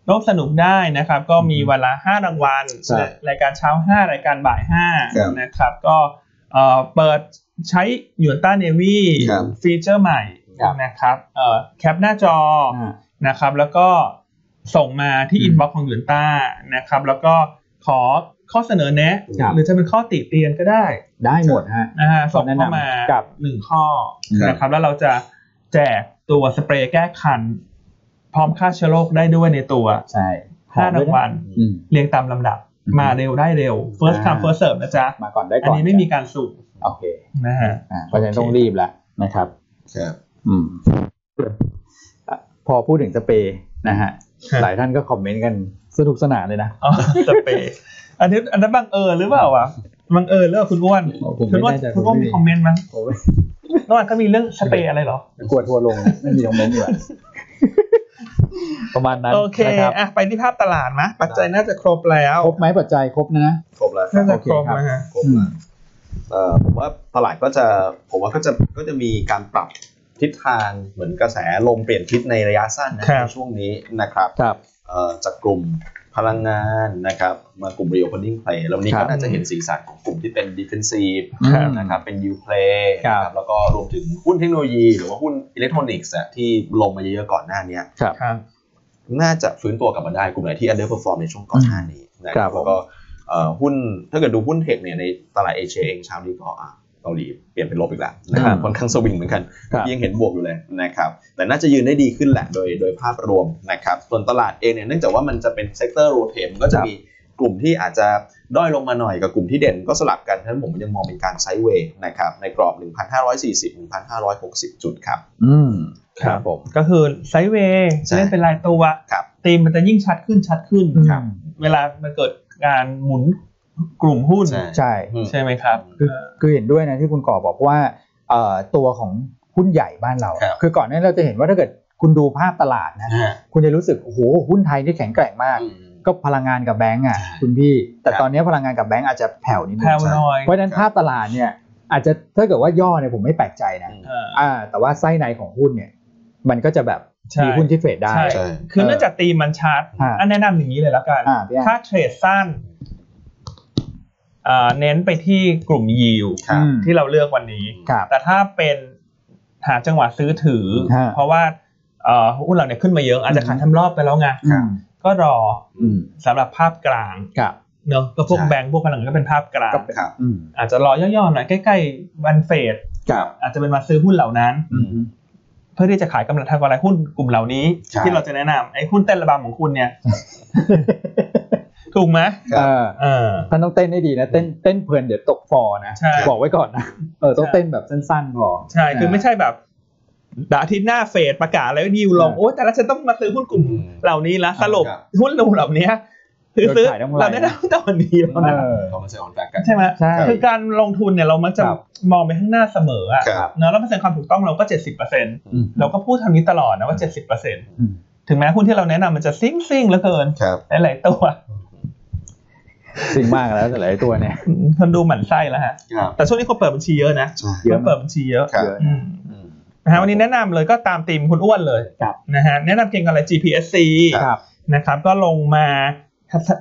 Speaker 3: ร่วมสนุกได้นะครับ ก็มีวันละ5รางวัล
Speaker 2: ใช่
Speaker 3: รายการเช้า 5 รายการบ่าย
Speaker 1: ครับ
Speaker 3: 5นะครับ ก็เอ่อเปิดใช้หยวนต้าเนวี่
Speaker 1: ครับ
Speaker 3: ฟีเจอร์ใหม่นะครับเอ่อแคปหน้าจอ
Speaker 2: อ่า
Speaker 3: นะครับ แล้วก็ส่งมาที่
Speaker 2: อืม
Speaker 3: อินบ็อกซ์ของหยวนต้านะครับ แล้วก็ขอข้อเสนอแนะ
Speaker 2: ครับ
Speaker 3: หรือจะเป็นข้อติเตียนก็ได้
Speaker 2: ได้หมดฮะ
Speaker 3: นะฮะส่ง
Speaker 2: แนะนำ
Speaker 3: เข้ามา
Speaker 2: ครับ
Speaker 3: หนึ่งข้อ
Speaker 1: ครับ
Speaker 3: นะครับ แล้วเราจะแจกตัวสเปรย์แก้คัน พร้อมฆ่าเชื้อโรคได้ด้วยในตัว
Speaker 2: ใช่
Speaker 3: ห้ารางวัล
Speaker 2: อืม
Speaker 3: เรียงตามลำดับ
Speaker 2: อืม
Speaker 3: มาเร็วได้เร็ว first come
Speaker 2: อ่า
Speaker 3: first serve นะจ๊ะ
Speaker 2: มาก่อนได้
Speaker 3: อัน
Speaker 2: ก่อน
Speaker 3: นี้ไม่มีการสุ่ม
Speaker 2: โอเค
Speaker 3: นะฮะ
Speaker 2: อ่าเพราะฉะนั้น
Speaker 3: โอเค
Speaker 2: ต้องรีบแล้วนะครับ
Speaker 1: ครับ
Speaker 2: อืมอ่ะพอพูดถึงสเปรย์นะฮะหลายท่านก็คอมเมนต์กันสนุกสนานเลยนะ
Speaker 3: อ๋อสเปรย์อันนี้อันนั้นบังเอิญหรือเปล่าวะบังเอิญเลิกคุณอ้วน
Speaker 2: ผม
Speaker 3: คุณ
Speaker 2: ไม่
Speaker 3: อ้วน
Speaker 2: แน่ใจ
Speaker 3: คุณอ้วนมีคอมเมนต์มั้ง
Speaker 2: ผม
Speaker 3: น้องอันก็มีเรื่องสเปรย์อะไรเหรอ
Speaker 2: กลัวทัวร์ลงไม่มีคอมเมนต์อยู่อะ ประมาณนั้น
Speaker 3: โอเค
Speaker 2: นะครับ
Speaker 3: อ่ะไปที่ภาพตลาดมะปัจจัยน่าจะครบแล้ว
Speaker 2: ครบไหมปัจจัยครบนะ
Speaker 1: ครบแล้วครับ
Speaker 3: น่าจะ
Speaker 2: โอเค
Speaker 3: ครบ
Speaker 2: ครับ
Speaker 3: นะฮะ
Speaker 1: ครบแล้วเอ่อผมว่าตลาดก็จะผมว่าก็จะก็จะมีการปรับทิศทางเหมือนกระแสลมเปลี่ยนทิศในระยะสั้นนะครับ ในช่วงนี้นะครับ
Speaker 2: ครับ
Speaker 1: เอ่อจากกลุ่มพลังงานนะครับมากลุ่ม reopening play แล้ววันนี้
Speaker 2: ครั
Speaker 1: ก็
Speaker 2: บ
Speaker 1: น่าจะเห็นสีสันของกลุ่มที่เป็น defensive
Speaker 2: ครับ
Speaker 1: นะครับเป็น yield play นะครับ แล้วก็รวมถึงหุ้นเทคโนโลยี หรือว่าหุ้นอิเล็กทรอนิกส์อะที่ลงมาเยอะๆก่อนหน้าเนี้ย
Speaker 2: ครับ
Speaker 3: ครับ
Speaker 1: น่าจะฟื้นตัวกลับมาได้กลุ่มไหนที่ underperform ในช่วงก่อนหน้านี้นะค
Speaker 2: ครั
Speaker 1: รั
Speaker 2: บบ ผม
Speaker 1: แล้วก็เอ่อหุ้นถ้าเกิดดูหุ้นเทคเนี่ยในตลาดเอเชียเองเช้านี้ก็อ่ะเกาหลีเปลี่ยนเป็นลบอีกแล้วนะครับค่อนข้างสวิงเหมือนกัน
Speaker 2: ครับ
Speaker 1: ยังเห็นบวกอยู่เลยนะครับ แต่น่าจะยืนได้ดีขึ้นแหละโดยโดยภาพรวมนะครับ ส่วนตลาดเองเนี่ยเนื่องจากว่ามันจะเป็นเซกเตอร์โรเทมก็จะมีกลุ่มที่อาจจะด้อยลงมาหน่อยกับกลุ่มที่เด่นก็สลับกันทั้นผมยังมองเป็นการไซด์เวย์นะครับในกรอบ 1,540-1,560 จุดครับ
Speaker 2: อืม
Speaker 3: ครับ ก็คือไซด์เวย์
Speaker 1: ใช่
Speaker 3: เล่นเป็นรายตัว
Speaker 1: ครับ
Speaker 3: ธีมมันจะยิ่งชัดขึ้นชัดขึ้น
Speaker 2: ครับ
Speaker 3: เวลามันเกิดการหมุนกลุ่มหุ้น
Speaker 2: ใช่
Speaker 1: อืม
Speaker 3: ใช่ไหมครับ
Speaker 2: คือคือเห็นด้วยนะที่คุณก่อบอกว่าเอ่อตัวของหุ้นใหญ่บ้านเรา
Speaker 1: ครับ
Speaker 2: คือก่อนหน้านี้เราจะเห็นว่าถ้าเกิดคุณดูภาพตลาดนะ
Speaker 1: อ่า
Speaker 2: คุณจะรู้สึกโอ้โหหุ้นไทยที่แข็งแกร่งมาก
Speaker 1: อืม
Speaker 2: ก็พลังงานกับแบงก์อ่ะ
Speaker 1: ใช่
Speaker 2: คุณพี่ แต่
Speaker 1: ครับ
Speaker 2: ตอนนี้พลังงานกับแบงก์อาจจะแผ่วนิดนึ
Speaker 3: แพล
Speaker 2: ง
Speaker 3: วน้อย
Speaker 2: เพราะฉะนั้นภาพตลาดเนี่ยอาจจะถ้าเกิดว่าย่อเนี่ยผมไม่แปลกใจนะ
Speaker 3: เออ
Speaker 2: อ่า แต่ว่าไส้ในของหุ้นเนี่ย มันก็จะแบบ
Speaker 3: ใช่
Speaker 2: มีหุ้นที่เทรดได้
Speaker 3: ใช่
Speaker 1: ใช่
Speaker 3: คือเนื่องจากธีมมันชัด
Speaker 2: อ่า
Speaker 3: อันแนะนำอย่างนี้เลยแล้วกัน
Speaker 2: อ่าพี่แอน
Speaker 3: ถ้าเทรดสั้นเอ่อเน้นไปที่กลุ่มยิว
Speaker 1: ครับ
Speaker 3: ที่เราเลือกวันนี้
Speaker 2: ครับ
Speaker 3: แต่ถ้าเป็นหาจังหวะซื้อถือ
Speaker 2: ฮะ
Speaker 3: เพราะว่าเอ่อหุ้นเราเนี่ยขึ้นมาเยอะอาจจะขายทำรอบไปแล้วไง
Speaker 2: อืม
Speaker 3: ก็รอ
Speaker 2: อืม
Speaker 3: สำหรับภาพกลาง
Speaker 2: ครับ
Speaker 3: เนอะก็พวก
Speaker 1: ใช่
Speaker 3: แบงก์พวกพลังงานก็เป็นภาพกลาง
Speaker 1: ครับ
Speaker 2: อืม
Speaker 3: อาจจะรอย่อๆหน่อยใกล้ๆวันเฟด
Speaker 1: ครับ
Speaker 3: อาจจะเป็นวันซื้อหุ้นเหล่านั้น
Speaker 2: อืม
Speaker 3: เพื่อที่จะขายกำไรทางกำไรหุ้นกลุ่มเหล่านี้
Speaker 1: ใช่
Speaker 3: ที่เราจะแนะนำไอ้หุ้นเต้นระบำของคุณเนี่ย ถูกไหม
Speaker 1: ครับ
Speaker 2: เออ
Speaker 3: เออ
Speaker 2: ท่านต้องเต้นให้ดีนะ เต้นเต้นเพลินเดี๋ยวตกฟอนะ
Speaker 3: ใช่
Speaker 2: บอกไว้ก่อนนะ เออต้องเต้นแบบสั้นๆพอ
Speaker 3: ใช่ คือไม่
Speaker 2: ใช่
Speaker 3: ใช่แบบดาอาทิตย์หน้าเฟดประกาศแล้วยิวลง
Speaker 2: อ่า
Speaker 3: โอ้แต่ละฉันต้องมาซื้อหุ้นกลุ่ม
Speaker 1: อืม
Speaker 3: เหล่านี้ละสรุป
Speaker 1: ครับ
Speaker 3: หุ้นกลุ่มเหล่านี้คือซื้อ
Speaker 2: โดนขายทั้งวัน
Speaker 3: เราได้ตั้งแต่วันนี้แล้ว
Speaker 2: เอ
Speaker 3: นะ
Speaker 2: อ
Speaker 1: เรามาเซ็นออนแฟกกัน
Speaker 3: ใช่ไหม
Speaker 2: ใช่
Speaker 3: คือการลงทุนเนี่ยเรามักจะ
Speaker 2: ครับ
Speaker 3: มองไปข้างหน้าเสมออะ
Speaker 1: ครับ
Speaker 3: เนาะแล้วเปอร์เซ็นต์ความถูกต้องเราก็เจ็ดสิบเปอร์เซ็นต์
Speaker 2: อืม
Speaker 3: เราก็พูดทางนี้ตลอดนะว่าเจ็ดสิบเปอร์เซ็นต์
Speaker 2: อืม
Speaker 3: ถึงแม้หุ้นที่เราแนะนำมันจะซิ่งซิ่งๆเหลือเกิน
Speaker 1: ครับ
Speaker 3: หลายๆตัว
Speaker 2: จริงมากแล้วแต่หลายตัวเนี่ย
Speaker 3: คนดูหมั่นไส้แล้วฮะ
Speaker 1: ครับ
Speaker 3: แต่ช่วงนี้คนเปิดบัญชีเยอะนะ
Speaker 1: ใช่
Speaker 2: เย
Speaker 3: ค
Speaker 2: อะมาก
Speaker 3: นเปิดบัญชีเยอะ
Speaker 1: ครับ
Speaker 2: เยอะ
Speaker 3: อื
Speaker 2: นะ
Speaker 3: ม
Speaker 1: อืม
Speaker 3: นะฮะวันนี้แนะนำเลยก็ตามธีมคุณอ้วนเลย
Speaker 2: ครับ
Speaker 3: นะฮะแนะนำเก่งอะไร GPSC
Speaker 2: ครับ
Speaker 3: นะครับก็ลงมา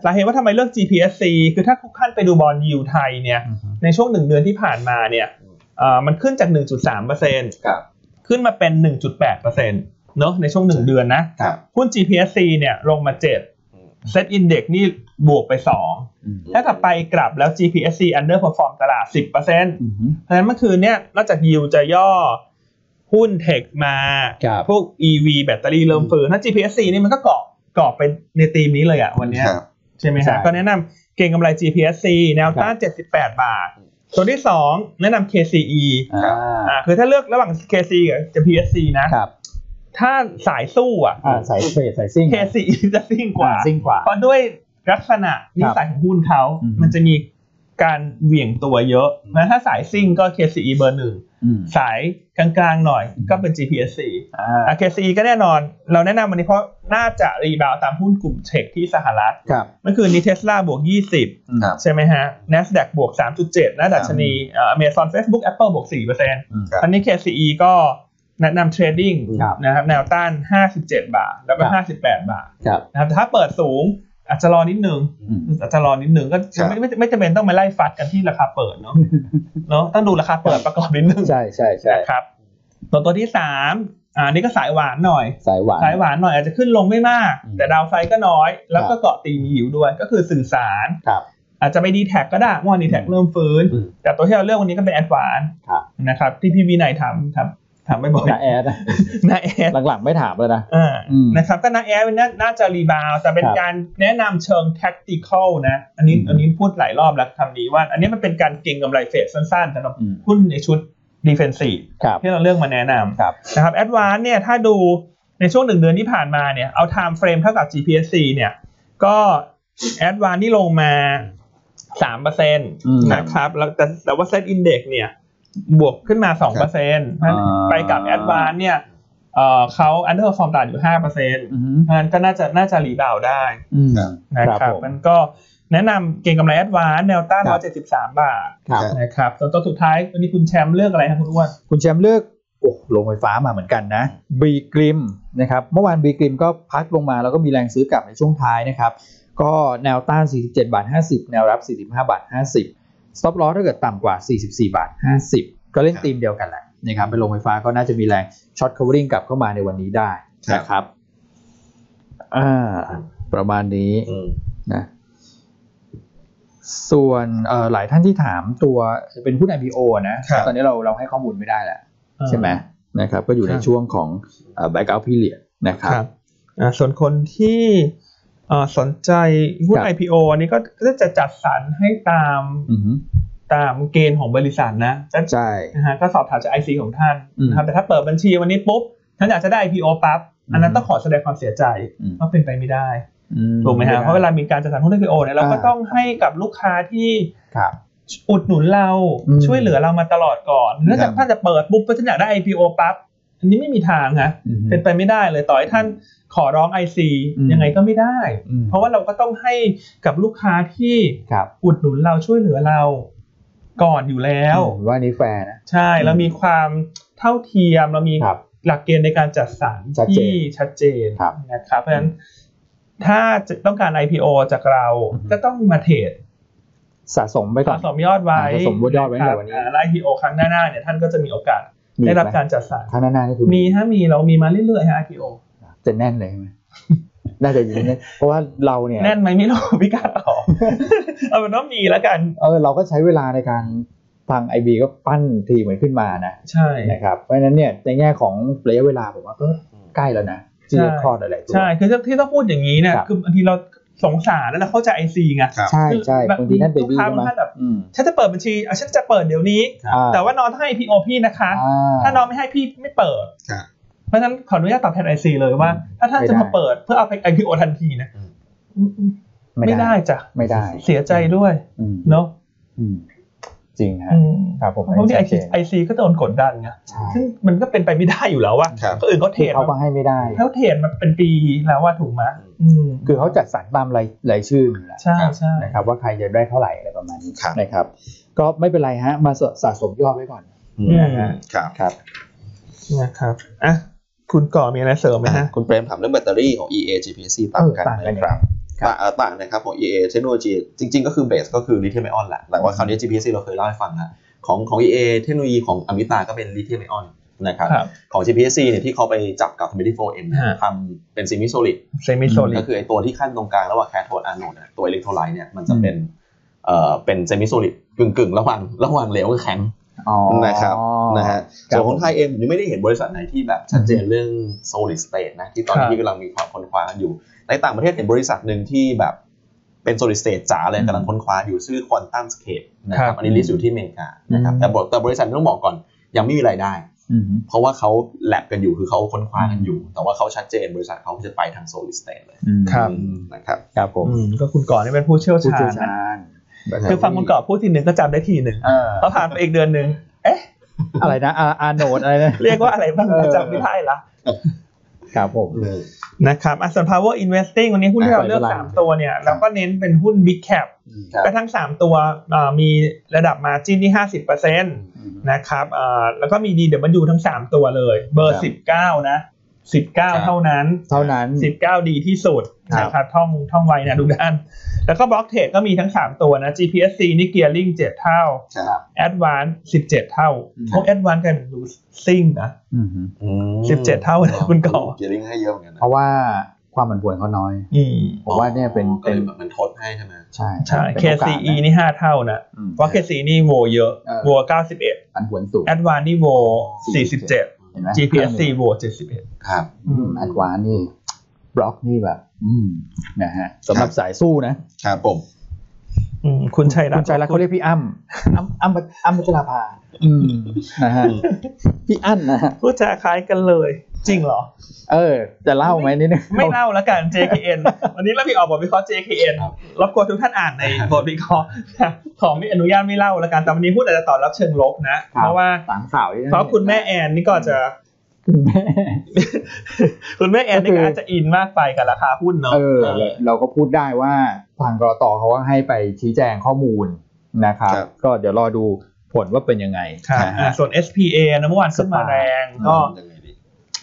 Speaker 3: สาเหตุว่าทำไมเลือก GPSC คือถ้าทุกท่านไปดูบอลยูไทยเนี่ย ในช่วงหนึ่งเดือนที่ผ่านมาเนี่ยเอ่อมันขึ้นจาก 1.3%
Speaker 1: ครับ
Speaker 3: ขึ้นมาเป็น 1.8%เนอะในช่วงหนึ่งเดือนนะครับ หุ้น GPSC เนี่ยลงมา
Speaker 1: อืม
Speaker 3: 7 Set Index นี่บวกไป
Speaker 2: อืม
Speaker 3: 2 ถ้ากลับไปกลับแล้ว GPSC underperform ตลาด 10%เพราะฉะ
Speaker 2: อืม
Speaker 3: นั้นเมื่อคืนเนี่ยนอกจากยิวจะย่อหุ้นเทคมา
Speaker 2: ครับ
Speaker 3: พวก EV แบตเตอรี่เริ่มฟื้นถ้า GPSC นี่มันก็เกาะเกาะไปในธีมนี้เลยอะวันเนี้ย
Speaker 1: ครับ
Speaker 3: ใช่ไหม
Speaker 2: ใช่
Speaker 3: ฮะก็แนะนำเก่งกำไร GPSC แนวต้าน 78 บาท ตัวที่ 2 แนะนำ KCE
Speaker 1: ครับ
Speaker 2: า
Speaker 3: อ่าคือถ้าเลือกระหว่าง KCE กับ GPSC นะ
Speaker 2: ครับ
Speaker 3: ถ้าสายสู้อ่ะ
Speaker 2: อ่าสายเทรดสายซิ่ง
Speaker 3: KCE จะซิ่งกว่า
Speaker 2: ซิ่งกว่า
Speaker 3: เพราะด้วย ลักษณะนิสัยของหุ้นเขา
Speaker 2: อืม
Speaker 3: มันจะมีการเหวี่ยงตัวเยอะนะถ้าสายซิ่งก็ KCE เบอร์หนึ่ง
Speaker 2: อืม
Speaker 3: สายกลางๆหน่อยก็เป็น GPSC
Speaker 2: อ่า
Speaker 3: อ่ะ KCE ก็แน่นอน เราแนะนำวันนี้เพราะน่าจะรีบาวตามหุ้นกลุ่มเทคที่สหรัฐ
Speaker 2: ครับ
Speaker 3: เมื่อคืนนี้เทสลาบวก 20
Speaker 2: อืม
Speaker 1: ครับ
Speaker 3: ใช่ไหมฮะ NASDAQ บวก 3.7นะดัชนีเอ่อ Amazon Facebook Apple บวก 4%
Speaker 1: ครับ
Speaker 3: อันนี้ KCE ก็แนะนำเทรดดิ้ง
Speaker 2: ครับ
Speaker 3: นะครับแนวต้าน 57 บาท แล้วก็
Speaker 2: ครับ
Speaker 3: 58 บาท
Speaker 2: ครับ
Speaker 3: นะครับถ้าเปิดสูงอาจจะรอนิดนึง
Speaker 2: อืม
Speaker 3: อาจจะรอนิดนึงก็
Speaker 1: ครับ
Speaker 3: ไม่ไม่ไม่จำเป็นต้องมาไล่ฟัดกันที่ราคาเปิดเนาะ เนาะต้องดูราคาเปิดประกอบนิดนึง
Speaker 2: ใช่ใช่ใช่
Speaker 3: นะครับส่วนตัวที่สามอ่านี่ก็สายหวานหน่อย
Speaker 2: สายหวาน
Speaker 3: สายหวานหน่อยอาจจะขึ้นลงไม่มาก
Speaker 2: อืม
Speaker 3: แต่ดาวไซด์ก็น้อย แล้ว
Speaker 2: ครั
Speaker 3: ก็
Speaker 2: บ
Speaker 3: เกาะตีมีอยู่ด้วย ก็คือสื่อสาร
Speaker 2: ครับ
Speaker 3: อาจจะไปดีแท็กก็ได้เมื่อวานดีแท็กเริ่มฟื้น
Speaker 1: อืม
Speaker 3: แต่ตัวที่เราเลือกวันนี้ก็เป็นแอดวาน
Speaker 2: ครับ
Speaker 3: นะครับ ที่พี่วินัยทำทำทำไม่บ่อย
Speaker 2: นาแอดนะ
Speaker 3: ๆนะแอด
Speaker 2: หลังๆไม่ถามแล้วนะ
Speaker 3: อ่า
Speaker 2: อืม
Speaker 3: นะครับก็นะแอดเป็นน่าน่าจะรีบาวด์แต่เป็น
Speaker 2: ครับ
Speaker 3: การแนะนำเชิง tactical นะ อันนี้
Speaker 2: อืม
Speaker 3: อันนี้พูดหลายรอบแล้วคำนี้ว่า อันนี้มันเป็นการเก็งกำไรเฟสสั้นๆสำหรับ
Speaker 2: อืม
Speaker 3: หุ้นในชุด defensive
Speaker 2: ครับ
Speaker 3: ที่เราเลือกมาแนะนำ
Speaker 2: ครับ
Speaker 3: นะครับแอดวานเนี่ยถ้าดูในช่วงหนึ่งเดือนที่ผ่านมาเนี่ยเอา time frame เท่ากับ GPC เนี่ยก็แอดวานที่ลงมาสามเปอร์เซ็นต์
Speaker 2: อืม
Speaker 3: นะครับแล้วแต่แต่ว่าเซตอินเด็กเนี่ยบวกขึ้นมาสองเปอร์เซ็นต์
Speaker 2: อ่า
Speaker 3: ไปกับแอดวานเนี่ยเอ่อเขาอันเดอร์ฟอร์มตลาดอยู่ห้าเปอร์เซ็นต์
Speaker 2: อืม
Speaker 3: นั้นก็น่าจะน่าจะรีบาวด์ได้
Speaker 2: อืม
Speaker 3: นะ
Speaker 2: ค
Speaker 3: ค
Speaker 2: รั
Speaker 3: รั
Speaker 2: บบ ผม
Speaker 3: มันก็แนะนำเก่งกำไรแอดวานแนวต้าน
Speaker 2: ครั
Speaker 3: ร้อบ ยเจ็ดสิบสามบาท
Speaker 2: ครับ
Speaker 1: ใช่
Speaker 3: นะครับส่วนตัวสุดท้ายวันนี้คุณแชมป์เลือกอะไรครับคุณอ้วน
Speaker 2: คุณแชมป์เลือกโอ้ลงไฟฟ้ามาเหมือนกันนะบีกริมนะครับเมื่อวานบีกริมก็พัดลงมาแล้วก็มีแรงซื้อกลับในช่วงท้ายนะครับ ก็แนวต้าน 47 บาท 50 แนวรับ 45 บาท 50 stop loss ถ้าเกิดต่ำกว่า 44 บาท 50 ก็เล่นธีมเดียวกันแหละนะครับเป็นลงไฟฟ้าก็น่าจะมีแรงช็อต covering กลับเข้ามาในวันนี้ได้นะครับอ่าประมาณนี้
Speaker 1: อืม
Speaker 2: นะส่วนเอ่อหลายท่านที่ถามตัวเป็นหุ้น IPO นะครับ ตอนนี้เราเราให้ข้อมูลไม่ได้แล้วใช่ไหมนะครับ ก็อยู่ใน
Speaker 3: ครับ
Speaker 2: ช่วงของเอ่อ blackout period นะครับ
Speaker 3: ครับอ่าส่วนคนที่เอ่อสนใจหุ้น
Speaker 2: ครับ
Speaker 3: IPO อันนี้ก็ก็จะจัดสรรให้ตาม
Speaker 2: อือฮึ
Speaker 3: ตามเกณฑ์ของบริษัทนะจะ
Speaker 2: ใช่
Speaker 3: นะฮะก็สอบถามจาก IC ของท่าน
Speaker 2: อืม
Speaker 3: นะครับแต่ถ้าเปิดบัญชีวันนี้ปุ๊บท่านอยากจะได้ IPO ปั๊บอันนั้นต้องขอแสดงความเสียใจ
Speaker 2: อืม
Speaker 3: ว่าเป็นไปไม่ได้
Speaker 2: อื
Speaker 3: ถูกไหมฮะเพราะเวลามีการจัดสรรหุ้น IPO เนี่ยเราก็ต้องให้กับลูกค้าที่
Speaker 2: ครับ
Speaker 3: อุดหนุนเรา
Speaker 2: อืม
Speaker 3: ช่วยเหลือเรามาตลอดก่อนเนื่องจา
Speaker 1: ค
Speaker 3: ก
Speaker 1: รับ
Speaker 3: ถ้าจะเปิดปุ๊บก็ฉันอยากได้ IPO ปั๊บอันนี้ไม่มีทางฮะ เป็นไปไม่ได้เลยต่อให้ท่านขอร้อง IC
Speaker 2: อืม
Speaker 3: ยังไงก็ไม่ได้
Speaker 2: อืม
Speaker 3: เพราะว่าเราก็ต้องให้กับลูกค้าที่
Speaker 2: ครับ
Speaker 3: อุดหนุนเราช่วยเหลือเราก่อนอยู่แล้ว
Speaker 2: ผมว่านี้แฟร์นะ
Speaker 3: ใช่เรามีความเท่าเทียมเรามี
Speaker 2: ครับ
Speaker 3: หลักเกณฑ์ในการจัดสรร
Speaker 2: ชัดเจน
Speaker 3: ที่ชัดเจน
Speaker 2: ครับ
Speaker 3: นะครับเพราะฉะนั้นถ้าจะต้องการ IPO จากเรา
Speaker 2: อือฮึ
Speaker 3: ก็ต้องมาเทรด
Speaker 2: สะสมไปก่อน
Speaker 3: สะสมยอดไว้
Speaker 2: สะสมยอดไว้ตั้งแต่วันนี้
Speaker 3: อ่าแล้ว IPO ครั้งหน้าๆเนี่ยท่านก็จะมีโอกาส
Speaker 2: มี
Speaker 3: ได้รับ
Speaker 2: หม
Speaker 3: การจัดสรร
Speaker 2: ข้างหน้าๆนี่คือ
Speaker 3: มีฮะมีเรามีมาเรื่อยๆฮะ IPO
Speaker 2: จะแน่นเลยใช่ไหม น่าจะอยู่แน่นเพราะว่าเราเนี่ย
Speaker 3: แน่นไหมไม่รู้ พี่กาตอบ เอาเป็นว่ามีแล้วกัน
Speaker 2: เออเราก็ใช้เวลาในการฟังไอบีก็ปั้นทีมมันขึ้นมานะ
Speaker 3: ใช่
Speaker 2: นะครับเพราะฉะนั้นเนี่ยในแง่ของระยะเวลาผมว่าก็ใกล้แล้วนะที่
Speaker 3: ใช่
Speaker 2: จะคลอดอะไรตัว
Speaker 3: ใช่คือที่ต้องพูดอย่างนี้เนี่ย
Speaker 2: ครับ
Speaker 3: คือบางทีเราสงสารแล้วเราเข้าใจไอซีไง
Speaker 1: ครับ
Speaker 2: ใช่ใช่
Speaker 3: แบบ
Speaker 2: บางทีนั่นเบ
Speaker 3: ลูก
Speaker 2: บี้
Speaker 3: ค้า
Speaker 2: ใช่ไหม
Speaker 3: บางท่านแบบ
Speaker 2: อืม
Speaker 3: ฉันจะเปิดบัญชีอ่ะฉันจะเปิดเดี๋ยวนี้
Speaker 2: อ่
Speaker 3: แต่ว่าน้องต้องให้พีโอพี่นะคะ
Speaker 2: อ่
Speaker 3: ถ้าน้องไม่ให้พี่ไม่เปิด
Speaker 1: ครับ
Speaker 3: เพราะฉะนั้นขออนุญาตตอบแทนไอซีเลยว่า ถ้าท่านจะมาเปิดเพื่อเอาไปไอพีโอทันทีนะไม่ได้จ้ะ
Speaker 2: ไม่ได้
Speaker 3: เสียใจด้วย
Speaker 2: อืม
Speaker 3: เนาะ
Speaker 2: อืมจริงฮะ
Speaker 3: อืม
Speaker 2: ครับผม
Speaker 3: เพราะที่
Speaker 2: ชั
Speaker 3: ไอ
Speaker 2: ดเจ
Speaker 3: ซี
Speaker 2: น
Speaker 3: ไอซีก็โดนกดดันไง
Speaker 2: ใช่
Speaker 3: ซึ่งมันก็เป็นไปไม่ได้อยู่แล้วว่า
Speaker 1: ครับ
Speaker 3: คนอื่นเขาเทร
Speaker 2: คือ
Speaker 3: ด
Speaker 2: เขาก็ให้ไม่ได้
Speaker 3: เท่าเทียนมาเป็นปีแล้วว่าถูกไหมอืม
Speaker 2: คือเขาจัดสรรตามรายรายชื่ออยู่แล้ว
Speaker 3: ใช่ใช่
Speaker 2: นะครับว่าใครจะได้เท่าไหร่อะไรประมาณนี้
Speaker 1: ครับ
Speaker 2: นะครับ ก็ไม่เป็นไรฮะ มาสะสะสมยอดไว้ก่อน
Speaker 1: อืม
Speaker 3: อืม
Speaker 1: ครับ
Speaker 2: ครับ
Speaker 3: นะครับอ่ะคุณก่อมีอะไรเสริมไหม
Speaker 1: อ่ะ
Speaker 3: ฮะ
Speaker 1: คุณเปรมถามเรื่องแบตเตอรี่ของ EA GPC ต่างกัน
Speaker 2: เออต่างกัน
Speaker 1: ไหมครับ
Speaker 2: ครับ
Speaker 1: ต่างเอ่อต่างนะครับของ EA เทคโนโลยีจริง ๆ ก็คือเบสก็คือลิเธียมไอออนแหละ แต่ว่าคราวนี้ GPC เราเคยเล่าให้ฟังนะของของ EA เทคโนโลยีของอมิตาก็เป็นลิเธียมไอออนนะครับ ของ GPC เนี่ยที่เขาไปจับกับ 24M เนี่ย
Speaker 3: ฮะ
Speaker 1: ทำเป็นซิมิโซลิด
Speaker 3: เซมิโซลิ
Speaker 1: ก็
Speaker 3: ด
Speaker 1: คือไอตัวที่ขั้นตรงกลางระหว่างแคโทดอาโนดตัวอิเล็กโทรไลต์เนี่ยมันจะเป็นเอ่อเป็นเซมิโซลิดกึ่งกึ่งๆ ระหว่างระหว่างเหลวกับแข็ง
Speaker 2: อ๋อ
Speaker 1: นะครับนะฮะ
Speaker 2: ครับ
Speaker 1: ส่วนของไทยเองผมยังไม่ได้เห็นบริษัทไหนที่แบบชัดเจนเรื่อง solid state นะที่ตอนนี้
Speaker 3: ครับ
Speaker 1: ที่กำลังมีความค้นคว้ากันอยู่ ในต่างประเทศเห็นบริษัทหนึ่งที่แบบเป็น solid state จ๋าเลย
Speaker 2: อืม
Speaker 1: กำลังค้นคว้าอยู่ชื่อ quantum scape นะครับอันนี้ลิสต์อยู่ที่อเมริกานะครับ
Speaker 2: อืม
Speaker 1: แต่บแต่บริษัทต้องบอกก่อนยังไม่มีรายได้
Speaker 2: อืม
Speaker 1: เพราะว่าเขาแลบกันอยู่คือเขาค้นคว้ากันอยู่ แต่ว่าเขาชัดเจนบริษัทเขาจะไปทางโซลิดสเตทเลย
Speaker 2: อืม
Speaker 3: ครับ
Speaker 1: อืมนะครับ
Speaker 2: ครับผม
Speaker 3: อืมก็คุณก่อนนี่เป็นผู้เชี่ยว
Speaker 2: ผู้
Speaker 3: ชา
Speaker 2: เชี่ยว
Speaker 3: ญนะ
Speaker 2: ชาญ
Speaker 3: คือฟังคุณก่อนพูดทีหนึ่งก็จำได้ทีหนึ่ง
Speaker 2: เออ
Speaker 3: แล้วผ่านไปอีกเดือนหนึ่งเอ๊ะ
Speaker 2: อะไรนะอาอาโนดอะไรนะ
Speaker 3: เรียกว่าอะไรบ้าง
Speaker 2: เออ
Speaker 3: จำไม่ได้ละ
Speaker 2: ครับผม
Speaker 1: เออ
Speaker 3: นะครับอ่ะส่วน power investing วันนี้หุ้นที่เราเลือก 3 ตัวเนี่ยเราก็เน้นเป็นหุ้น big cap
Speaker 1: ครับ
Speaker 3: ไปทั้ง 3 ตัวอ่ามีระดับ margin ที่ 50%นะครับอ่าแล้วก็มี DW ทั้ง 3 ตัวเลย เบอร์ 19 นะ 19 เท่านั้น
Speaker 2: เท่านั้น
Speaker 3: 19 ดีที่สุด
Speaker 2: ครับ
Speaker 3: นะครับท่องท่องไว้นะทุกท่าน แล้วก็บล็อกเทรดก็มีทั้ง 3 ตัวนะ GPSC นี่เกียร์ลิง7เท่า
Speaker 1: ครับ
Speaker 3: Advance 17 เท่า
Speaker 1: ครับ
Speaker 3: พวก Advance กลายเป็นดูซิ่งนะ
Speaker 2: อืม
Speaker 1: อืม
Speaker 3: 17เท่านะคุณก่อน
Speaker 1: เกียร์ลิงให้เยอะเหมือนกันนะ
Speaker 2: เพราะว่าความผันผวนเขาน้อย
Speaker 3: อืม
Speaker 2: ผมว่าเนี่ยเป็น
Speaker 1: อ๋อก็
Speaker 2: เป็
Speaker 1: เล
Speaker 2: น
Speaker 1: ยแบบมันทดให้ใช่ไหม
Speaker 2: ใช่
Speaker 3: ใช่
Speaker 2: เป็นโอกาส
Speaker 3: KCE นี่ 5 เท่านะ
Speaker 2: อืม
Speaker 3: เพราะ KCE นี่โวเยอะ
Speaker 2: เออ
Speaker 3: โว 91
Speaker 2: ผันผวนสูง
Speaker 3: Advance นี่โว 47
Speaker 2: เห็นไหม
Speaker 3: GPSC โว 71
Speaker 1: ครับ
Speaker 2: อืมอัดวานนี่บล็อกนี่แบบ อืมนะฮะสำหรับสายสู้นะครับ
Speaker 1: ผม
Speaker 3: อืมคุณชัยรัต
Speaker 2: คุณ
Speaker 3: น์
Speaker 2: ใจรักเขาเรียกพี่อ้ำอ้ำอ้ำอ้ำพัชราภาอืมนะฮะพี่อั้นนะฮะ
Speaker 3: พูดจาคล้ายกันเลย จริงเหรอ
Speaker 2: เออ จะเล่าไหมนิดนึง
Speaker 3: ไม่เล่าแล้วกัน JKN วันนี้เรามีออกบทวิเคราะห์ JKN
Speaker 1: ครับ
Speaker 3: รบกวนทุกท่านอ่าน ในบทวิเคราะห์ขอไม่อนุญาตไม่เล่าแล้วกัน แต่วันนี้พูดอาจจะตอบรับเชิงลบนะ
Speaker 2: ครับ
Speaker 3: เพราะว่า
Speaker 2: สามข่าวนี่น
Speaker 3: เพราะคุณแม่แอนนี่ก็จะ
Speaker 2: คุณแม่
Speaker 3: คุณแม่แอนนี่
Speaker 2: ก็
Speaker 3: ก็
Speaker 2: คืออ
Speaker 3: อาจจะอินมากไปกับราคาหุ้นเนาะ
Speaker 2: เออ
Speaker 3: เออ
Speaker 2: เราก็พูดได้ว่าทางกรตเขาก็ให้ไปชี้แจงข้อมูลนะครับ
Speaker 1: ครับ
Speaker 2: ก็เดี๋ยวรอดูผลว่าเป็นยังไง
Speaker 3: ครับ
Speaker 2: นะ
Speaker 3: อ่ะ
Speaker 2: ฮะ
Speaker 3: ส่วน SPA นะเมื่อวานขึ้นมาแรงก็
Speaker 1: ยังไงดี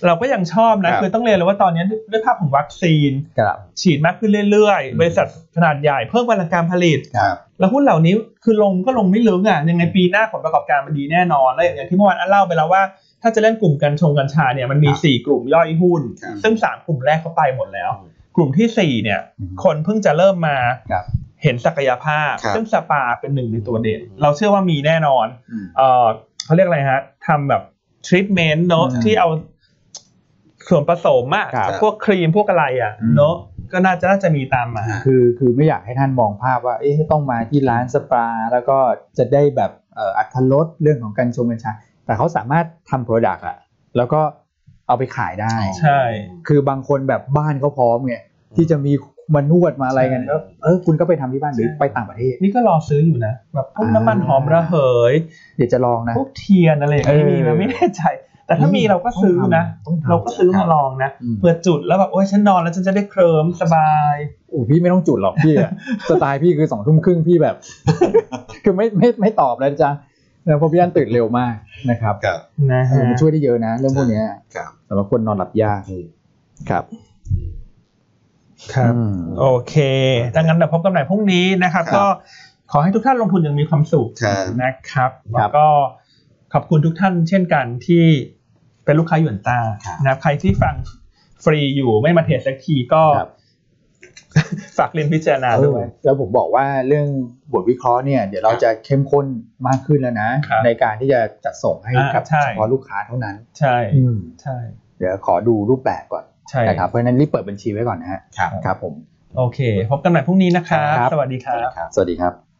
Speaker 3: เราก็ยังชอบนะ
Speaker 1: ครับ
Speaker 3: คือต้องเรียนเลยว่าตอนนี้ด้วยภาพของวัคซีน
Speaker 2: ครับ
Speaker 3: ฉีดมากขึ้นเรื่อย
Speaker 2: อืม
Speaker 3: ๆ บริษัทขนาดใหญ่เพิ่มกำลังการผลิต
Speaker 1: ครับ
Speaker 3: แล้วหุ้นเหล่านี้คือลงก็ลงไม่ลึกอ่ะยังไงปีหน้าผลประกอบการมันดีแน่นอน และอย่างที่เมื่อวานอันเล่าไปแล้วว่า ถ้าจะเล่นกลุ่มกัญชงกัญชาเนี่ยมันมี
Speaker 2: ครับ
Speaker 3: 4 กลุ่มย่อยหุ้น
Speaker 1: ครับ
Speaker 3: ซึ่ง 3 กลุ่มแรกเขาไปหมดแล้ว กลุ่มทีสี่4เนี่ย
Speaker 2: อืม
Speaker 3: คนเพิ่งจะเริ่มมา
Speaker 2: ครับ
Speaker 3: เห็นศักยภาพ
Speaker 1: ครับ
Speaker 3: ซึ่งสปาเป็นหนึ่งในตัวเด่นเราเชื่อว่ามีแน่นอน เอ่อเขาเรียกอะไรฮะทำแบบทรีทเมนต์เนอะ
Speaker 2: อืม
Speaker 3: ที่เอาส่วนผสมอะ
Speaker 2: ครับ
Speaker 3: พวกครีมพวกอะไรอะ
Speaker 2: อืม
Speaker 3: เนอะก็น่าจะน่าจะมีตามมา
Speaker 2: คือคือไม่อยากให้ท่านมองภาพว่า เอ๊ะต้องมาที่ร้านสปา แล้วก็จะได้แบบเอ่ออัตลดเรื่องของการชงกัญชา แต่เขาสามารถทำโปรดักต์อะแล้วก็เอาไปขายได้
Speaker 3: ใช่
Speaker 2: คือบางคนแบบบ้านเขาพร้อมไงที่จะมีมานวดมาอะไรกันก็เออคุณก็ไปทำที่บ้านหรือไปต่างประเทศ
Speaker 3: นี่ก็รอซื้ออยู่นะแบบพวก
Speaker 2: อ่า
Speaker 3: น้ำมันหอมระเหย
Speaker 2: เดี๋ยวจะลองนะ
Speaker 3: พวกเทียนอะไรอย่างนี้
Speaker 2: เออ
Speaker 3: มีไหมไม่แน่ใจ แต่ถ้ามี
Speaker 2: อืม
Speaker 3: เราก็ซื้อนะ
Speaker 2: ต้องทำ
Speaker 3: เราก็ซื้อ
Speaker 2: ครั
Speaker 3: มา
Speaker 2: บ
Speaker 3: ลองนะ
Speaker 2: อืม
Speaker 3: เผื่อจุดแล้วแบบโอ๊ยฉันนอนแล้วฉันจะได้เคลิมสบาย
Speaker 2: โอ้พี่ไม่ต้องจุดหรอกพี่ อะ สไตล์พี่คือสองทุ่มครึ่งพี่แบบ คือไม่ไม่ไม่ตอบแล้วจ้ะแล้วเพราะพี่อันตื่นเร็วมากนะครับ
Speaker 1: ครับ
Speaker 3: นะ
Speaker 2: เอ
Speaker 3: ฮะ
Speaker 2: อมันช่วยได้เยอะนะ เรื่องพวกเนี้ย
Speaker 1: ครับ
Speaker 2: สำหรับคนนอนหลับยาก
Speaker 1: อืม
Speaker 2: ครับอืม
Speaker 3: โอเคดังนั้นเดี๋ยวพบกันใหม่พรุ่งนี้นะครับ
Speaker 1: ครับ
Speaker 3: ก็ขอให้ทุกท่านลงทุนอย่างมีความสุข
Speaker 1: ครับ
Speaker 3: นะครับ
Speaker 2: ครับ
Speaker 3: แล้วก็ขอบคุณทุกท่านเช่นกันที่เป็นลูกค้าหยวนตานะครับใครที่ฟังฟรีอยู่ไม่มาเทรดสักทีก็
Speaker 2: ครับ
Speaker 3: ฝากเรียนพิจารณาด้วย
Speaker 2: เออแล้วผมบอกว่าเรื่องบทวิเคราะห์เนี่ย เดี๋ยวเราจะเข้มข้นมากขึ้นแล้วนะ
Speaker 3: ครับ
Speaker 2: ในการที่จะจัดส่งให้
Speaker 3: อ่า
Speaker 2: กับ
Speaker 3: ใช่
Speaker 2: เฉพาะลูกค้าเท่านั้น
Speaker 3: ใช่
Speaker 2: อืม
Speaker 3: ใช่
Speaker 2: เดี๋ยวขอดูรูปแบบก่อน
Speaker 3: ใช่
Speaker 2: นะครับเพราะฉะนั้นรีบเปิดบัญชีไว้ก่อนนะฮะ
Speaker 1: ครับ
Speaker 2: ครับผม
Speaker 3: โอเค พบกันใหม่พรุ่งนี้นะครับ
Speaker 2: ครับ
Speaker 3: สวัสดีครับ
Speaker 1: ครับ
Speaker 2: สวัสดีครับ